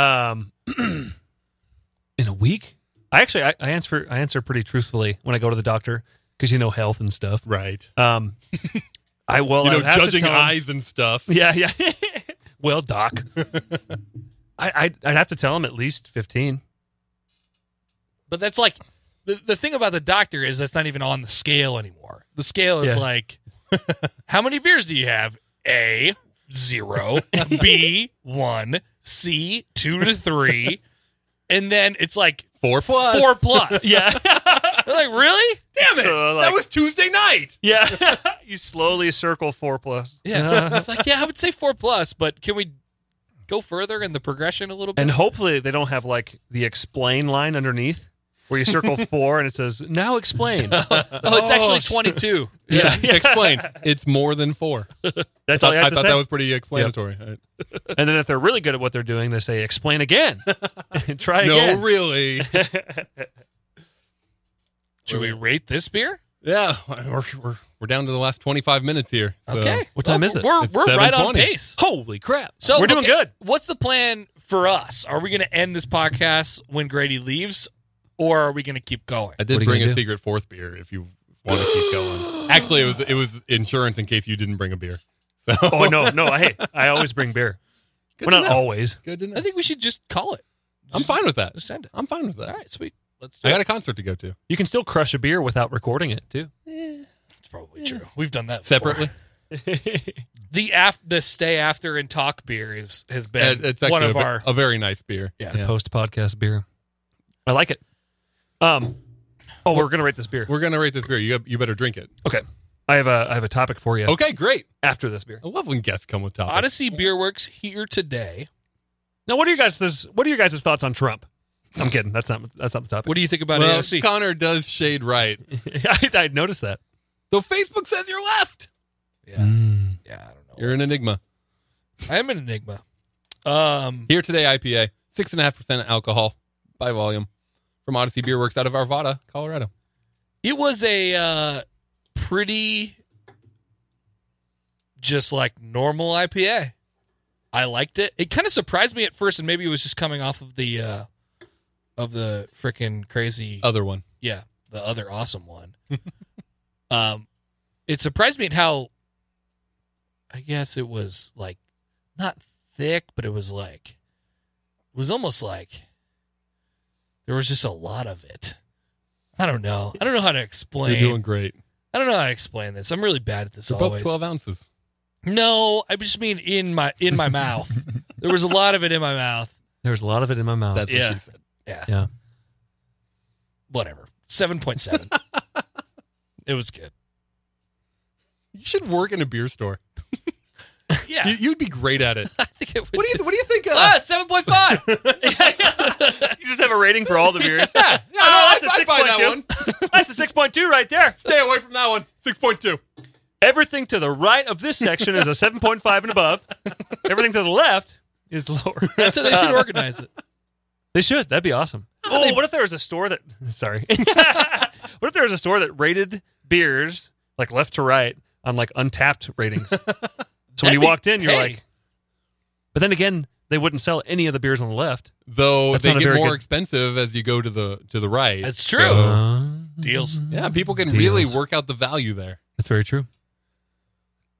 Speaker 3: Um, in a week? I actually I, I answer I answer pretty truthfully when I go to the doctor because you know health and stuff.
Speaker 1: Right.
Speaker 3: Um, I well
Speaker 1: you
Speaker 3: I
Speaker 1: know,
Speaker 3: would have to
Speaker 1: judging
Speaker 3: tell 'em-
Speaker 1: eyes and stuff.
Speaker 3: Yeah, yeah. well, doc, I I'd, I'd have to tell him at least fifteen.
Speaker 2: But that's like the, the thing about the doctor is that's not even on the scale anymore. The scale is
Speaker 3: Yeah.
Speaker 2: like how many beers do you have? A zero, B one, C two to three, and then it's like
Speaker 1: Four plus.
Speaker 2: four plus.
Speaker 3: Yeah,
Speaker 2: They're like really?
Speaker 1: Damn it!
Speaker 3: So, like-
Speaker 1: that was Tuesday night.
Speaker 3: yeah. you slowly circle four plus.
Speaker 2: Yeah.
Speaker 3: Uh,
Speaker 2: It's like yeah, I would say four plus, but can we go further in the progression a little bit?
Speaker 3: and hopefully they don't have like the explain line underneath where you circle four and it says now explain.
Speaker 2: oh, it's actually
Speaker 3: sh-
Speaker 2: twenty two.
Speaker 1: Yeah. Explain. It's more than four.
Speaker 3: That's all
Speaker 1: thought-
Speaker 3: you have
Speaker 1: I
Speaker 3: to
Speaker 1: thought
Speaker 3: say.
Speaker 1: that was pretty explanatory.
Speaker 3: and then if they're really good at what they're doing, they say explain again. Try
Speaker 1: No,
Speaker 3: again.
Speaker 1: really.
Speaker 2: Should we rate this beer?
Speaker 1: Yeah, we're, we're, we're down to the last 25 minutes here. So.
Speaker 2: Okay.
Speaker 3: What time
Speaker 2: Well,
Speaker 3: is it?
Speaker 2: We're
Speaker 1: It's
Speaker 2: we're right
Speaker 1: 7:20.
Speaker 2: on pace.
Speaker 3: Holy crap!
Speaker 2: So
Speaker 3: we're doing
Speaker 2: okay,
Speaker 3: good.
Speaker 2: What's the plan for us? Are we going to end this podcast when Grady leaves, or are we going to keep going?
Speaker 1: I
Speaker 3: What
Speaker 1: did
Speaker 3: are you
Speaker 1: bring a
Speaker 3: gonna do?
Speaker 1: secret fourth beer if you want to keep going. Actually, it was it was insurance in case you didn't bring a beer. So
Speaker 3: Oh no, no. Hey, I always bring beer.
Speaker 2: Good
Speaker 3: well,
Speaker 2: to
Speaker 3: not
Speaker 2: know.
Speaker 3: always.
Speaker 1: good to know.
Speaker 2: I think we should just call it.
Speaker 1: I'm fine with that.
Speaker 2: Just send it.
Speaker 1: I'm fine with that.
Speaker 2: All right, sweet. Let's do
Speaker 1: I
Speaker 2: it.
Speaker 1: got a concert to go to
Speaker 3: You can still crush a beer without recording it too.
Speaker 2: That's probably true. We've done that before.
Speaker 1: separately.
Speaker 2: The af- the stay after and talk beer is has been
Speaker 1: And it's
Speaker 2: one
Speaker 1: actually
Speaker 2: of
Speaker 1: a, ve-
Speaker 2: our.
Speaker 1: a very nice beer.
Speaker 2: Yeah.
Speaker 3: Post podcast beer. I like it. Um. Oh, we're gonna rate this beer.
Speaker 1: We're gonna rate this beer. You you better drink it.
Speaker 3: Okay. I have a I have a topic for you
Speaker 1: Okay, great.
Speaker 3: after this beer.
Speaker 1: I love when guests come with topics.
Speaker 2: Odyssey Beer Works here today.
Speaker 3: Now, what are you guys this What are you guys' thoughts on Trump? I'm kidding. That's not that's not the topic.
Speaker 2: What do you think about
Speaker 1: well,
Speaker 2: AOC?
Speaker 1: Connor does shade right.
Speaker 3: I, I noticed that.
Speaker 1: So Facebook says you're left.
Speaker 2: yeah,
Speaker 3: Mm.
Speaker 2: yeah, I don't know.
Speaker 1: You're an enigma.
Speaker 2: I'm an enigma. Um,
Speaker 1: Here today IPA, six and a half percent alcohol by volume, from Odyssey Beer Works out of Arvada, Colorado.
Speaker 2: it was a uh, pretty just like normal IPA. I liked it. It kind of surprised me at first, and maybe it was just coming off of the uh, of the freaking crazy,
Speaker 1: Other one.
Speaker 2: yeah, the other awesome one. um, it surprised me at how, I guess it was like not thick, but it was like it was almost like there was just a lot of it. I don't know. I don't know how to explain.
Speaker 1: You're doing great.
Speaker 2: I don't know how to explain this. I'm really bad at this.
Speaker 1: They're both
Speaker 2: always.
Speaker 1: 12 ounces.
Speaker 2: No, I just mean in my in my mouth. There was a lot of it in my mouth.
Speaker 3: There was a lot of it in my mouth.
Speaker 1: That's
Speaker 2: yeah.
Speaker 1: what she said.
Speaker 2: Yeah.
Speaker 3: Yeah.
Speaker 2: Whatever. Seven point seven. It was good.
Speaker 1: You should work in a beer store.
Speaker 2: Yeah,
Speaker 1: You, would be great at it.
Speaker 2: I think it was.
Speaker 1: What do you What do you think? Of?
Speaker 2: Ah, seven point five.
Speaker 3: you just have a rating for all the beers.
Speaker 2: Ah,
Speaker 1: yeah, yeah, no,
Speaker 3: Oh,
Speaker 1: I,
Speaker 3: that's a
Speaker 1: I'd buy that
Speaker 3: 6.2.
Speaker 1: one.
Speaker 3: That's a six point two right there.
Speaker 1: Stay away from that one. Six point two.
Speaker 3: Everything to the right of this section is a seven point five and above. Everything to the left is lower.
Speaker 2: That's how they should organize it.
Speaker 3: They should. That'd be awesome. Oh, what if there was a store that? Sorry. what if there was a store that rated beers like left to right on like untapped ratings? so when you
Speaker 2: be-
Speaker 3: walked in, you're
Speaker 2: hey.
Speaker 3: like. But then again, they wouldn't sell any of the beers on the left.
Speaker 1: Though
Speaker 3: That's
Speaker 1: they
Speaker 3: not a
Speaker 1: get
Speaker 3: very
Speaker 1: more
Speaker 3: good-
Speaker 1: expensive as you go to the to the right.
Speaker 2: That's true.
Speaker 1: So,
Speaker 2: Deals.
Speaker 1: yeah, people can really
Speaker 3: Oh. Deals.
Speaker 1: work out the value there.
Speaker 3: That's very true.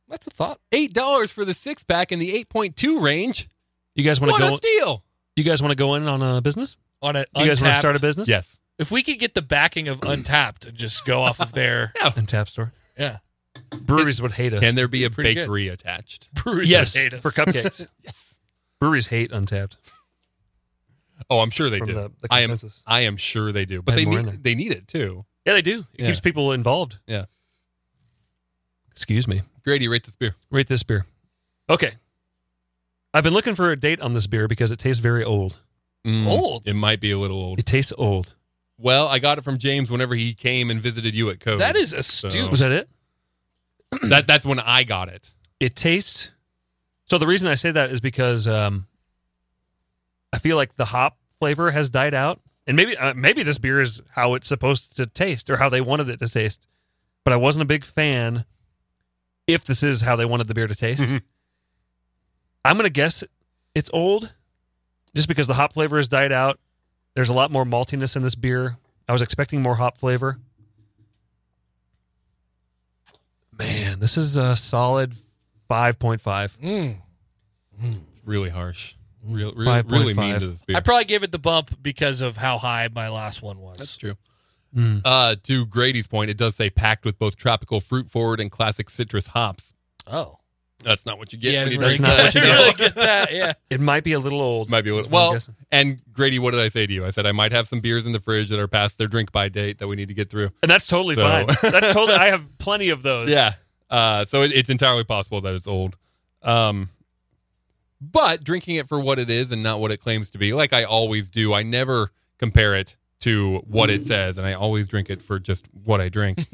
Speaker 2: That's a thought.
Speaker 1: Eight dollars for the six pack in the eight point two range.
Speaker 3: You guys want
Speaker 1: What
Speaker 3: to
Speaker 1: a
Speaker 3: go?
Speaker 1: steal!
Speaker 3: You guys want to go in on a business?
Speaker 2: On it.
Speaker 3: You guys want to start a business?
Speaker 1: Yes.
Speaker 2: If we could get the backing of Untapped and just go off of their
Speaker 3: Untapped store.
Speaker 2: yeah,
Speaker 3: Breweries would hate us.
Speaker 1: Can there be a
Speaker 2: Pretty good.
Speaker 1: bakery attached?
Speaker 2: breweries
Speaker 3: yes,
Speaker 2: would hate us.
Speaker 3: for cupcakes.
Speaker 1: Yes.
Speaker 3: Breweries hate Untapped.
Speaker 1: Oh, I'm sure they
Speaker 3: From
Speaker 1: do.
Speaker 3: the- the
Speaker 1: I am.
Speaker 3: consensus.
Speaker 1: I am sure they do. But
Speaker 3: Add
Speaker 1: they
Speaker 3: more in there.
Speaker 1: need. They need it too.
Speaker 3: Yeah, they do. It
Speaker 1: Yeah.
Speaker 3: keeps people involved.
Speaker 1: Yeah.
Speaker 3: Excuse me.
Speaker 1: Grady, rate this beer.
Speaker 3: Rate this beer. Okay. I've been looking for a date on this beer because it tastes very old.
Speaker 1: Mm,
Speaker 2: Old.
Speaker 1: It might be a little old.
Speaker 3: It tastes old.
Speaker 1: Well, I got it from James whenever he came and visited you at Code.
Speaker 2: That is astute.
Speaker 3: Was that it?
Speaker 1: that. That's when I got it.
Speaker 3: It tastes. So the reason I say that is because um, I feel like the hop flavor has died out, and maybe uh, maybe this beer is how it's supposed to taste or how they wanted it to taste. But I wasn't a big fan. If this is how they wanted the beer to taste,
Speaker 1: Mhm.
Speaker 3: I'm gonna guess it's old, just because the hop flavor has died out. There's a lot more maltiness in this beer. I was expecting more hop flavor. Man, this is a solid five point five.
Speaker 2: Mm.
Speaker 1: It's really harsh. Real, real-
Speaker 3: Five point
Speaker 1: really mean
Speaker 3: five.
Speaker 1: to this beer.
Speaker 2: I probably gave it the bump because of how high my last one was.
Speaker 1: That's true.
Speaker 3: Mm.
Speaker 1: Uh, to Grady's point, it does say packed with both tropical fruit forward and classic citrus hops.
Speaker 2: Oh,
Speaker 1: That's not what you get.
Speaker 2: yeah, I
Speaker 1: when you
Speaker 2: didn't
Speaker 1: drink
Speaker 2: really,
Speaker 3: That's
Speaker 1: that.
Speaker 3: not what
Speaker 2: get,
Speaker 3: you
Speaker 2: I
Speaker 3: get.
Speaker 2: didn't Uh, really get that. Yeah,
Speaker 3: It might be a little old.
Speaker 1: Might be a little.
Speaker 3: That's what I'm
Speaker 1: Well,
Speaker 3: guessing.
Speaker 1: and Grady, what did I say to you? I said I might have some beers in the fridge that are past their drink by date that we need to get through.
Speaker 3: and that's totally
Speaker 1: So-
Speaker 3: fine. That's totally. I have plenty of those.
Speaker 1: Yeah. Uh, so it, it's entirely possible that it's old. Um, but drinking it for what it is and not what it claims to be, like I always do, I never compare it to what it says, and I always drink it for just what I drink.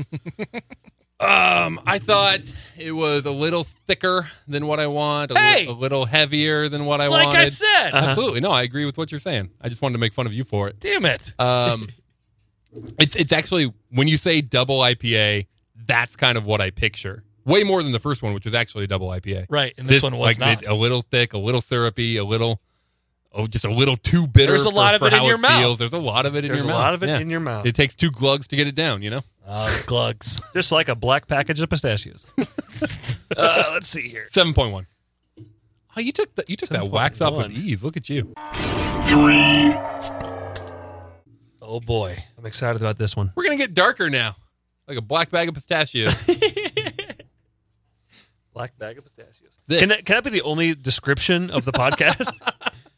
Speaker 1: um, I thought it was a little thicker than what I want, a, li-
Speaker 2: Hey!
Speaker 1: a little heavier than what I
Speaker 2: like
Speaker 1: wanted. Uh,
Speaker 2: I said.
Speaker 3: Uh-huh.
Speaker 1: Absolutely. No, I agree with what you're saying. I just wanted to make fun of you for it.
Speaker 2: Damn it.
Speaker 1: Um, it's it's actually when you say double IPA, that's kind of what I picture. Way more than the first one, which was actually a double IPA.
Speaker 2: Right, and this, one
Speaker 1: like,
Speaker 2: was not.
Speaker 1: it- a little thick, a little syrupy, a little, oh, just a little too bitter.
Speaker 2: There's a
Speaker 1: for-
Speaker 2: lot of
Speaker 1: for
Speaker 2: it in
Speaker 1: how
Speaker 2: your mouth.
Speaker 1: feels. There's a lot of it in
Speaker 3: there's a
Speaker 1: your mouth.
Speaker 3: lot of it
Speaker 1: Yeah.
Speaker 3: in your mouth,
Speaker 1: It takes two glugs to get it down. You know.
Speaker 2: Oh, glugs.
Speaker 3: just like a black package of pistachios. uh, let's see here.
Speaker 1: Seven point one. Oh, you took that. You took that wax off with
Speaker 3: 7.1.
Speaker 1: ease. Look at you.
Speaker 2: Oh boy.
Speaker 3: I'm excited about this one.
Speaker 1: We're gonna get darker now, like a black bag of pistachios.
Speaker 3: Black bag of pistachios.
Speaker 1: This.
Speaker 3: Can that, can that be the only description of the podcast?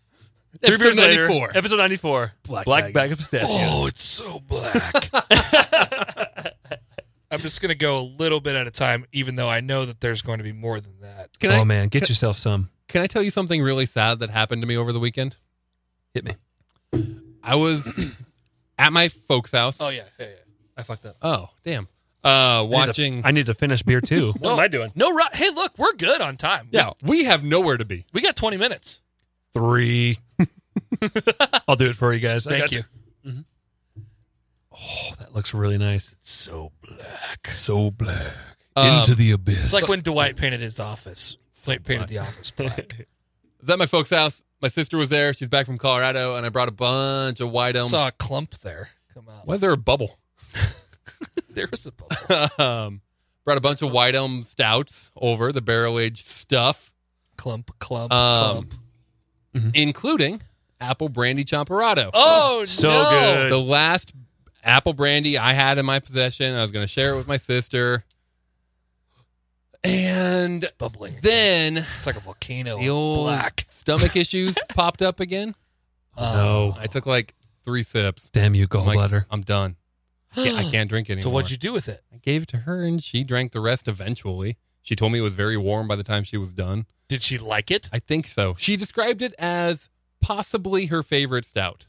Speaker 3: Three
Speaker 1: Episode
Speaker 3: beers later,
Speaker 1: 94.
Speaker 3: episode 94.
Speaker 2: Black
Speaker 3: Black,
Speaker 2: bag.
Speaker 3: bag. of pistachios.
Speaker 2: Oh, it's so black. I'm just gonna go a little bit at a time, even though I know that there's going to be more than that.
Speaker 1: Can
Speaker 3: oh
Speaker 1: I
Speaker 3: man, get yourself some.
Speaker 1: can I tell you something really sad that happened to me over the weekend?
Speaker 3: Hit me.
Speaker 1: I was at my folks' house.
Speaker 2: Oh yeah, yeah, yeah. I fucked up.
Speaker 1: Oh, damn. Uh,
Speaker 3: I need
Speaker 1: watching.
Speaker 3: to, I need to finish beer too. what am I doing?
Speaker 2: No, right. Hey, look, we're good on time.
Speaker 1: yeah, we have nowhere to be.
Speaker 2: we, we got 20 minutes.
Speaker 3: Three. I'll do it for you guys. I got
Speaker 2: Thank you.
Speaker 3: Oh, that looks really nice.
Speaker 2: So black.
Speaker 3: So black.
Speaker 1: Um,
Speaker 3: the abyss.
Speaker 2: It's like when Dwight painted his office. Dwight painted the office black.
Speaker 1: I was at my folks' house. My sister was there. She's back from Colorado, and I brought a bunch of white elms.
Speaker 2: Saw a clump there come out.
Speaker 1: Why is there a bubble?
Speaker 2: There was a bubble.
Speaker 1: um, brought a bunch of white elm stouts over the barrel aged stuff,
Speaker 2: clump, clump,
Speaker 1: Um,
Speaker 2: clump.
Speaker 1: including apple brandy chomperado.
Speaker 2: Oh,
Speaker 3: So
Speaker 2: no.
Speaker 3: good.
Speaker 1: the last apple brandy I had in my possession. I was going to share it with my sister, and
Speaker 2: Bubbling.
Speaker 1: then.
Speaker 2: it's like a volcano.
Speaker 1: the
Speaker 2: of
Speaker 1: old
Speaker 2: black.
Speaker 1: stomach issues popped up again.
Speaker 3: no.
Speaker 2: Um,
Speaker 1: I took like three sips.
Speaker 3: Damn you,
Speaker 1: I'm like,
Speaker 3: gallbladder.
Speaker 1: I'm done. I can't, I can't drink anymore.
Speaker 2: So what'd you do with it?
Speaker 1: I gave it to her, and she drank the rest eventually. She told me it was very warm by the time she was done.
Speaker 2: Did she like it?
Speaker 1: I think so. She described it as possibly her favorite stout.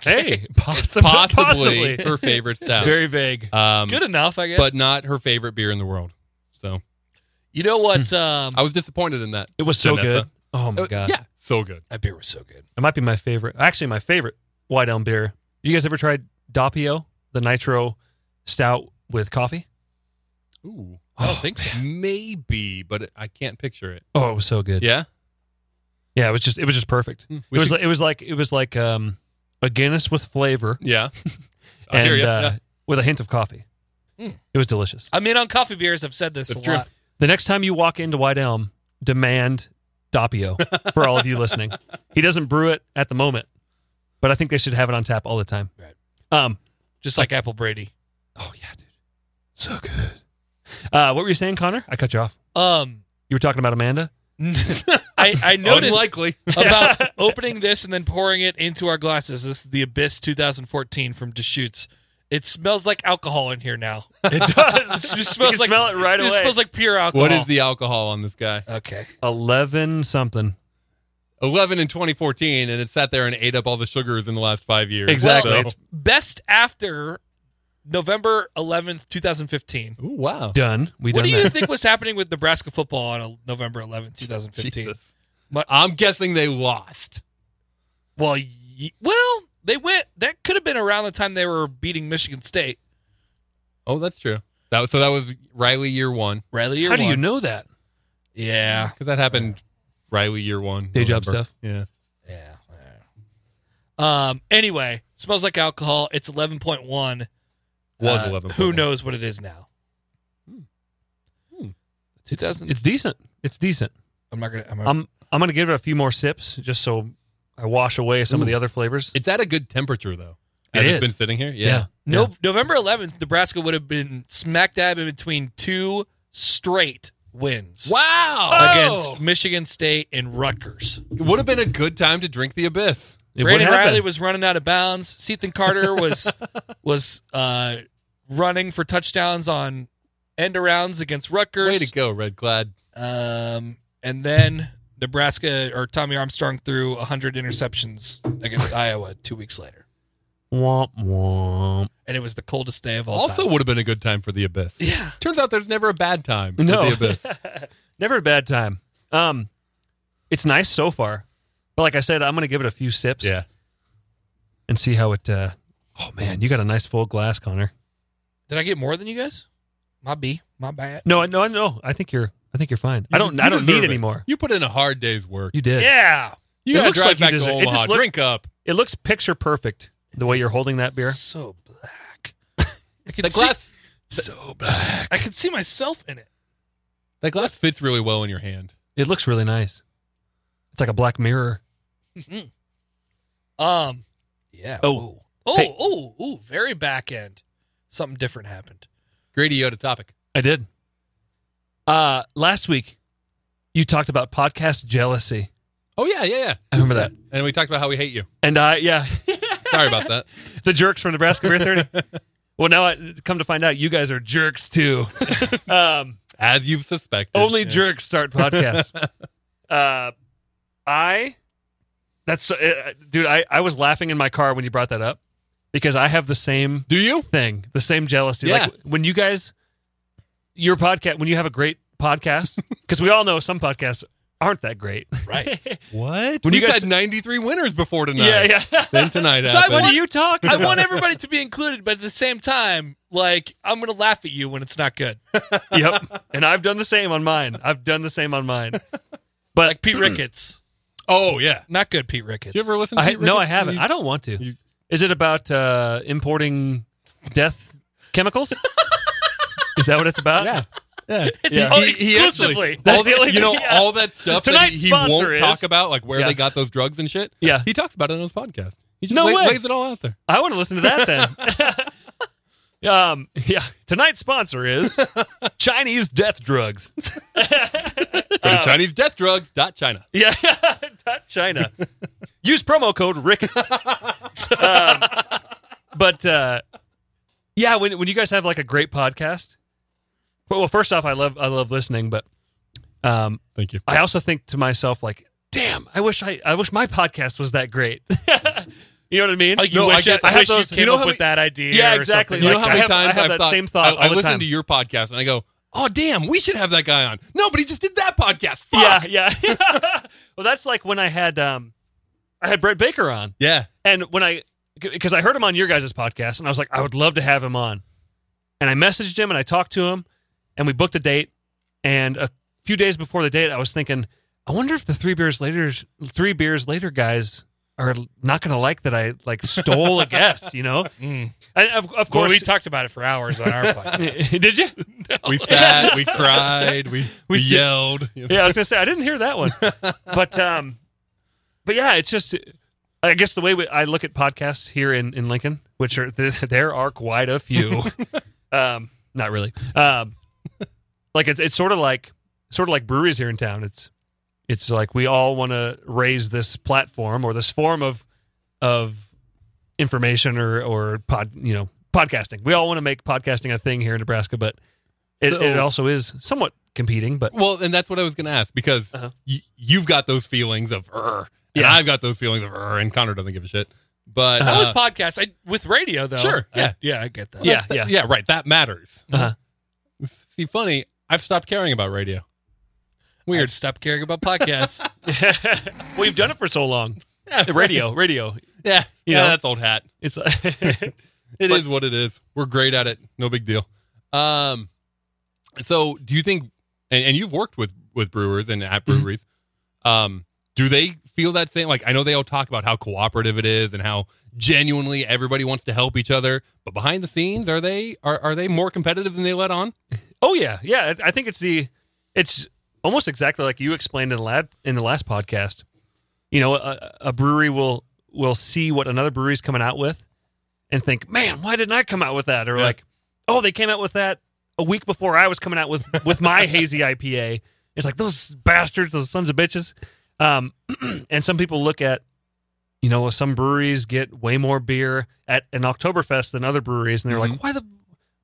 Speaker 3: Hey, possibly.
Speaker 1: Possibly, her favorite
Speaker 3: It's
Speaker 1: stout.
Speaker 3: very vague.
Speaker 1: um,
Speaker 2: Good enough, I guess.
Speaker 1: but not her favorite beer in the world. So
Speaker 2: you know what? Um,
Speaker 1: I was disappointed in that.
Speaker 3: It was so
Speaker 1: Vanessa.
Speaker 3: good. Oh my
Speaker 1: Uh,
Speaker 3: god.
Speaker 1: Yeah, so good.
Speaker 2: that beer was so good.
Speaker 3: It might be my favorite. Actually, my favorite white elm beer. You guys ever tried Doppio, the nitro stout with coffee?
Speaker 1: Ooh,
Speaker 2: I don't think so.
Speaker 1: Oh, maybe, but I can't picture it.
Speaker 3: Oh, it was so good.
Speaker 1: Yeah,
Speaker 3: Yeah, it was just it was just perfect.
Speaker 1: Hmm,
Speaker 3: It
Speaker 1: we
Speaker 3: was
Speaker 1: should-
Speaker 3: like, it was like it was like um a Guinness with flavor
Speaker 1: Yeah. I
Speaker 3: and
Speaker 1: hear you.
Speaker 3: uh,
Speaker 1: yeah.
Speaker 3: with a hint of coffee.
Speaker 2: Hmm.
Speaker 3: It was delicious.
Speaker 2: I'm in on coffee beers. I've said this
Speaker 1: That's
Speaker 2: a
Speaker 1: true.
Speaker 2: lot.
Speaker 3: The next time you walk into White Elm, demand Doppio for all of you listening. He doesn't brew it at the moment, but I think they should have it on tap all the time.
Speaker 2: Right.
Speaker 3: Um.
Speaker 2: Just like Apple Brady.
Speaker 3: Oh yeah, dude, so good. Uh, what were you saying, Connor? I cut you off.
Speaker 2: Um,
Speaker 3: You were talking about Amanda.
Speaker 2: I, I noticed
Speaker 1: Unlikely.
Speaker 2: about opening this and then pouring it into our glasses. This is the Abyss 2014 from Deschutes. It smells like alcohol in here now.
Speaker 3: It does.
Speaker 2: It
Speaker 3: you
Speaker 2: smells
Speaker 3: can
Speaker 2: like
Speaker 3: smell it right
Speaker 2: it
Speaker 3: away.
Speaker 2: smells like pure alcohol.
Speaker 1: What is the alcohol on this guy?
Speaker 2: Okay.
Speaker 3: eleven something.
Speaker 1: 11 in 2014, and it sat there and ate up all the sugars in the last five years.
Speaker 3: Exactly.
Speaker 1: So-
Speaker 3: it's
Speaker 2: Best after November 11th, 2015.
Speaker 1: Ooh, wow.
Speaker 3: done. We
Speaker 2: What
Speaker 3: done
Speaker 2: do you
Speaker 3: that.
Speaker 2: think was happening with Nebraska football on uh, November 11th, 2015?
Speaker 1: Jesus.
Speaker 2: My-
Speaker 1: I'm guessing they lost.
Speaker 2: Well, ye- well, they went. That could have been around the time they were beating Michigan State.
Speaker 1: Oh, that's true. That was, so that was Riley year one
Speaker 2: Riley, year
Speaker 3: How do you
Speaker 2: one.
Speaker 3: know that?
Speaker 2: Yeah,
Speaker 1: because that happened Riley year one.
Speaker 3: Day job
Speaker 1: November.
Speaker 3: stuff.
Speaker 1: Yeah.
Speaker 2: yeah. Um. Anyway, smells like alcohol. It's 11.1.
Speaker 1: Was
Speaker 2: Uh,
Speaker 1: 11.
Speaker 2: Who knows what it is now?
Speaker 1: Hmm.
Speaker 2: 2000.
Speaker 3: It's decent. It's decent.
Speaker 2: I'm not gonna. I'm gonna
Speaker 3: I'm I'm gonna give it a few more sips just so I wash away some of the other flavors.
Speaker 1: It's at a good temperature, though.
Speaker 3: It
Speaker 1: As
Speaker 3: is.
Speaker 1: it's been sitting here? Yeah.
Speaker 2: no, November 11th, Nebraska would have been smack dab in between two straight wins
Speaker 1: Wow.
Speaker 2: against Michigan State and Rutgers.
Speaker 1: It would have been a good time to drink the abyss.
Speaker 3: It would
Speaker 2: Brandon
Speaker 3: happen.
Speaker 2: Riley was running out of bounds. Seathan Carter was was uh, running for touchdowns on end arounds against
Speaker 1: Way
Speaker 2: Rutgers.
Speaker 1: to go, Red Glad.
Speaker 2: Um, and then Nebraska or Tommy Armstrong threw 100 interceptions against Iowa two weeks later,
Speaker 3: Womp womp.
Speaker 2: and it was the coldest day of all.
Speaker 1: Also,
Speaker 2: time.
Speaker 1: would have been a good time for the abyss.
Speaker 2: yeah,
Speaker 1: Turns out there's never a bad time. for
Speaker 3: No.
Speaker 1: the abyss.
Speaker 3: Never a bad time. Um it's nice so far. But like I said, I'm gonna give it a few sips
Speaker 1: yeah.
Speaker 3: and see how it uh Oh man, you got a nice full glass, Connor.
Speaker 2: did I get more than you guys? My B, my bad.
Speaker 3: No, I- no, I know. I think you're I think you're fine. I
Speaker 1: You
Speaker 3: don't
Speaker 1: des-
Speaker 3: I
Speaker 1: you
Speaker 3: don't need
Speaker 1: deserve it.
Speaker 3: any more.
Speaker 1: You put in a hard day's work.
Speaker 3: You did.
Speaker 2: Yeah,
Speaker 1: You
Speaker 3: It
Speaker 1: gotta
Speaker 3: looks
Speaker 1: drive
Speaker 3: like you
Speaker 1: back to
Speaker 3: deserve- it
Speaker 1: Omaha.
Speaker 3: just look-
Speaker 1: Drink up.
Speaker 3: It looks picture perfect the way you're holding that beer.
Speaker 2: so black. I can
Speaker 1: The glass,
Speaker 3: So black.
Speaker 2: I can see myself in it.
Speaker 1: the glass fits really well in your hand.
Speaker 3: It looks really nice. It's like a black mirror.
Speaker 2: Um, yeah.
Speaker 3: Oh.
Speaker 2: Ooh. oh,
Speaker 3: Hey.
Speaker 2: oh, oh, very back end. Something different happened.
Speaker 1: Grady, you had a topic.
Speaker 3: I did. Uh last week you talked about podcast jealousy.
Speaker 1: Oh yeah, yeah, yeah.
Speaker 3: I remember that.
Speaker 1: And we talked about how we hate you.
Speaker 3: And I yeah,
Speaker 1: Sorry about that.
Speaker 3: the jerks from Nebraska Beer 30. well, now I come to find out you guys are jerks too. um
Speaker 1: As you've suspected.
Speaker 3: Only
Speaker 1: Yeah.
Speaker 3: jerks start podcasts. uh, I, that's, uh, dude, I, I was laughing in my car when you brought that up because I have the same
Speaker 1: Do you?
Speaker 3: thing, the same jealousy.
Speaker 1: Yeah.
Speaker 3: Like when you guys, your podcast, when you have a great podcast, because we all know some podcasts aren't that great.
Speaker 2: Right.
Speaker 1: What?
Speaker 3: When
Speaker 1: When
Speaker 3: you
Speaker 1: you
Speaker 3: guys-
Speaker 1: had 93 winners before tonight.
Speaker 3: Yeah, yeah.
Speaker 1: Then tonight
Speaker 2: So I
Speaker 1: happened.
Speaker 3: what are
Speaker 2: want-
Speaker 3: you talking
Speaker 2: I
Speaker 3: about?
Speaker 2: want everybody to be included, but at the same time, like I'm gonna laugh at you when it's not good.
Speaker 3: yep. And I've done the same on mine. I've done the same on mine. But
Speaker 2: Like Pete Ricketts,
Speaker 1: oh yeah.
Speaker 2: not good. Pete Ricketts.
Speaker 1: Did you ever listen? to
Speaker 3: I,
Speaker 1: Pete
Speaker 3: no, I
Speaker 1: Ricketts?
Speaker 3: haven't.
Speaker 1: You-
Speaker 3: I don't want to.
Speaker 1: you-
Speaker 3: Is it about uh, importing death chemicals? Is that what it's about?
Speaker 1: Yeah. Yeah.
Speaker 3: Yeah.
Speaker 2: Oh,
Speaker 1: He- he
Speaker 2: exclusively.
Speaker 1: actually-
Speaker 3: That's
Speaker 1: all
Speaker 3: the
Speaker 1: the-
Speaker 3: only-
Speaker 1: you know
Speaker 3: yeah.
Speaker 1: all that stuff that
Speaker 3: Tonight's
Speaker 1: he
Speaker 3: sponsor
Speaker 1: won't
Speaker 3: is-
Speaker 1: talk about, like where
Speaker 3: Yeah.
Speaker 1: they got those drugs and shit.
Speaker 3: Yeah.
Speaker 1: he talks about it on his podcast. He just
Speaker 3: No
Speaker 1: lay-
Speaker 3: way.
Speaker 1: lays it all out there.
Speaker 3: I want to listen to that then. um, yeah. Tonight's sponsor is Chinese death drugs.
Speaker 1: Go to
Speaker 3: Uh,
Speaker 1: ChineseDeathDrugs.China.
Speaker 3: Yeah. Not China. Use promo code Ricketts. um, but uh, yeah, when when you guys have like a great podcast, well, well, first off, I love I love listening, but um,
Speaker 1: Thank you.
Speaker 3: I also think to myself, like, damn, I wish I, I wish my podcast was that great. you know what I mean?
Speaker 2: Like you
Speaker 1: No, I
Speaker 2: wish,
Speaker 1: get-
Speaker 2: I
Speaker 1: I
Speaker 2: wish
Speaker 1: have
Speaker 2: you
Speaker 1: those-
Speaker 2: came
Speaker 1: you know
Speaker 2: up
Speaker 1: how
Speaker 2: with
Speaker 1: many-
Speaker 2: that idea.
Speaker 3: Yeah,
Speaker 2: or
Speaker 3: exactly.
Speaker 2: something
Speaker 1: You know
Speaker 3: Like,
Speaker 1: how
Speaker 3: I
Speaker 1: many
Speaker 3: have- I
Speaker 1: times
Speaker 3: have
Speaker 1: I've
Speaker 3: that
Speaker 1: thought,
Speaker 3: same thought
Speaker 1: I, I
Speaker 3: all the
Speaker 1: listen
Speaker 3: time.
Speaker 1: to your podcast and I go, "Oh damn, we should have that guy on." Nobody just did that podcast. Fuck.
Speaker 3: yeah, yeah. well, that's like when I had um, I had Brett Baker on,
Speaker 1: yeah.
Speaker 3: and when I because I heard him on your guys' podcast, and I was like, I would love to have him on, and I messaged him and I talked to him, and we booked a date, and a few days before the date, I was thinking, I wonder if the three beers later, three beers later guys are not going to like that I like stole a guest, you know?
Speaker 2: Mm.
Speaker 3: And of, of
Speaker 2: Well,
Speaker 3: course,
Speaker 2: we talked about it for hours on our podcast.
Speaker 3: Did you?
Speaker 1: We sat, we cried, we, we,
Speaker 3: sit-
Speaker 1: yelled.
Speaker 3: Yeah, I was gonna say I didn't hear that one, but um, but yeah, it's just I guess the way we, I look at podcasts here in in Lincoln, which are th- there are quite a few, um, not really, um, like it's it's sort of like sort of like breweries here in town. It's it's like we all want to raise this platform or this form of of information or or pod you know podcasting. We all want to make podcasting a thing here in Nebraska, but it,
Speaker 1: So-
Speaker 3: it also is somewhat competing. But
Speaker 1: Well, and that's what I was going to ask because
Speaker 3: Uh-huh.
Speaker 1: y- you've got those feelings of "Urgh," and
Speaker 3: Yeah.
Speaker 1: I've got those feelings of "Urgh," and Connor doesn't give a shit. But
Speaker 2: Not
Speaker 1: uh,
Speaker 2: with podcasts, I, with radio though.
Speaker 1: Sure,
Speaker 2: I-
Speaker 1: yeah.
Speaker 2: yeah, I get that.
Speaker 3: yeah,
Speaker 1: that-
Speaker 3: Uh, yeah,
Speaker 1: yeah, right. That matters.
Speaker 3: Uh-huh.
Speaker 1: See, funny. I've stopped caring about radio.
Speaker 2: weird.
Speaker 1: Weird.
Speaker 2: Stop caring about podcasts.
Speaker 3: we've done it for so long. radio, radio.
Speaker 1: Yeah,
Speaker 3: You
Speaker 1: yeah,
Speaker 3: know?
Speaker 1: that's old hat.
Speaker 3: It's
Speaker 1: It is
Speaker 3: But-
Speaker 1: what it is. We're great at it. No big deal. Um, so do you think, and, and you've worked with with brewers and at
Speaker 3: Mm-hmm.
Speaker 1: breweries, um, do they feel that same? Like I know they all talk about how cooperative it is and how genuinely everybody wants to help each other, but behind the scenes, are they are are they more competitive than they let on?
Speaker 3: oh yeah, yeah. I I think it's the it's almost exactly like you explained in the lab in the last podcast. You know, a, a brewery will will see what another brewery's coming out with, and think, man, why didn't I come out with that? Or
Speaker 1: Yeah.
Speaker 3: like, oh, they came out with that a week before I was coming out with with my hazy IPA. It's like those bastards, those sons of bitches. Um, and some people look at, you know, some breweries get way more beer at an Oktoberfest than other breweries, and they're like, why the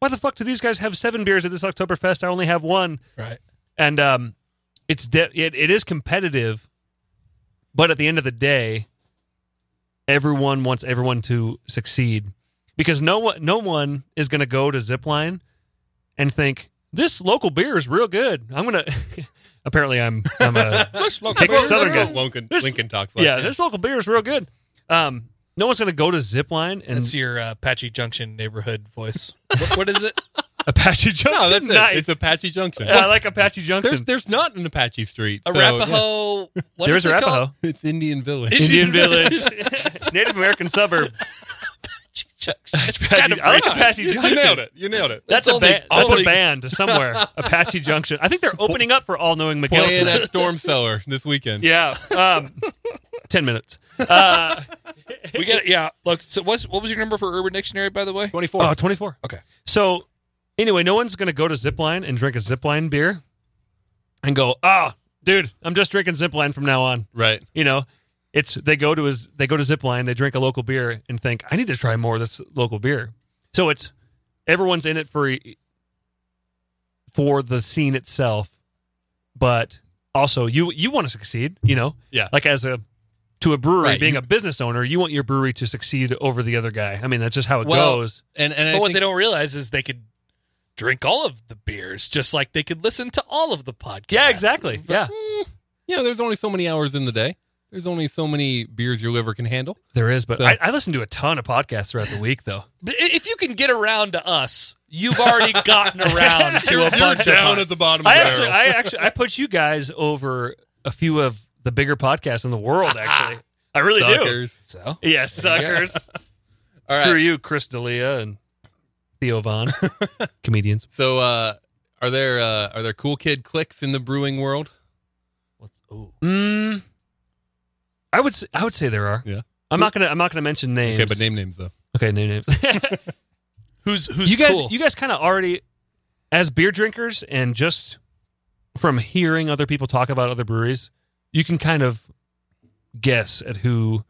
Speaker 3: why the fuck do these guys have seven beers at this Oktoberfest? I only have one.
Speaker 2: right.
Speaker 3: And um, it's de- it, it is competitive, but at the end of the day, everyone wants everyone to succeed because no one no one is going to go to Zipline and think this local beer is real good. I'm gonna. Apparently, I'm I'm a
Speaker 2: Let's look
Speaker 3: Take
Speaker 2: for-
Speaker 3: Southern guy.
Speaker 1: Lincoln,
Speaker 3: This-
Speaker 1: Lincoln talks like
Speaker 3: yeah. This local beer is real good. Um, no one's going to go to Zipline and
Speaker 2: That's your uh, Apache Junction neighborhood voice. What, what is it?
Speaker 3: Apache Junction.
Speaker 1: No, that's it.
Speaker 3: nice.
Speaker 1: It's Apache Junction.
Speaker 3: Yeah, I like Apache
Speaker 1: there's
Speaker 3: Junction.
Speaker 1: there's not an Apache Street. so, yeah.
Speaker 2: Arapaho. What
Speaker 3: There's
Speaker 2: is it called?
Speaker 3: Arapaho,
Speaker 1: It's Indian Village.
Speaker 3: Indian Village, Native American suburb.
Speaker 2: Apache Junction.
Speaker 3: Apache, I like Apache
Speaker 1: you
Speaker 3: Junction.
Speaker 1: nailed it. You nailed it.
Speaker 3: That's a
Speaker 2: Only-
Speaker 3: band. That's
Speaker 2: only-
Speaker 3: a band somewhere. Apache Junction. I think they're opening up for All Knowing Miguel.
Speaker 1: Playing
Speaker 3: tonight.
Speaker 1: at Storm Cellar this weekend.
Speaker 3: yeah. Um, Ten minutes. Uh,
Speaker 2: We got yeah. Look, so what's what was your number for Urban Dictionary, by the way?
Speaker 1: 24.
Speaker 3: oh, 24.
Speaker 2: Okay.
Speaker 3: So, anyway, no one's gonna go to Zipline and drink a Zipline beer, and go, oh, dude, I'm just drinking Zipline from now on.
Speaker 1: right.
Speaker 3: You know, it's they go to his they go to Zipline, they drink a local beer, and think I need to try more of this local beer. So it's everyone's in it for e, for the scene itself, but also you you want to succeed. You know,
Speaker 1: Yeah.
Speaker 3: like as a to a brewery
Speaker 1: Right,
Speaker 3: being
Speaker 1: you-
Speaker 3: a business owner, you want your brewery to succeed over the other guy. I mean, that's just how it
Speaker 1: Well,
Speaker 3: goes.
Speaker 1: And and I
Speaker 2: But what
Speaker 1: think-
Speaker 2: they don't realize is they could drink all of the beers, just like they could listen to all of the podcasts.
Speaker 3: Yeah, exactly. Yeah,
Speaker 1: you know, there's only so many hours in the day. There's only so many beers your liver can handle.
Speaker 3: there is. But
Speaker 1: So-
Speaker 3: I, I listen to a ton of podcasts throughout the week, though.
Speaker 2: But i- if you can get around to us, you've already gotten around to a bunch
Speaker 1: down
Speaker 2: of
Speaker 1: at the bottom of
Speaker 3: I
Speaker 1: the
Speaker 3: actually,
Speaker 1: barrel.
Speaker 3: I actually, I put you guys over a few of the bigger podcasts in the world. Actually, I really
Speaker 1: Suckers.
Speaker 2: so.
Speaker 3: do. Yeah, suckers.
Speaker 1: All
Speaker 3: Screw
Speaker 1: right.
Speaker 3: you, Chris D'Elia and Theo Vaughn, comedians.
Speaker 1: So uh are there uh are there cool kid clicks in the brewing world?
Speaker 2: What's, ooh.
Speaker 3: Mm, I would, s- I would say there are.
Speaker 1: Yeah.
Speaker 3: I'm not gonna, I'm not gonna mention names.
Speaker 1: Okay, but name names though.
Speaker 3: Okay, name names.
Speaker 2: Who's who's
Speaker 3: you guys,
Speaker 2: cool?
Speaker 3: you guys, kind of already, as beer drinkers, and just from hearing other people talk about other breweries, you can kind of guess at who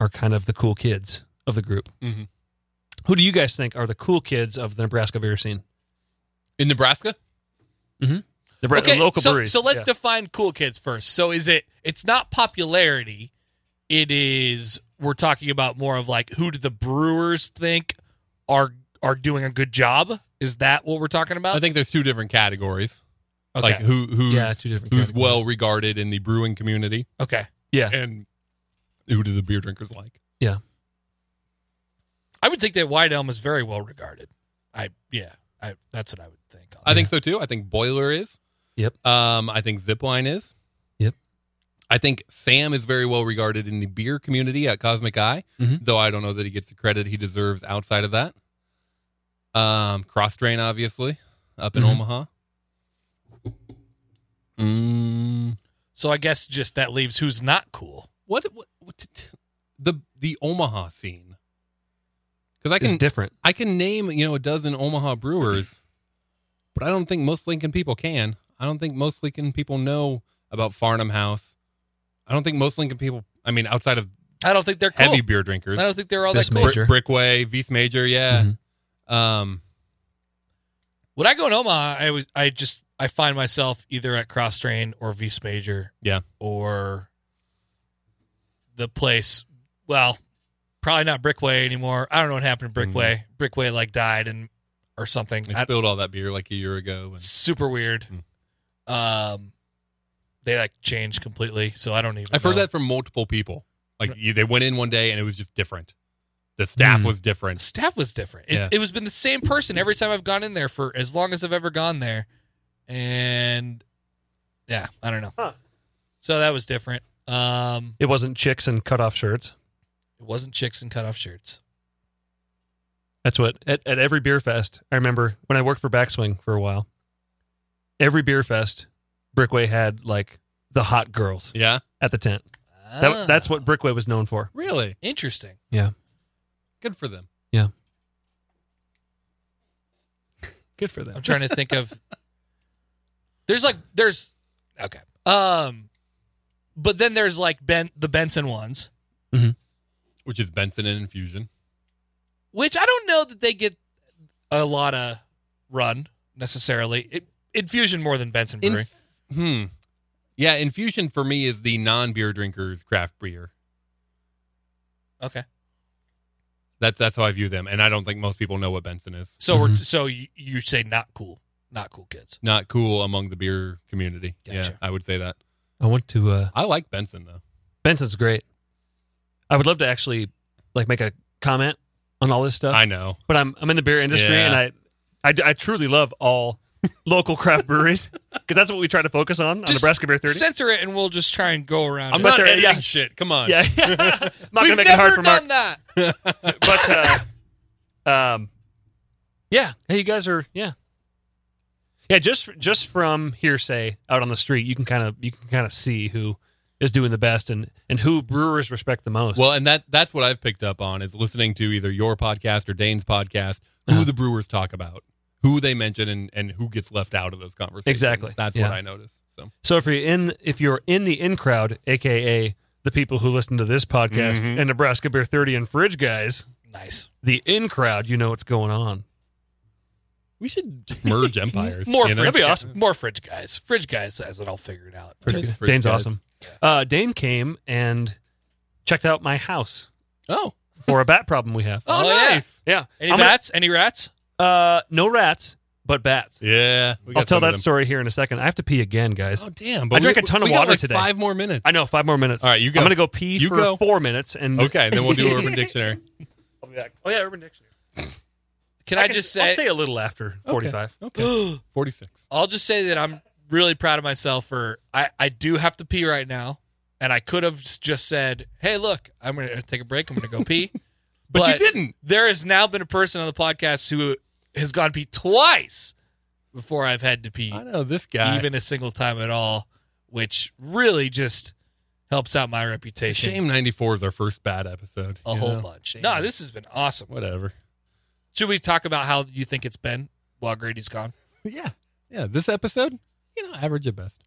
Speaker 3: are kind of the cool kids of the group.
Speaker 2: Mm-hmm.
Speaker 1: Mhm.
Speaker 3: Who do you guys think are the cool kids of the Nebraska beer scene?
Speaker 1: In Nebraska?
Speaker 3: The bre-
Speaker 2: okay,
Speaker 3: local
Speaker 2: so,
Speaker 3: breweries.
Speaker 2: So let's
Speaker 3: Yeah.
Speaker 2: define cool kids first. So is it? It's not popularity. It is. We're talking about more of like who do the brewers think are are doing a good job? Is that what we're talking about?
Speaker 1: I think there's two different categories.
Speaker 2: Okay.
Speaker 1: Like who who's
Speaker 3: Yeah, two different
Speaker 1: who's
Speaker 3: categories.
Speaker 1: well regarded in the brewing community
Speaker 2: okay.
Speaker 3: yeah,
Speaker 1: and who do the beer drinkers like?
Speaker 2: I would think that White Elm is very well regarded. I yeah. I that's what I would think.
Speaker 1: I think so too. I think Boiler is.
Speaker 3: Yep.
Speaker 1: Um, I think Zipline is.
Speaker 3: Yep.
Speaker 1: I think Sam is very well regarded in the beer community at Cosmic Eye,
Speaker 3: Mhm.
Speaker 1: though I don't know that he gets the credit he deserves outside of that. Um, Cross Drain, obviously, up in
Speaker 3: Mhm.
Speaker 1: Omaha. Mm,
Speaker 2: so. I guess just that leaves who's not cool.
Speaker 1: what, what, what t- t- the the Omaha scene? Because I
Speaker 3: it's
Speaker 1: can
Speaker 3: different.
Speaker 1: I can name, you know, a dozen Omaha brewers, but I don't think most Lincoln people can. I don't think most Lincoln people know about Farnham House. I don't think most Lincoln people, I mean, outside of
Speaker 2: I don't think they're cool.
Speaker 1: Heavy beer drinkers.
Speaker 2: I don't think they're all
Speaker 3: This
Speaker 2: that cool.
Speaker 3: major.
Speaker 1: Br- Brickway, Vice Major, yeah. Um,
Speaker 2: When I go in Omaha, I was I just I find myself either at Cross Train or Vice Major.
Speaker 1: Yeah.
Speaker 2: Or the place. Well, probably not Brickway anymore. I don't know what happened to Brickway.
Speaker 1: Mm-hmm.
Speaker 2: Brickway like died and or something.
Speaker 1: they
Speaker 2: I-
Speaker 1: spilled all that beer like a year ago. And
Speaker 2: super weird.
Speaker 1: Mm.
Speaker 2: Um, they like changed completely, so I don't even.
Speaker 1: I've heard
Speaker 2: know.
Speaker 1: that from multiple people. Like you, they went in one day and it was just different. The staff
Speaker 3: Hmm.
Speaker 1: was different.
Speaker 2: staff was different. It,
Speaker 1: Yeah.
Speaker 2: it was been the same person every time I've gone in there for as long as I've ever gone there, and yeah, I don't know.
Speaker 3: Huh.
Speaker 2: So that was different. Um,
Speaker 3: It wasn't chicks and cutoff shirts.
Speaker 2: it wasn't chicks in cutoff shirts.
Speaker 3: That's what at, at every beer fest. I remember when I worked for Backswing for a while. Every beer fest, Brickway had like the hot girls
Speaker 1: Yeah,
Speaker 3: at the tent. That, That's what Brickway was known for.
Speaker 1: really
Speaker 2: Interesting.
Speaker 1: good for them.
Speaker 3: Good for
Speaker 2: I'm
Speaker 3: them.
Speaker 2: trying to think of. There's like there's okay. Um, but then there's like Ben the Benson ones.
Speaker 1: Which is Benson and Infusion.
Speaker 2: which I don't know that they get a lot of run necessarily. It, Infusion more than Benson
Speaker 1: In-
Speaker 2: Brewery.
Speaker 1: Hmm. Yeah, Infusion for me is the non-beer drinkers craft beer.
Speaker 2: okay,
Speaker 1: That's that's how I view them, and I don't think most people know what Benson is.
Speaker 2: so we're so you, you say not cool, not cool kids.
Speaker 1: Not cool among the beer community. Yeah,
Speaker 2: Gotcha.
Speaker 1: I would say that.
Speaker 3: I went to uh,
Speaker 1: I like Benson though.
Speaker 3: Benson's great. I would love to actually like make a comment on all this stuff,
Speaker 1: I know.
Speaker 3: but I'm I'm in the beer industry
Speaker 1: Yeah.
Speaker 3: and I, I d- I truly love all local craft breweries because that's what we try to focus on on
Speaker 2: Just
Speaker 3: Nebraska Beer Thirty.
Speaker 2: Censor it, and we'll just try and go around.
Speaker 1: I'm
Speaker 2: it.
Speaker 1: not
Speaker 3: there-
Speaker 1: editing
Speaker 3: yeah.
Speaker 1: shit. Come on.
Speaker 3: Yeah, I'm not
Speaker 2: We've
Speaker 3: gonna make it
Speaker 2: never
Speaker 3: hard for Mark.
Speaker 2: done that.
Speaker 3: but uh, um, yeah. Hey, you guys are yeah, yeah. Just just from hearsay out on the street, you can kind of you can kind of see who is doing the best and and who brewers respect the most.
Speaker 1: Well, and that that's what I've picked up on is listening to either your podcast or Dane's podcast, who
Speaker 3: Uh-huh.
Speaker 1: the brewers talk about, who they mention, and, and who gets left out of those conversations.
Speaker 3: Exactly.
Speaker 1: That's
Speaker 3: Yeah.
Speaker 1: what I notice. So
Speaker 3: so if you're in if you're in the in crowd, aka the people who listen to this podcast
Speaker 1: Mhm.
Speaker 3: and Nebraska Beer Thirty and Fridge guys,
Speaker 2: Nice,
Speaker 3: the in crowd, you know what's going on.
Speaker 1: we should just merge empires.
Speaker 2: more
Speaker 1: you know?
Speaker 3: That'd
Speaker 2: fridge.
Speaker 3: be
Speaker 2: guys.
Speaker 3: awesome.
Speaker 2: More fridge guys. Fridge guys has it all figured out.
Speaker 1: Pretty
Speaker 3: Dane's
Speaker 1: good. Fridge guys.
Speaker 3: awesome. Uh, Dane came and checked out my house
Speaker 1: Oh,
Speaker 3: for a bat problem we have.
Speaker 2: Oh,
Speaker 1: yeah.
Speaker 2: nice.
Speaker 3: Yeah,
Speaker 2: Any
Speaker 3: I'm gonna-
Speaker 2: rats? Any rats?
Speaker 3: Uh, no rats, but bats.
Speaker 1: Yeah, we got
Speaker 3: I'll tell
Speaker 1: some of
Speaker 3: that
Speaker 1: them.
Speaker 3: story here in a second. I have to pee again, guys.
Speaker 1: Oh damn! But
Speaker 3: I drank
Speaker 1: we-
Speaker 3: a ton of
Speaker 1: we got
Speaker 3: water
Speaker 1: like
Speaker 3: today.
Speaker 1: Five more minutes.
Speaker 3: I know, five more minutes.
Speaker 1: All right, you go.
Speaker 3: I'm gonna go pee
Speaker 1: You
Speaker 3: for
Speaker 1: go.
Speaker 3: four minutes, and
Speaker 1: Okay, then we'll do Urban Dictionary.
Speaker 3: I'll be back. Oh yeah, Urban Dictionary.
Speaker 2: Can I, just
Speaker 3: I'll
Speaker 2: say?
Speaker 3: stay a little after 45.
Speaker 1: Okay, forty six.
Speaker 2: I'll just say that I'm really proud of myself for I, I do have to pee right now. And I could have s- just said, Hey, look, I'm gonna take a break, I'm gonna go pee.
Speaker 1: But you didn't.
Speaker 2: There has now been a person on the podcast who has gone pee twice before I've had to pee
Speaker 1: I know this guy.
Speaker 2: even a single time at all, which really just helps out my
Speaker 1: It's a
Speaker 2: reputation
Speaker 1: shame ninety four is our first bad episode.
Speaker 2: a
Speaker 1: you
Speaker 2: whole
Speaker 1: know?
Speaker 2: bunch. No, this has been awesome.
Speaker 1: Whatever.
Speaker 2: Should we talk about how you think it's been while Grady's gone?
Speaker 1: But yeah, yeah. This episode, you know, average at best.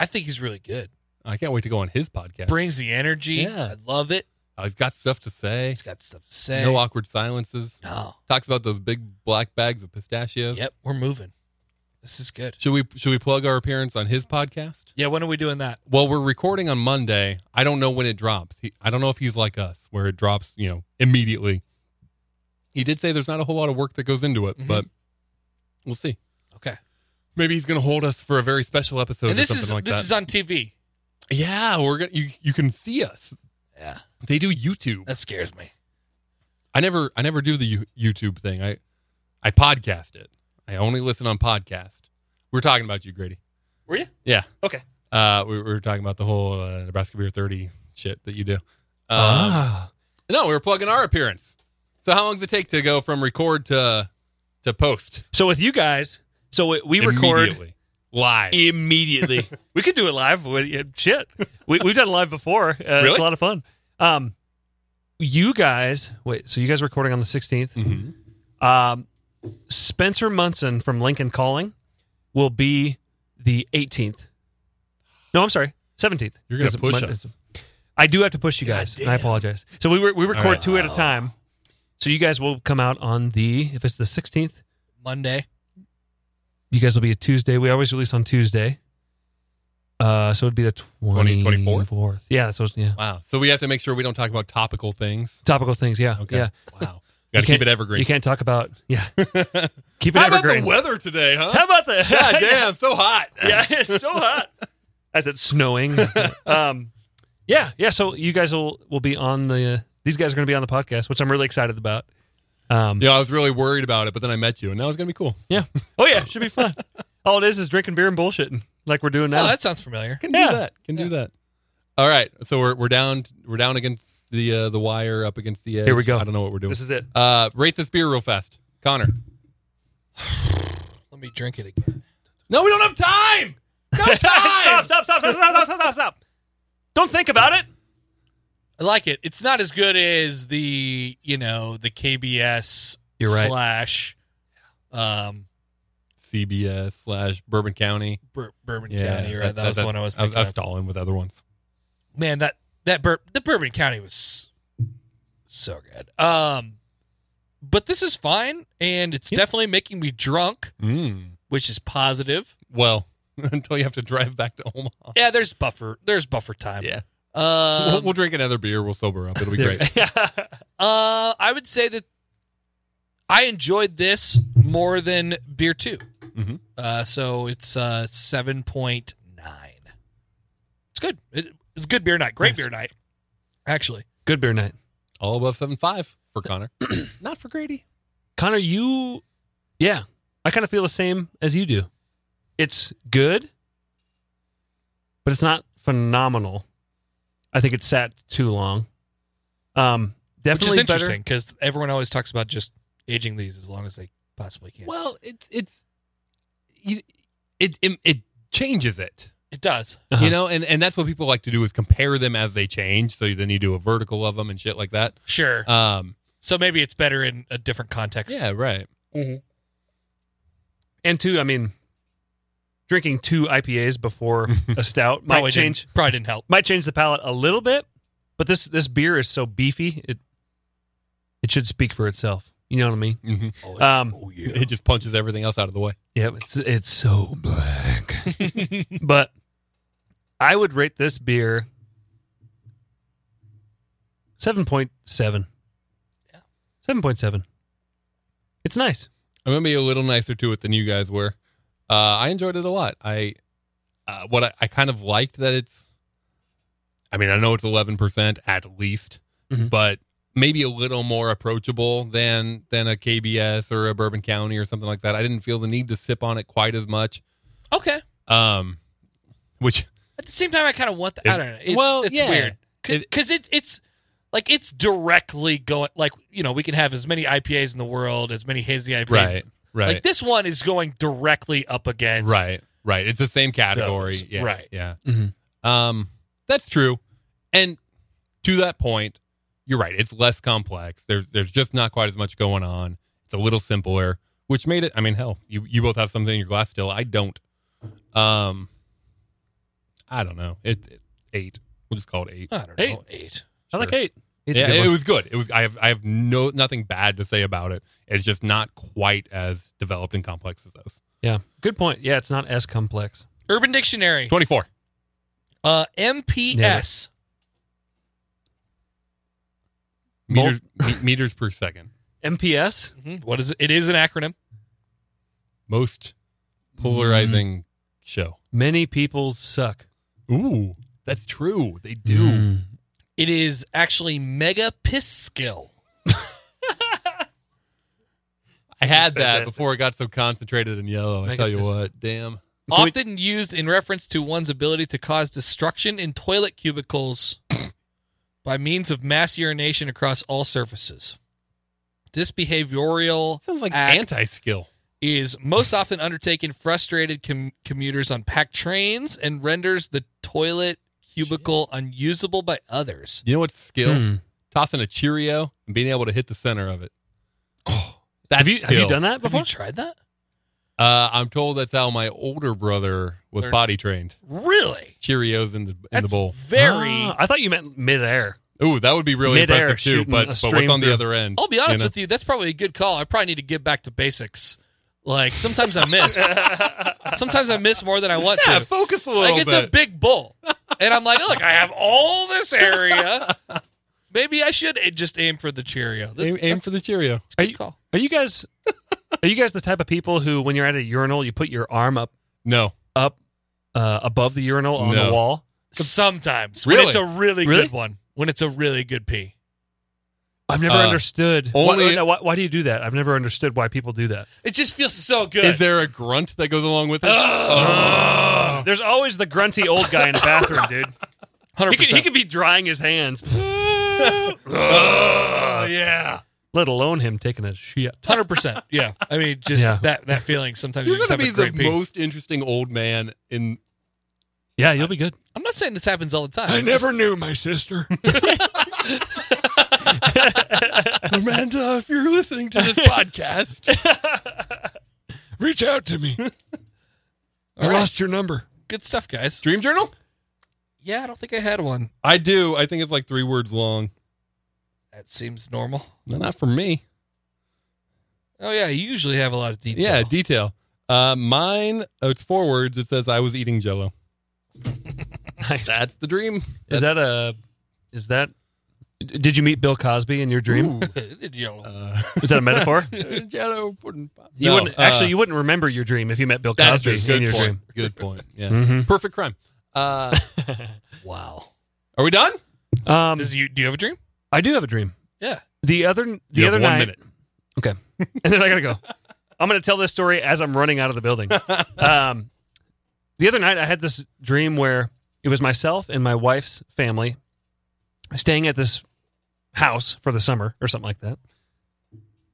Speaker 2: I think he's really good.
Speaker 1: I can't wait to go on his podcast.
Speaker 2: Brings the energy.
Speaker 1: Yeah.
Speaker 2: I love it.
Speaker 1: Oh, he's got stuff to say.
Speaker 2: He's got stuff to say.
Speaker 1: No awkward silences.
Speaker 2: No.
Speaker 1: Talks about those big black bags of pistachios.
Speaker 2: Yep, we're moving. This is good.
Speaker 1: Should we should we plug our appearance on his podcast?
Speaker 2: Yeah, when are we doing that?
Speaker 1: Well, we're recording on Monday. I don't know when it drops. He, I don't know if he's like us, where it drops, you know, immediately. He did say there's not a whole lot of work that goes into it,
Speaker 2: Mhm.
Speaker 1: but we'll see.
Speaker 2: Okay.
Speaker 1: Maybe he's going to hold us for a very special episode.
Speaker 2: and this
Speaker 1: or something
Speaker 2: is
Speaker 1: like
Speaker 2: this
Speaker 1: that.
Speaker 2: is on TV.
Speaker 1: yeah, we're gonna you you can see us.
Speaker 2: Yeah,
Speaker 1: They do YouTube.
Speaker 2: that scares me.
Speaker 1: I never I never do the you- YouTube thing. I I podcast it. I only listen on podcast. We're talking about you, Grady.
Speaker 3: Were you?
Speaker 1: Yeah.
Speaker 3: Okay.
Speaker 1: Uh, we, we were talking about the whole uh, Nebraska Beer Thirty shit that you do. Um,
Speaker 3: Ah,
Speaker 1: No, we were plugging our appearance. So how long does it take to go from record to to post?
Speaker 3: so with you guys, so we, we record
Speaker 1: Immediately. live.
Speaker 3: immediately. we could do it live. What- yeah, Shit, we, we've done it live before. Uh, It's
Speaker 1: Really?
Speaker 3: a lot of fun. Um, you guys, wait. So you guys are recording on the 16th.
Speaker 1: Mhm.
Speaker 3: Um, Spencer Munson from Lincoln Calling will be the 18th. No, I'm sorry, 17th.
Speaker 1: You're gonna
Speaker 3: Because
Speaker 1: push
Speaker 3: Mon-
Speaker 1: us.
Speaker 3: I do have to push you
Speaker 2: God
Speaker 3: guys. and I
Speaker 2: damn.
Speaker 3: apologize. So we re- we record
Speaker 1: right.
Speaker 3: two at a time. So you guys will come out on the if it's the 16th,
Speaker 2: Monday.
Speaker 3: you guys will be a Tuesday. We always release on Tuesday. Uh, so it'd be the
Speaker 1: 20 24th?
Speaker 3: 24th. Yeah, so it's- yeah.
Speaker 1: Wow. So we have to make sure we don't talk about topical things.
Speaker 3: Topical things, yeah.
Speaker 1: Okay.
Speaker 3: Yeah.
Speaker 1: Wow. Got to
Speaker 3: can't-
Speaker 1: keep it evergreen.
Speaker 3: You can't talk about yeah. Keep it
Speaker 1: How about
Speaker 3: evergreen.
Speaker 1: the weather today, huh?
Speaker 3: How about the
Speaker 1: God damn, so hot.
Speaker 3: yeah, it's so hot. As it's snowing. um, yeah, yeah. So you guys will will be on the. These guys are going to be on the podcast, which I'm really excited about. Um,
Speaker 1: Yeah, I was really worried about it, but then I met you, and that was gonna be cool.
Speaker 3: yeah. Oh yeah, should be fun. All it is is drinking beer and bullshitting, like we're doing now.
Speaker 2: Oh, that sounds familiar.
Speaker 1: Can
Speaker 3: Yeah.
Speaker 1: do that. Can do that. All right, so we're we're down we're down against the uh, the wire, up against the edge.
Speaker 3: Here we go.
Speaker 1: I don't know what we're doing.
Speaker 3: this is it.
Speaker 1: uh, rate this beer real fast, Connor.
Speaker 2: Let me drink it again.
Speaker 1: No, we don't have time. No
Speaker 3: stop! Stop! Stop! Stop! Stop! Stop! Stop! Stop! Don't think about it.
Speaker 2: I like it. It's not as good as the you know the KBS
Speaker 3: You're right.
Speaker 2: slash um
Speaker 1: CBS slash Bourbon County.
Speaker 2: Bur- Bourbon
Speaker 1: Yeah,
Speaker 2: County. Right, that, was the one I was
Speaker 1: I was,
Speaker 2: thinking.
Speaker 1: I was
Speaker 2: of.
Speaker 1: stalling with other ones.
Speaker 2: Man, that that Bur- the Bourbon County was so good. Um, but this is fine, and it's definitely making me drunk,
Speaker 1: Mm.
Speaker 2: which is positive.
Speaker 1: Well, until you have to drive back to Omaha.
Speaker 2: Yeah, there's buffer. There's buffer time.
Speaker 1: Yeah.
Speaker 2: Um,
Speaker 1: we'll, we'll drink another beer. We'll sober up. It'll be great.
Speaker 2: Uh, I would say that I enjoyed this more than beer 2
Speaker 3: Mm-hmm.
Speaker 1: Mhm.
Speaker 2: Uh, so it's uh seven point nine. It's good. It, it's good beer night. Great
Speaker 3: Nice.
Speaker 2: beer night, actually.
Speaker 3: Good beer night,
Speaker 1: All above seven five for Connor. Not for Grady.
Speaker 3: Connor. You, yeah. I kind of feel the same as you do. It's good, but it's not phenomenal. I think it sat too long. Um,
Speaker 2: Which
Speaker 3: definitely
Speaker 2: is
Speaker 3: better-
Speaker 2: interesting because everyone always talks about just aging these as long as they possibly can.
Speaker 1: Well, it's it's you, it, it it changes it.
Speaker 2: it does.
Speaker 3: Uh-huh.
Speaker 1: You know, and, and that's what people like to do is compare them as they change. So then you do a vertical of them and shit like that.
Speaker 2: Sure.
Speaker 1: Um,
Speaker 2: so maybe it's better in a different context.
Speaker 1: yeah, right.
Speaker 3: And two, I mean, drinking two IPAs before a stout might
Speaker 2: Probably
Speaker 3: change
Speaker 2: Didn't, probably didn't help.
Speaker 3: might change the palate a little bit, but this this beer is so beefy it it should speak for itself. You know what I mean?
Speaker 1: Mhm.
Speaker 3: Um,
Speaker 2: oh
Speaker 1: It just punches everything else out of the way.
Speaker 3: Yeah, it's it's so black. but I would rate this beer seven point seven.
Speaker 2: Yeah.
Speaker 3: Seven point seven. It's nice.
Speaker 1: I'm gonna be a little nicer to it than you guys were. Uh, I enjoyed it a lot. I uh, what I, I kind of liked that it's. I mean, I know it's 11 percent at least,
Speaker 3: Mhm.
Speaker 1: but maybe a little more approachable than than a KBS or a Bourbon County or something like that. I didn't feel the need to sip on it quite as much.
Speaker 2: Okay.
Speaker 1: Um, which
Speaker 2: At the same time, I kind of want the. I
Speaker 1: It-
Speaker 2: don't know. It's,
Speaker 1: well,
Speaker 2: it's
Speaker 1: yeah.
Speaker 2: weird
Speaker 1: It-
Speaker 2: because it, it's like it's directly going. Like you know, we can have as many IPAs in the world, as many hazy IPAs.
Speaker 1: right, right,
Speaker 2: Like this one is going directly up against.
Speaker 1: right, right. It's the same category.
Speaker 2: Those,
Speaker 1: yeah,
Speaker 2: right.
Speaker 1: Yeah.
Speaker 3: Mhm.
Speaker 1: Um, that's true. And to that point, you're right. It's less complex. There's there's just not quite as much going on. It's a little simpler, which made it. I mean, hell, you you both have something in your glass still. I don't. Um, I don't know. It, it- eight. We'll just call it eight.
Speaker 2: I don't
Speaker 3: Eight.
Speaker 2: know. Eight.
Speaker 3: I like
Speaker 1: Sure.
Speaker 3: eight. It's a
Speaker 1: yeah,
Speaker 3: good
Speaker 1: it
Speaker 3: one.
Speaker 1: was good. It was. I have I have no nothing bad to say about it. It's just not quite as developed and complex as those.
Speaker 3: yeah. Good point. Yeah, it's not as complex.
Speaker 2: Urban Dictionary.
Speaker 1: Twenty four.
Speaker 2: Uh, MPS.
Speaker 1: Meters, me- meters per second.
Speaker 3: MPS?
Speaker 2: Mhm. What is it? It is an acronym.
Speaker 1: Most polarizing show.
Speaker 3: Many people suck. Mm.
Speaker 1: Ooh, that's true. They do.
Speaker 3: Dude.
Speaker 2: It is actually mega piss skill.
Speaker 1: I had that
Speaker 3: Fantastic.
Speaker 1: before it got so concentrated and yellow. I
Speaker 3: Make
Speaker 1: tell
Speaker 3: it
Speaker 1: you
Speaker 3: this-
Speaker 1: what, damn.
Speaker 3: Can we-
Speaker 2: often used in reference to one's ability to cause destruction in toilet cubicles by means of mass urination across all surfaces. This behavioral
Speaker 1: Sounds like
Speaker 2: act
Speaker 1: anti skill.
Speaker 2: is most often undertaken frustrated com- commuters on packed trains and renders the toilet cubicle unusable by others.
Speaker 1: You know what's skill?
Speaker 3: Hmm.
Speaker 1: Tossing a Cheerio and being able to hit the center of it. Oh, that's
Speaker 3: Have you have
Speaker 1: skill.
Speaker 3: you done that
Speaker 2: Have
Speaker 3: before?
Speaker 2: you tried that?
Speaker 1: Uh, I'm told that's how my older brother was
Speaker 2: Learn-
Speaker 1: potty trained.
Speaker 2: Really?
Speaker 1: Cheerios in the in the
Speaker 2: That's
Speaker 1: bowl.
Speaker 2: very.
Speaker 3: Ah, I thought you meant midair.
Speaker 1: Ooh, that would be really
Speaker 3: Midair
Speaker 1: impressive too.
Speaker 3: shooting
Speaker 1: But
Speaker 3: a
Speaker 1: but what's
Speaker 3: stream
Speaker 1: on the
Speaker 3: through.
Speaker 1: other end?
Speaker 2: I'll be honest
Speaker 1: you know?
Speaker 2: with you. That's probably a good call. I probably need to get back to basics. Like sometimes I miss. sometimes I miss more than I want
Speaker 1: Yeah,
Speaker 2: to.
Speaker 1: focus a little
Speaker 2: Like it's
Speaker 1: bit.
Speaker 2: a big bowl, and I'm like, look, I have all this area. Maybe I should eh, just aim for the Cheerio. This,
Speaker 1: aim, aim for the Cheerio.
Speaker 2: that's a
Speaker 3: Are you-
Speaker 2: good call.
Speaker 3: Are you guys? Are you guys the type of people who, when you're at a urinal, you put your arm up
Speaker 1: No,
Speaker 3: up uh, above the urinal on
Speaker 1: No.
Speaker 3: the wall?
Speaker 2: Sometimes
Speaker 1: Really?
Speaker 2: when it's a really,
Speaker 3: Really?
Speaker 2: good one, when it's a really good pee.
Speaker 3: I've never
Speaker 1: Uh,
Speaker 3: understood.
Speaker 1: only-
Speaker 3: why, why, why do you do that? I've never understood why people do that.
Speaker 2: It just feels so good.
Speaker 1: is there a grunt that goes along with it?
Speaker 2: Ugh.
Speaker 3: There's always the grunty old guy in the bathroom, dude.
Speaker 2: 100%.
Speaker 3: He could, he could be drying his hands,
Speaker 1: Ah.
Speaker 3: Ah.
Speaker 1: Oh, yeah.
Speaker 3: let alone him taking a shit.
Speaker 2: Hundred percent. Yeah. I mean, just
Speaker 3: Yeah.
Speaker 2: that that feeling. Sometimes you
Speaker 1: You're
Speaker 2: just
Speaker 1: gonna
Speaker 2: have
Speaker 1: be
Speaker 2: a great
Speaker 1: the
Speaker 2: pee.
Speaker 1: most interesting old man in.
Speaker 3: Yeah, you'll be good.
Speaker 2: I'm not saying this happens all the time. I'm just-
Speaker 3: knew my sister.
Speaker 1: Amanda, if you're listening to this podcast,
Speaker 3: Reach out to me. I
Speaker 2: All right.
Speaker 3: your number.
Speaker 2: good stuff, guys.
Speaker 1: Dream Journal.
Speaker 2: Yeah, I don't think I had one.
Speaker 1: I do. I think it's like three words long.
Speaker 2: That seems normal.
Speaker 1: No, not for me.
Speaker 2: Oh yeah, you usually have a lot of detail.
Speaker 1: Yeah, detail. Uh, mine. oh, It's four words. It says I was eating Jello.
Speaker 3: Nice.
Speaker 1: That's the dream.
Speaker 3: is that a? Is that? Did you meet Bill Cosby in your dream?
Speaker 2: Yellow.
Speaker 1: Uh,
Speaker 3: Is that a metaphor?
Speaker 1: Jello pudding pop.
Speaker 3: You
Speaker 1: No,
Speaker 3: wouldn't
Speaker 1: uh,
Speaker 3: actually. You wouldn't remember your dream if you met Bill
Speaker 1: that's
Speaker 3: Cosby
Speaker 1: good
Speaker 3: in your
Speaker 1: point.
Speaker 3: dream.
Speaker 1: Good uh, point. Yeah.
Speaker 3: Mhm.
Speaker 1: Perfect crime. Uh,
Speaker 2: wow.
Speaker 1: are we done?
Speaker 3: Um,
Speaker 2: Does you do you have a dream?
Speaker 3: I do have a dream.
Speaker 2: Yeah.
Speaker 3: The other the
Speaker 1: You have
Speaker 3: other
Speaker 1: one
Speaker 3: night,
Speaker 1: minute.
Speaker 3: Okay, and then I gotta go. I'm gonna tell this story as I'm running out of the building. Um, the other night, I had this dream where it was myself and my wife's family staying at this house for the summer or something like that.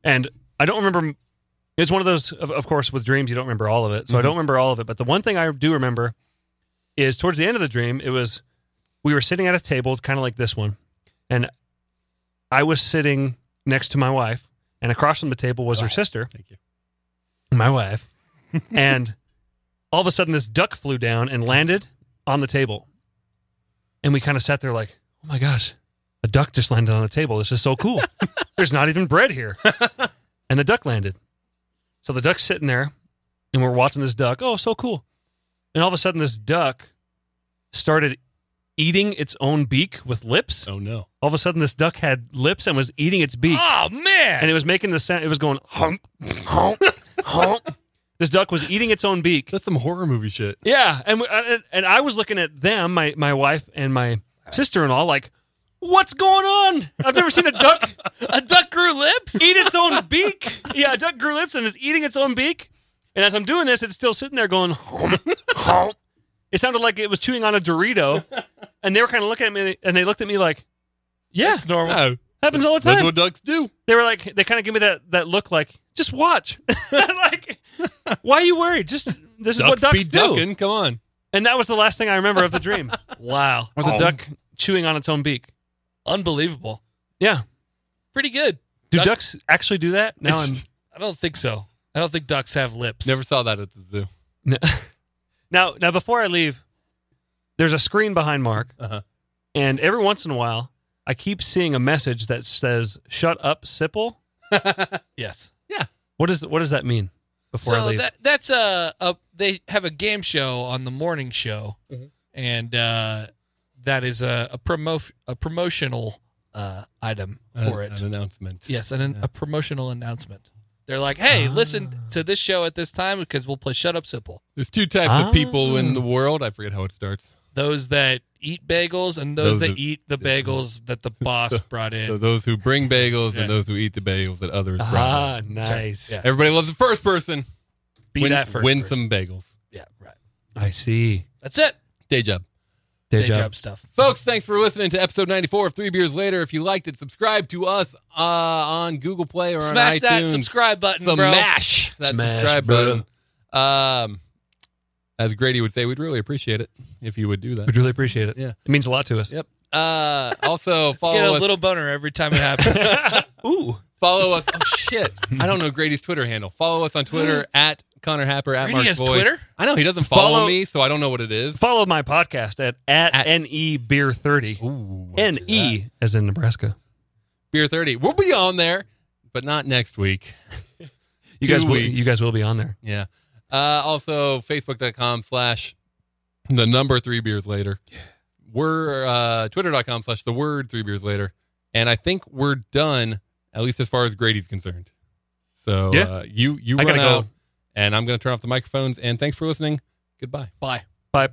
Speaker 3: And I don't remember. It's one of those, of, of course, with dreams you don't remember all of it. So I don't remember all of it. But the one thing I do remember is towards the end of the dream, it was we were sitting at a table, kind of like this one, and I was sitting next to my wife, and across from the table was her sister,
Speaker 1: Thank you.
Speaker 3: my wife, and all of a sudden this duck flew down and landed on the table, and we kind of sat there like, oh my gosh, a duck just landed on the table. This is so cool. There's not even bread here, and the duck landed. So the duck's sitting there, and we're watching this duck. Oh, so cool! And all of a sudden, this duck started eating its own beak with lips.
Speaker 1: Oh no.
Speaker 3: All of a sudden, this duck had lips and was eating its beak,
Speaker 2: Oh man.
Speaker 3: and it was making the sound. It was going hump, hump, hump. This duck was eating its own beak.
Speaker 1: That's some horror movie shit.
Speaker 3: Yeah, and we, uh, and- and I was looking at them, my my wife and my sister in law, like, what's going on? I've never seen a duck
Speaker 2: a duck grew lips.
Speaker 3: eat its own beak. Yeah, a duck grew lips and is eating its own beak. And as I'm doing this, it's still sitting there going. "Hum, hum." It sounded like it was chewing on a Dorito, and they were kind of looking at me, and they looked at me like, "Yeah,
Speaker 2: That's normal.
Speaker 1: No,
Speaker 3: happens all the
Speaker 1: that's
Speaker 3: time."
Speaker 1: what ducks do.
Speaker 3: they were like, they kind of give me that that look, like, "Just watch." like, why are you worried? Just this is what ducks
Speaker 1: be
Speaker 3: do.
Speaker 1: ducking. Come on.
Speaker 3: And that was the last thing I remember of the dream
Speaker 2: Wow.
Speaker 3: was a duck chewing on its own beak.
Speaker 2: Unbelievable.
Speaker 3: Yeah,
Speaker 2: Pretty good.
Speaker 3: do
Speaker 2: Duck-
Speaker 3: ducks actually do that? Now I'm
Speaker 2: I don't think so. I don't think ducks have lips.
Speaker 1: Never saw that at the zoo.
Speaker 3: No. now, now before I leave, there's a screen behind Mark,
Speaker 1: Uh-huh.
Speaker 3: and every once in a while, I keep seeing a message that says "Shut up, Sipple."
Speaker 2: Yes.
Speaker 3: What is what does that mean? Before I
Speaker 2: so
Speaker 3: leave,
Speaker 2: that, that's a, a they have a game show on the morning show, and uh, that is a a, promo, a promotional uh, item for
Speaker 1: An-
Speaker 2: it.
Speaker 1: An announcement.
Speaker 2: yes, and an, a promotional announcement. They're like, "Hey, listen
Speaker 3: Ah.
Speaker 2: to this show at this time because we'll play Shut Up Simple."
Speaker 1: There's two types
Speaker 3: Ah.
Speaker 1: of people in the world. I forget how it starts.
Speaker 2: Those that eat bagels and those,
Speaker 1: Those
Speaker 2: that
Speaker 1: that-
Speaker 2: eat the bagels that the boss brought in.
Speaker 1: So those who bring bagels
Speaker 2: Yeah.
Speaker 1: and those who eat the bagels that others brought.
Speaker 3: ah,
Speaker 1: them.
Speaker 3: nice.
Speaker 2: Yeah.
Speaker 1: Everybody loves the first person.
Speaker 2: Be
Speaker 1: win,
Speaker 2: that first.
Speaker 1: Win
Speaker 2: person.
Speaker 1: some bagels.
Speaker 2: Yeah, right.
Speaker 3: I see.
Speaker 2: That's it.
Speaker 1: Day job.
Speaker 3: Day,
Speaker 2: Day
Speaker 3: job.
Speaker 2: job stuff.
Speaker 1: Folks, thanks for listening to episode 94 of Three Beers Later. If you liked it, subscribe to us uh, on Google Play or
Speaker 2: Smash
Speaker 1: on iTunes.
Speaker 2: that subscribe button, bro.
Speaker 1: Smash that
Speaker 3: Smash,
Speaker 1: subscribe
Speaker 3: bro.
Speaker 1: button. Um, as Grady would say, we'd really appreciate it if you would do that.
Speaker 3: We'd really appreciate it.
Speaker 1: Yeah.
Speaker 3: it means a lot to us.
Speaker 1: Yep. Uh, also, follow
Speaker 2: Get a
Speaker 1: us.
Speaker 2: little boner every time it happens.
Speaker 3: Ooh,
Speaker 1: follow us. Oh shit! I don't know Grady's Twitter handle. Follow us on Twitter at Connor Happer at
Speaker 2: Brady
Speaker 1: Mark's
Speaker 2: has
Speaker 1: Voice.
Speaker 2: Twitter?
Speaker 1: I know he doesn't follow,
Speaker 3: Follow-
Speaker 1: me, so I don't know what it is.
Speaker 3: Follow my podcast at, at,
Speaker 1: At-
Speaker 3: NE Beer 30.
Speaker 1: Ooh,
Speaker 3: NE as in Nebraska.
Speaker 1: beer thirty. We'll be on there, but not next week.
Speaker 3: You
Speaker 1: Two
Speaker 3: guys, will,
Speaker 1: weeks.
Speaker 3: you guys will be on there.
Speaker 1: Yeah. Uh, also, facebook.com slash the number three beers later. Yeah. We're uh, twitter.com slash the word three beers later. And I think we're done, at least as far as Grady's concerned. So
Speaker 3: Yeah.
Speaker 1: uh, you, you
Speaker 3: I
Speaker 1: run
Speaker 3: gotta
Speaker 1: out,
Speaker 3: go.
Speaker 1: and I'm going to turn off the microphones. And thanks for listening. Goodbye.
Speaker 2: Bye.
Speaker 3: Bye.